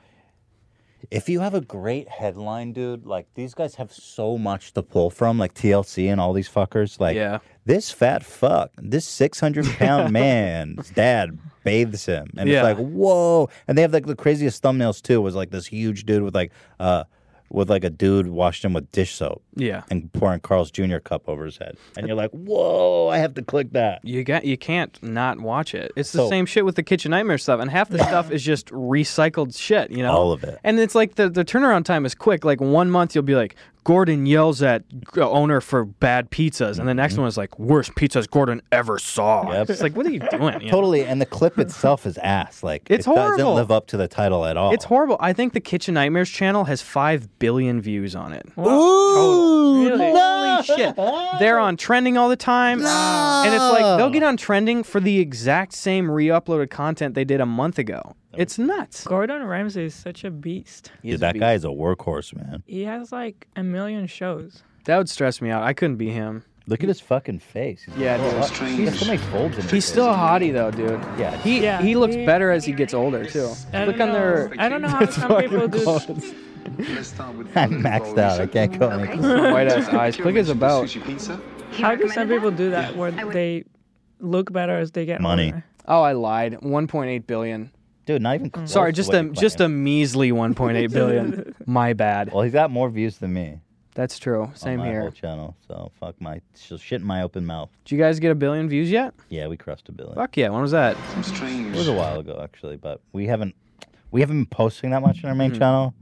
A: if you have a great headline, dude, like these guys have so much to pull from, like TLC and all these fuckers. Like,
B: Yeah.
A: this fat fuck, this
B: *laughs*
A: 600 pound man's dad bathes him. And
B: Yeah.
A: it's like, whoa. And they have like the craziest thumbnails too, was like this huge dude with like, uh, with like a dude washed him with dish soap
B: yeah,
A: and pouring Carl's Jr. cup over his head. And you're like, whoa, I have to click that.
B: you got you can't not watch it. It's the
A: So-
B: same shit with the Kitchen Nightmare stuff, and half the stuff is just recycled shit. You know,
A: All of it.
B: And it's like the the turnaround time is quick. Like one month you'll be like Gordon yells at g- owner for bad pizzas, and the
A: Mm-hmm.
B: next one is like worst pizzas Gordon ever saw.
A: Yep.
B: It's like what are you doing? you know?
A: *laughs* Totally. And the clip itself is ass. Like,
B: It's
A: it
B: horrible.
A: doesn't live up to the title at all.
B: It's horrible. I think the Kitchen Nightmares channel has five billion views on it.
A: Ooh,
C: Really?
B: Holy shit! They're on trending all the time, and it's like they'll get on trending for the exact same re-uploaded content they did a month ago. It's nuts.
C: Gordon Ramsay is such a beast.
A: Dude, that guy is a workhorse, man.
C: He has like a million shows.
B: That would stress me out. I couldn't be him.
A: Look at his fucking face. He's
B: Yeah, dude.
A: like, he has so many folds in his
B: He's
A: face.
B: still a hottie though, dude.
A: Yeah.
B: He
C: Yeah.
B: he looks better as he gets older too.
C: I
B: Look on
C: don't know.
B: their
C: I don't know how some
B: *laughs*
C: people do.
A: *laughs* I'm maxed out. *laughs* I can't go any
B: white ass eyes. Click is about.
C: *laughs* How do some people do that where they look better as they get
A: Money.
C: older?
B: Oh, I lied. 1.8 billion.
A: *laughs* Dude, not even close
B: Sorry,
A: to
B: just
A: what
B: a
A: you
B: just a
A: claim.
B: measly 1.8 billion. My bad.
A: Well, he's got more views than me
B: That's true. Same
A: on my whole
B: here.
A: channel. So fuck my sh- shit in my open mouth.
B: Did you guys get a billion views yet?
A: Yeah, we crossed a billion.
B: Fuck yeah. When was that? Hmm.
A: It was a while ago actually, but we haven't we haven't been posting that much on our main channel.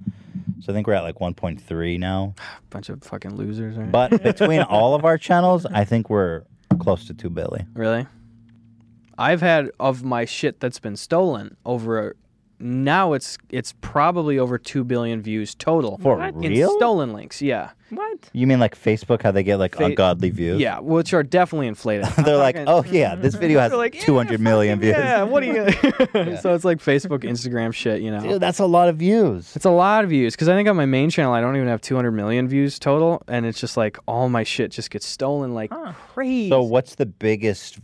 A: So I think we're at like 1.3 now.
B: Bunch of fucking losers. Right?
A: But *laughs* between all of our channels, I think we're close to 2 billion.
B: Really? I've had of my shit that's been stolen over now it's it's probably over 2 billion views total.
A: For
B: in
A: real?
B: stolen links, yeah.
C: What?
A: You mean like Facebook, how they get like
B: Fa-
A: ungodly views?
B: Yeah, which are definitely inflated.
A: *laughs* They're like, oh yeah, this video
B: *laughs*
A: has
B: They're like, yeah,
A: 200 million views.
B: Yeah, what do you *laughs* So it's like Facebook, Instagram shit, you know.
A: Dude, that's a lot of views.
B: It's a lot of views because I think on my main channel I don't even have 200 million views total, and it's just like all my shit just gets stolen like crazy.
A: So what's the biggest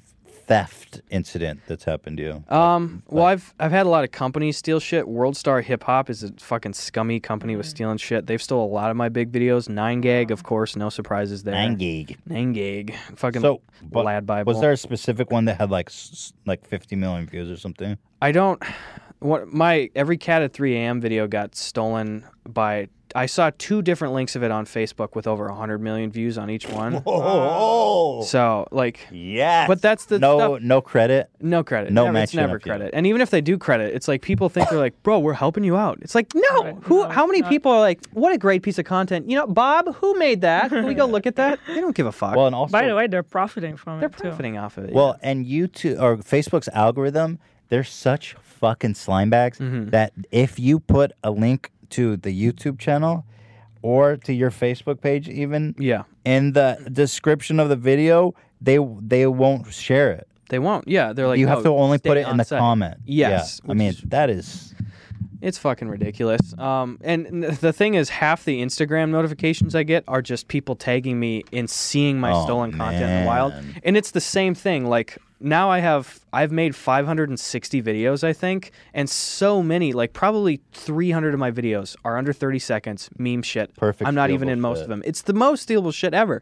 A: theft incident that's happened to you?
B: Um, well, I've I've had a lot of companies steal shit. Worldstar Hip Hop is a fucking scummy company
A: Mm.
B: with stealing shit. They've stole a lot of my big videos. Nine Gag, of course, no surprises there.
A: Nine gig.
B: Nine Gag, fucking
A: So, but
B: lad Bible.
A: was there a specific one that had like s- s- like 50 million views or something?
B: I don't. What my every cat at 3 a.m. video got stolen by. I saw two different links of it on Facebook with over 100 million views on each one.
A: Oh,
B: So like,
A: yes.
B: Uh, But that's the
A: no
B: stuff-
A: no credit.
B: No credit.
A: No
B: never, It's
A: mention
B: never
A: of you.
B: credit. And even if they do credit, it's like people think they're like, bro, we're helping you out. It's like, no.
C: Right,
B: who?
C: no,
B: how many
C: not-
B: people are like, what a great piece of content? You know, Bob, who made that? Can we go look at that? They don't give a fuck.
A: Well, and also
C: By the way, they're profiting from
B: they're
C: it too.
B: profiting off of it.
A: Well, and YouTube or Facebook's algorithm, they're such fucking slime bags that if you put a link to the YouTube channel or to your Facebook page, even
B: yeah.
A: in the description of the video, they they won't share it.
B: They won't. Yeah, they're like
A: you have to
B: "No,
A: only
B: stay
A: put it in
B: on
A: the
B: site."
A: comment.
B: Yes,
A: yeah. I
B: which
A: mean
B: is-
A: that is
B: It's fucking ridiculous. Um, and n- the thing is, half the Instagram notifications I get are just people tagging me in seeing my
A: Oh,
B: stolen content in the wild,
A: man.
B: and it's the same thing. Like now, I have I've made 560 videos, I think, and so many, like probably 300 of my videos are under 30 seconds, meme shit.
A: Perfect
B: I'm not even
A: stealable
B: in most
A: shit.
B: of them. It's the most stealable shit ever.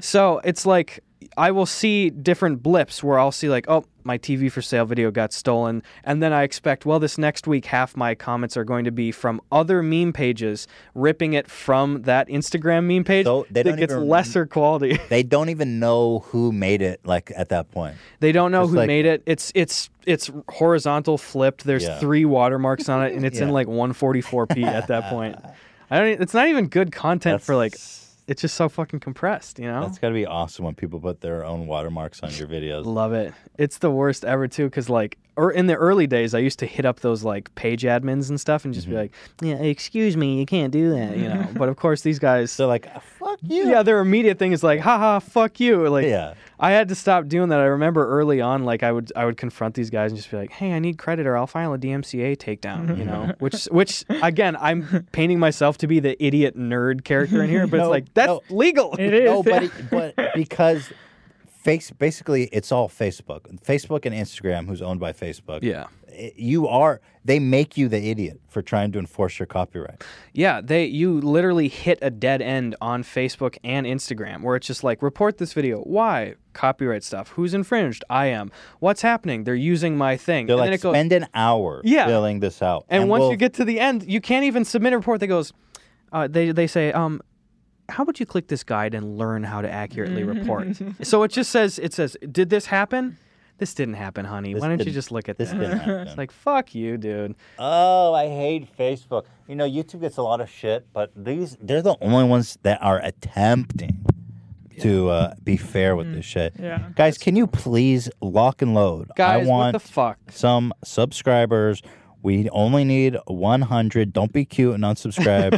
B: so it's like I will see different blips where I'll see like, oh, my TV for sale video got stolen, and then I expect, well, this next week half my comments are going to be from other meme pages ripping it from that Instagram meme page
A: So they
B: that
A: don't
B: gets
A: even-
B: lesser quality. *laughs*
A: they don't even know who made it. Like at that point,
B: They don't know
A: Just
B: who
A: like-
B: made it. It's it's it's horizontal flipped. There's
A: Yeah.
B: three watermarks on it, and it's in
A: Yeah.
B: like 144p at that point. I don't. e- It's not even good content for like. It's just so fucking compressed, you know.
A: that's got to be awesome when people put their own watermarks on your videos.
B: Love it. It's the worst ever too, because like, or in the early days, I used to hit up those like page admins and stuff, and just be like,
A: Mm-hmm.
B: "Yeah, excuse me, you can't do that," you know. but of course, these guys, *laughs*
A: So like, fuck you.
B: yeah, their immediate thing is like, haha, fuck you. Like,
A: Yeah.
B: I had to stop doing that. I remember early on, like I would I would confront these guys and just be like, hey, I need credit or I'll file a DMCA takedown, you
A: *laughs*
B: know? which which again, I'm painting myself to be the idiot nerd character in here, but it's
A: No,
B: like that's
A: no.
B: legal.
C: It is.
A: No, but, it- but because face basically it's all Facebook, Facebook and Instagram, who's owned by Facebook.
B: Yeah.
A: It- you are. They make you the idiot for trying to enforce your copyright.
B: Yeah, they you literally hit a dead end on Facebook and Instagram where it's just like report this video. Why? Copyright stuff. Who's infringed? I am. What's happening? They're using my thing.
A: They're
B: and then
A: like,
B: it goes,
A: spend an hour
B: Yeah.
A: filling this out,
B: And, once
A: we'll-
B: you get to the end, you can't even submit a report that goes, uh, they, they say, um, how about you click this guide and learn how to accurately
A: *laughs*
B: report? so it just says, it says, did this happen? This didn't happen, honey. Why don't you
A: didn't-
B: just look at
A: this
B: *laughs* this?
A: didn't
B: It's
A: happen.
B: like, fuck you, dude.
A: oh, I hate Facebook. You know, YouTube gets a lot of shit, but these they're the only ones that are attempting to uh, be fair
B: Mm.
A: with this shit.
C: Yeah.
A: Guys, can you please lock and load?
B: Guys,
A: I want
B: what the fuck?
A: some subscribers. We only need 100. Don't be cute and unsubscribe.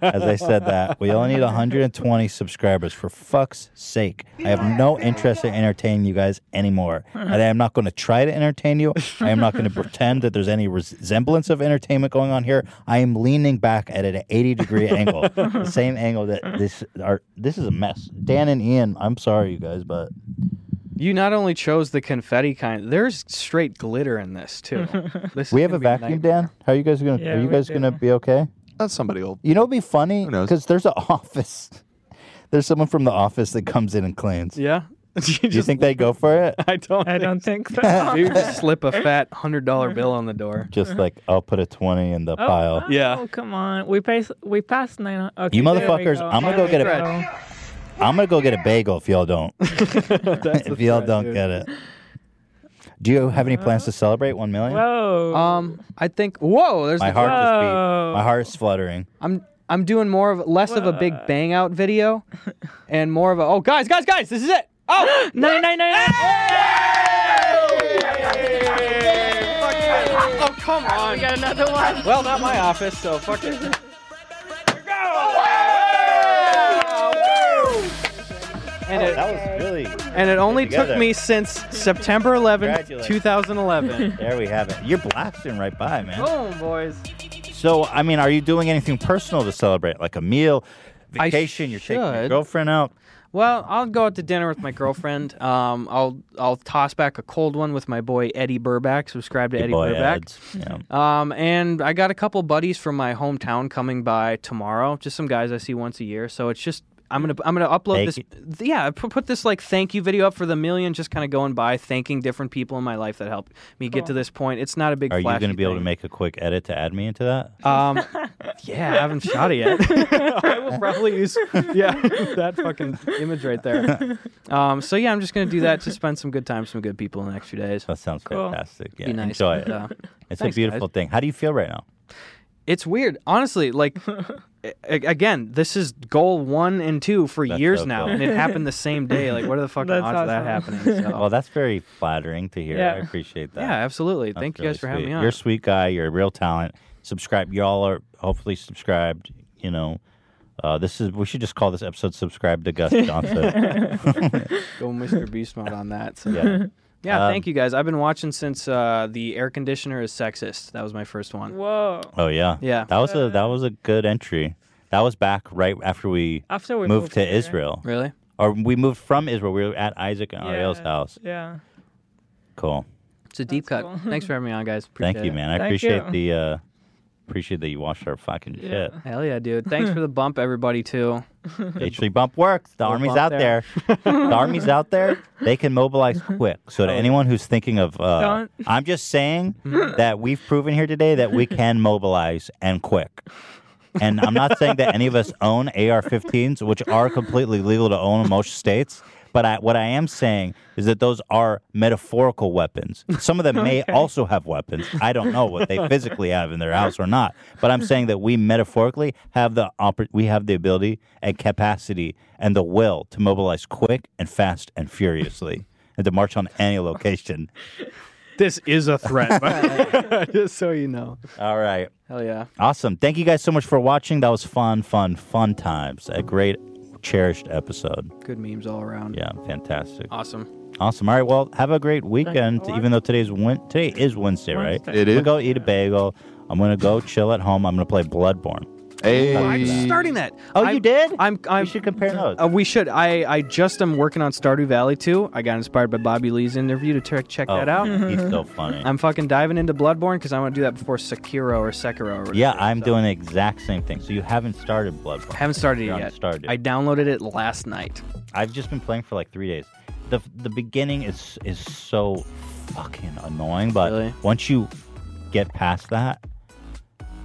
A: As I said that, we only need 120 subscribers. For fuck's sake, I have no interest in entertaining you guys anymore, and I am not going to try to entertain you. I am not going to pretend that there's any resemblance of entertainment going on here. I am leaning back at an 80 degree angle, the same angle that this are. This is a mess. Dan and Ian, I'm sorry, you guys, but
B: You not only chose the confetti kind, there's straight glitter in this,
C: *laughs*
B: too. This is
A: we have a
B: gonna be
A: vacuum,
B: nightmare.
A: Dan. How are you guys gonna?
C: Yeah,
A: are you
C: we
A: guys
C: do.
A: gonna be okay?
D: That's somebody old.
A: You know, it'd be funny
D: Who knows?
A: because there's an *laughs* office. There's someone from the office that comes in and cleans.
B: Yeah? *laughs*
A: Do you think they go for it? *laughs*
B: I
C: *laughs*
B: don't.
C: I don't think so.
B: You just slip a fat $100 bill on the door.
A: Just like I'll put a twenty in the pile.
B: Yeah.
C: Oh come on, we pass we passed nine. Okay,
A: You
C: there we
A: motherfuckers,
C: go.
A: I'm gonna go
C: There
A: get
C: we
A: a-
C: go.
A: I'm gonna go get a bagel if y'all
B: *laughs*
A: don't. *laughs* if y'all don't get it. Do you have any plans
B: Uh-huh.
A: to celebrate one million?
C: Whoa.
B: Um, I think, whoa, there's
A: my
B: the
A: heart just beat.
C: Whoa.
A: My heart is fluttering.
B: I'm I'm doing more of less of a big bang out
C: *laughs*
B: video, and more of a oh guys guys guys this is it.
C: *gasps*
B: Oh
C: Nine nine nine.
B: oh come on.
C: We got another one.
B: Well, not my office, so fuck
C: *laughs*
B: it. And it,
A: That was really.
B: and it only
A: together.
B: took me since September 11th,
A: Congratulations. *laughs*
B: 2011.
A: There we have it. You're blasting right by, man.
B: Boom, boys.
A: So, I mean, are you doing anything personal to celebrate, like a meal,
B: I
A: vacation? You're taking your
B: should.
A: girlfriend out.
B: Well, I'll go out to dinner with my girlfriend. Um, I'll I'll toss back a cold one with my boy Eddie Burback. Subscribe to Eddie
A: Boy,
B: Burback.
A: ads. Yeah.
B: Um, and I got a couple buddies from my hometown coming by tomorrow. Just some guys I see once a year. So it's just I'm gonna I'm gonna upload
A: Thank
B: this. Yeah, pu- put this like thank you video up for the million. Just kind of going by, thanking different people in my life that helped me get to this point. It's not a big.
A: Are you
B: flashy
A: going to be able to
B: thing.
A: make a quick edit to add me into that?
C: *laughs*
B: Um, yeah, I haven't shot it yet. *laughs* I will probably use yeah *laughs* that fucking image right there. Um, so yeah, I'm just gonna do that to spend some good time, with some good people in the next few days.
A: That sounds
C: Cool.
A: fantastic. Yeah,
B: Be nice.
A: enjoy it.
B: but, uh,
A: it's
B: thanks,
A: a beautiful
B: guys.
A: thing. How do you feel right now?
B: It's weird, honestly.
C: *laughs*
B: Like, a- again, this is goal one and two for
A: That's
B: years
A: so
B: now,
A: cool.
B: and it happened the same day. Like,
C: *laughs*
B: what are the fucking
C: That's
B: odds of that
C: awesome.
B: happening?
C: *laughs*
B: So,
A: Well, that's very flattering to hear. I
C: Yeah.
A: appreciate that.
B: Oh. yeah, absolutely.
A: That's
B: Thank you
A: really
B: guys for having
A: sweet.
B: me on.
A: You're a sweet guy. You're a real talent. Subscribe. Y'all are hopefully subscribed. You know, uh, this is. We should just call this episode "Subscribe to Gus
B: *laughs*
A: Johnson."
B: Go Mr. Beast mode on that. So.
A: yeah.
B: Yeah,
A: Um,
B: thank you guys. I've been watching since uh, the air conditioner is sexist. That was my first one.
C: Whoa.
A: Oh yeah.
B: Yeah.
A: That was a that was a good entry. That was back right after we
C: After we
A: moved to
C: here.
A: Israel,
B: Really?
A: or we moved from Israel. We were at Isaac and
C: Yeah.
A: Ariel's house.
C: Yeah.
A: Cool.
B: It's a deep
C: That's
B: cut.
C: cool.
B: Thanks for having me on, guys. Appreciate
A: Thank you,
B: it.
A: man. I
C: Thank
A: appreciate the uh appreciate that you washed our fucking shit.
B: Hell yeah, dude. Thanks for the bump,
A: *laughs*
B: everybody, too. *laughs*
A: Actually, bump works. The army's
B: bump
A: out there. the army's out there. They can mobilize quick. So to anyone who's thinking of, uh,
C: Don't.
A: I'm just saying that we've proven here today that we can mobilize and quick. And I'm not saying that any of us own AR-15s, which are completely legal to own in most states. But I, what I am saying is that those are metaphorical weapons. Some of them may also have weapons. I don't know what they physically have in their house or not. But I'm saying that we metaphorically have the oppor- we have the ability and capacity and the will to mobilize quick and fast and furiously and to march on any location.
B: This is a threat, just so you know.
A: All right.
B: Hell yeah.
A: Awesome. Thank you guys so much for watching. That was fun, fun, fun times. A great, cherished episode.
B: Good memes all around.
A: Yeah, fantastic.
B: Awesome.
A: Awesome. All right. Well, have a great weekend.
C: for
A: Even though today's win- today is Wednesday, right?
C: Wednesday.
A: I'm
D: It
A: gonna
D: is.
A: go eat a bagel. I'm gonna go chill at home. I'm gonna play Bloodborne.
D: Hey.
B: I'm starting that.
A: Oh,
B: I-
A: you did?
B: I'm. I'm
A: we should compare notes.
B: uh, we should. I, I just am working on Stardew Valley too. I got inspired by Bobby Lee's interview to check check that out.
A: Oh, *laughs* He's so funny.
B: *laughs* I'm fucking diving into Bloodborne because I want to do that before Sekiro or Sekiro. Or whatever.
A: yeah, I'm doing the exact same thing. So you haven't started Bloodborne.
B: Haven't started
A: You're
B: it
A: on
B: yet.
A: Stardew.
B: I downloaded it last night.
A: I've just been playing for like three days. The the beginning is is so fucking annoying, but
B: Really?
A: once you get past that,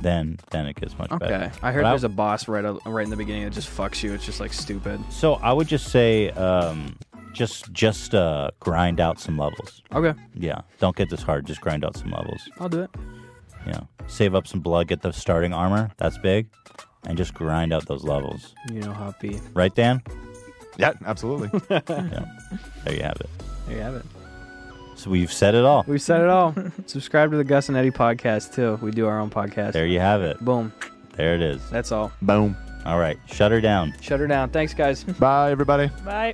A: then then it gets much better.
B: Okay. I heard
A: But
B: there's a boss right up, right in the beginning that just fucks you. It's just like stupid.
A: So I would just say, um, just just uh, grind out some levels.
B: Okay.
A: Yeah, don't get this hard. Just grind out some levels.
B: I'll do it.
A: Yeah, save up some blood, get the starting armor. That's big, and just grind out those levels.
B: You know how it be.
A: Right, Dan?
D: Yeah,
A: *laughs*
D: absolutely.
A: There you have it.
B: There you have it.
A: So we've said it all.
B: We've said it *laughs* all. Subscribe to the Gus and Eddie podcast too. We do our own podcast.
A: There you have it.
B: Boom.
A: There it is.
B: That's all.
D: Boom.
A: All right, shut her down.
B: Shut her down. Thanks, guys.
D: Bye, everybody.
C: Bye.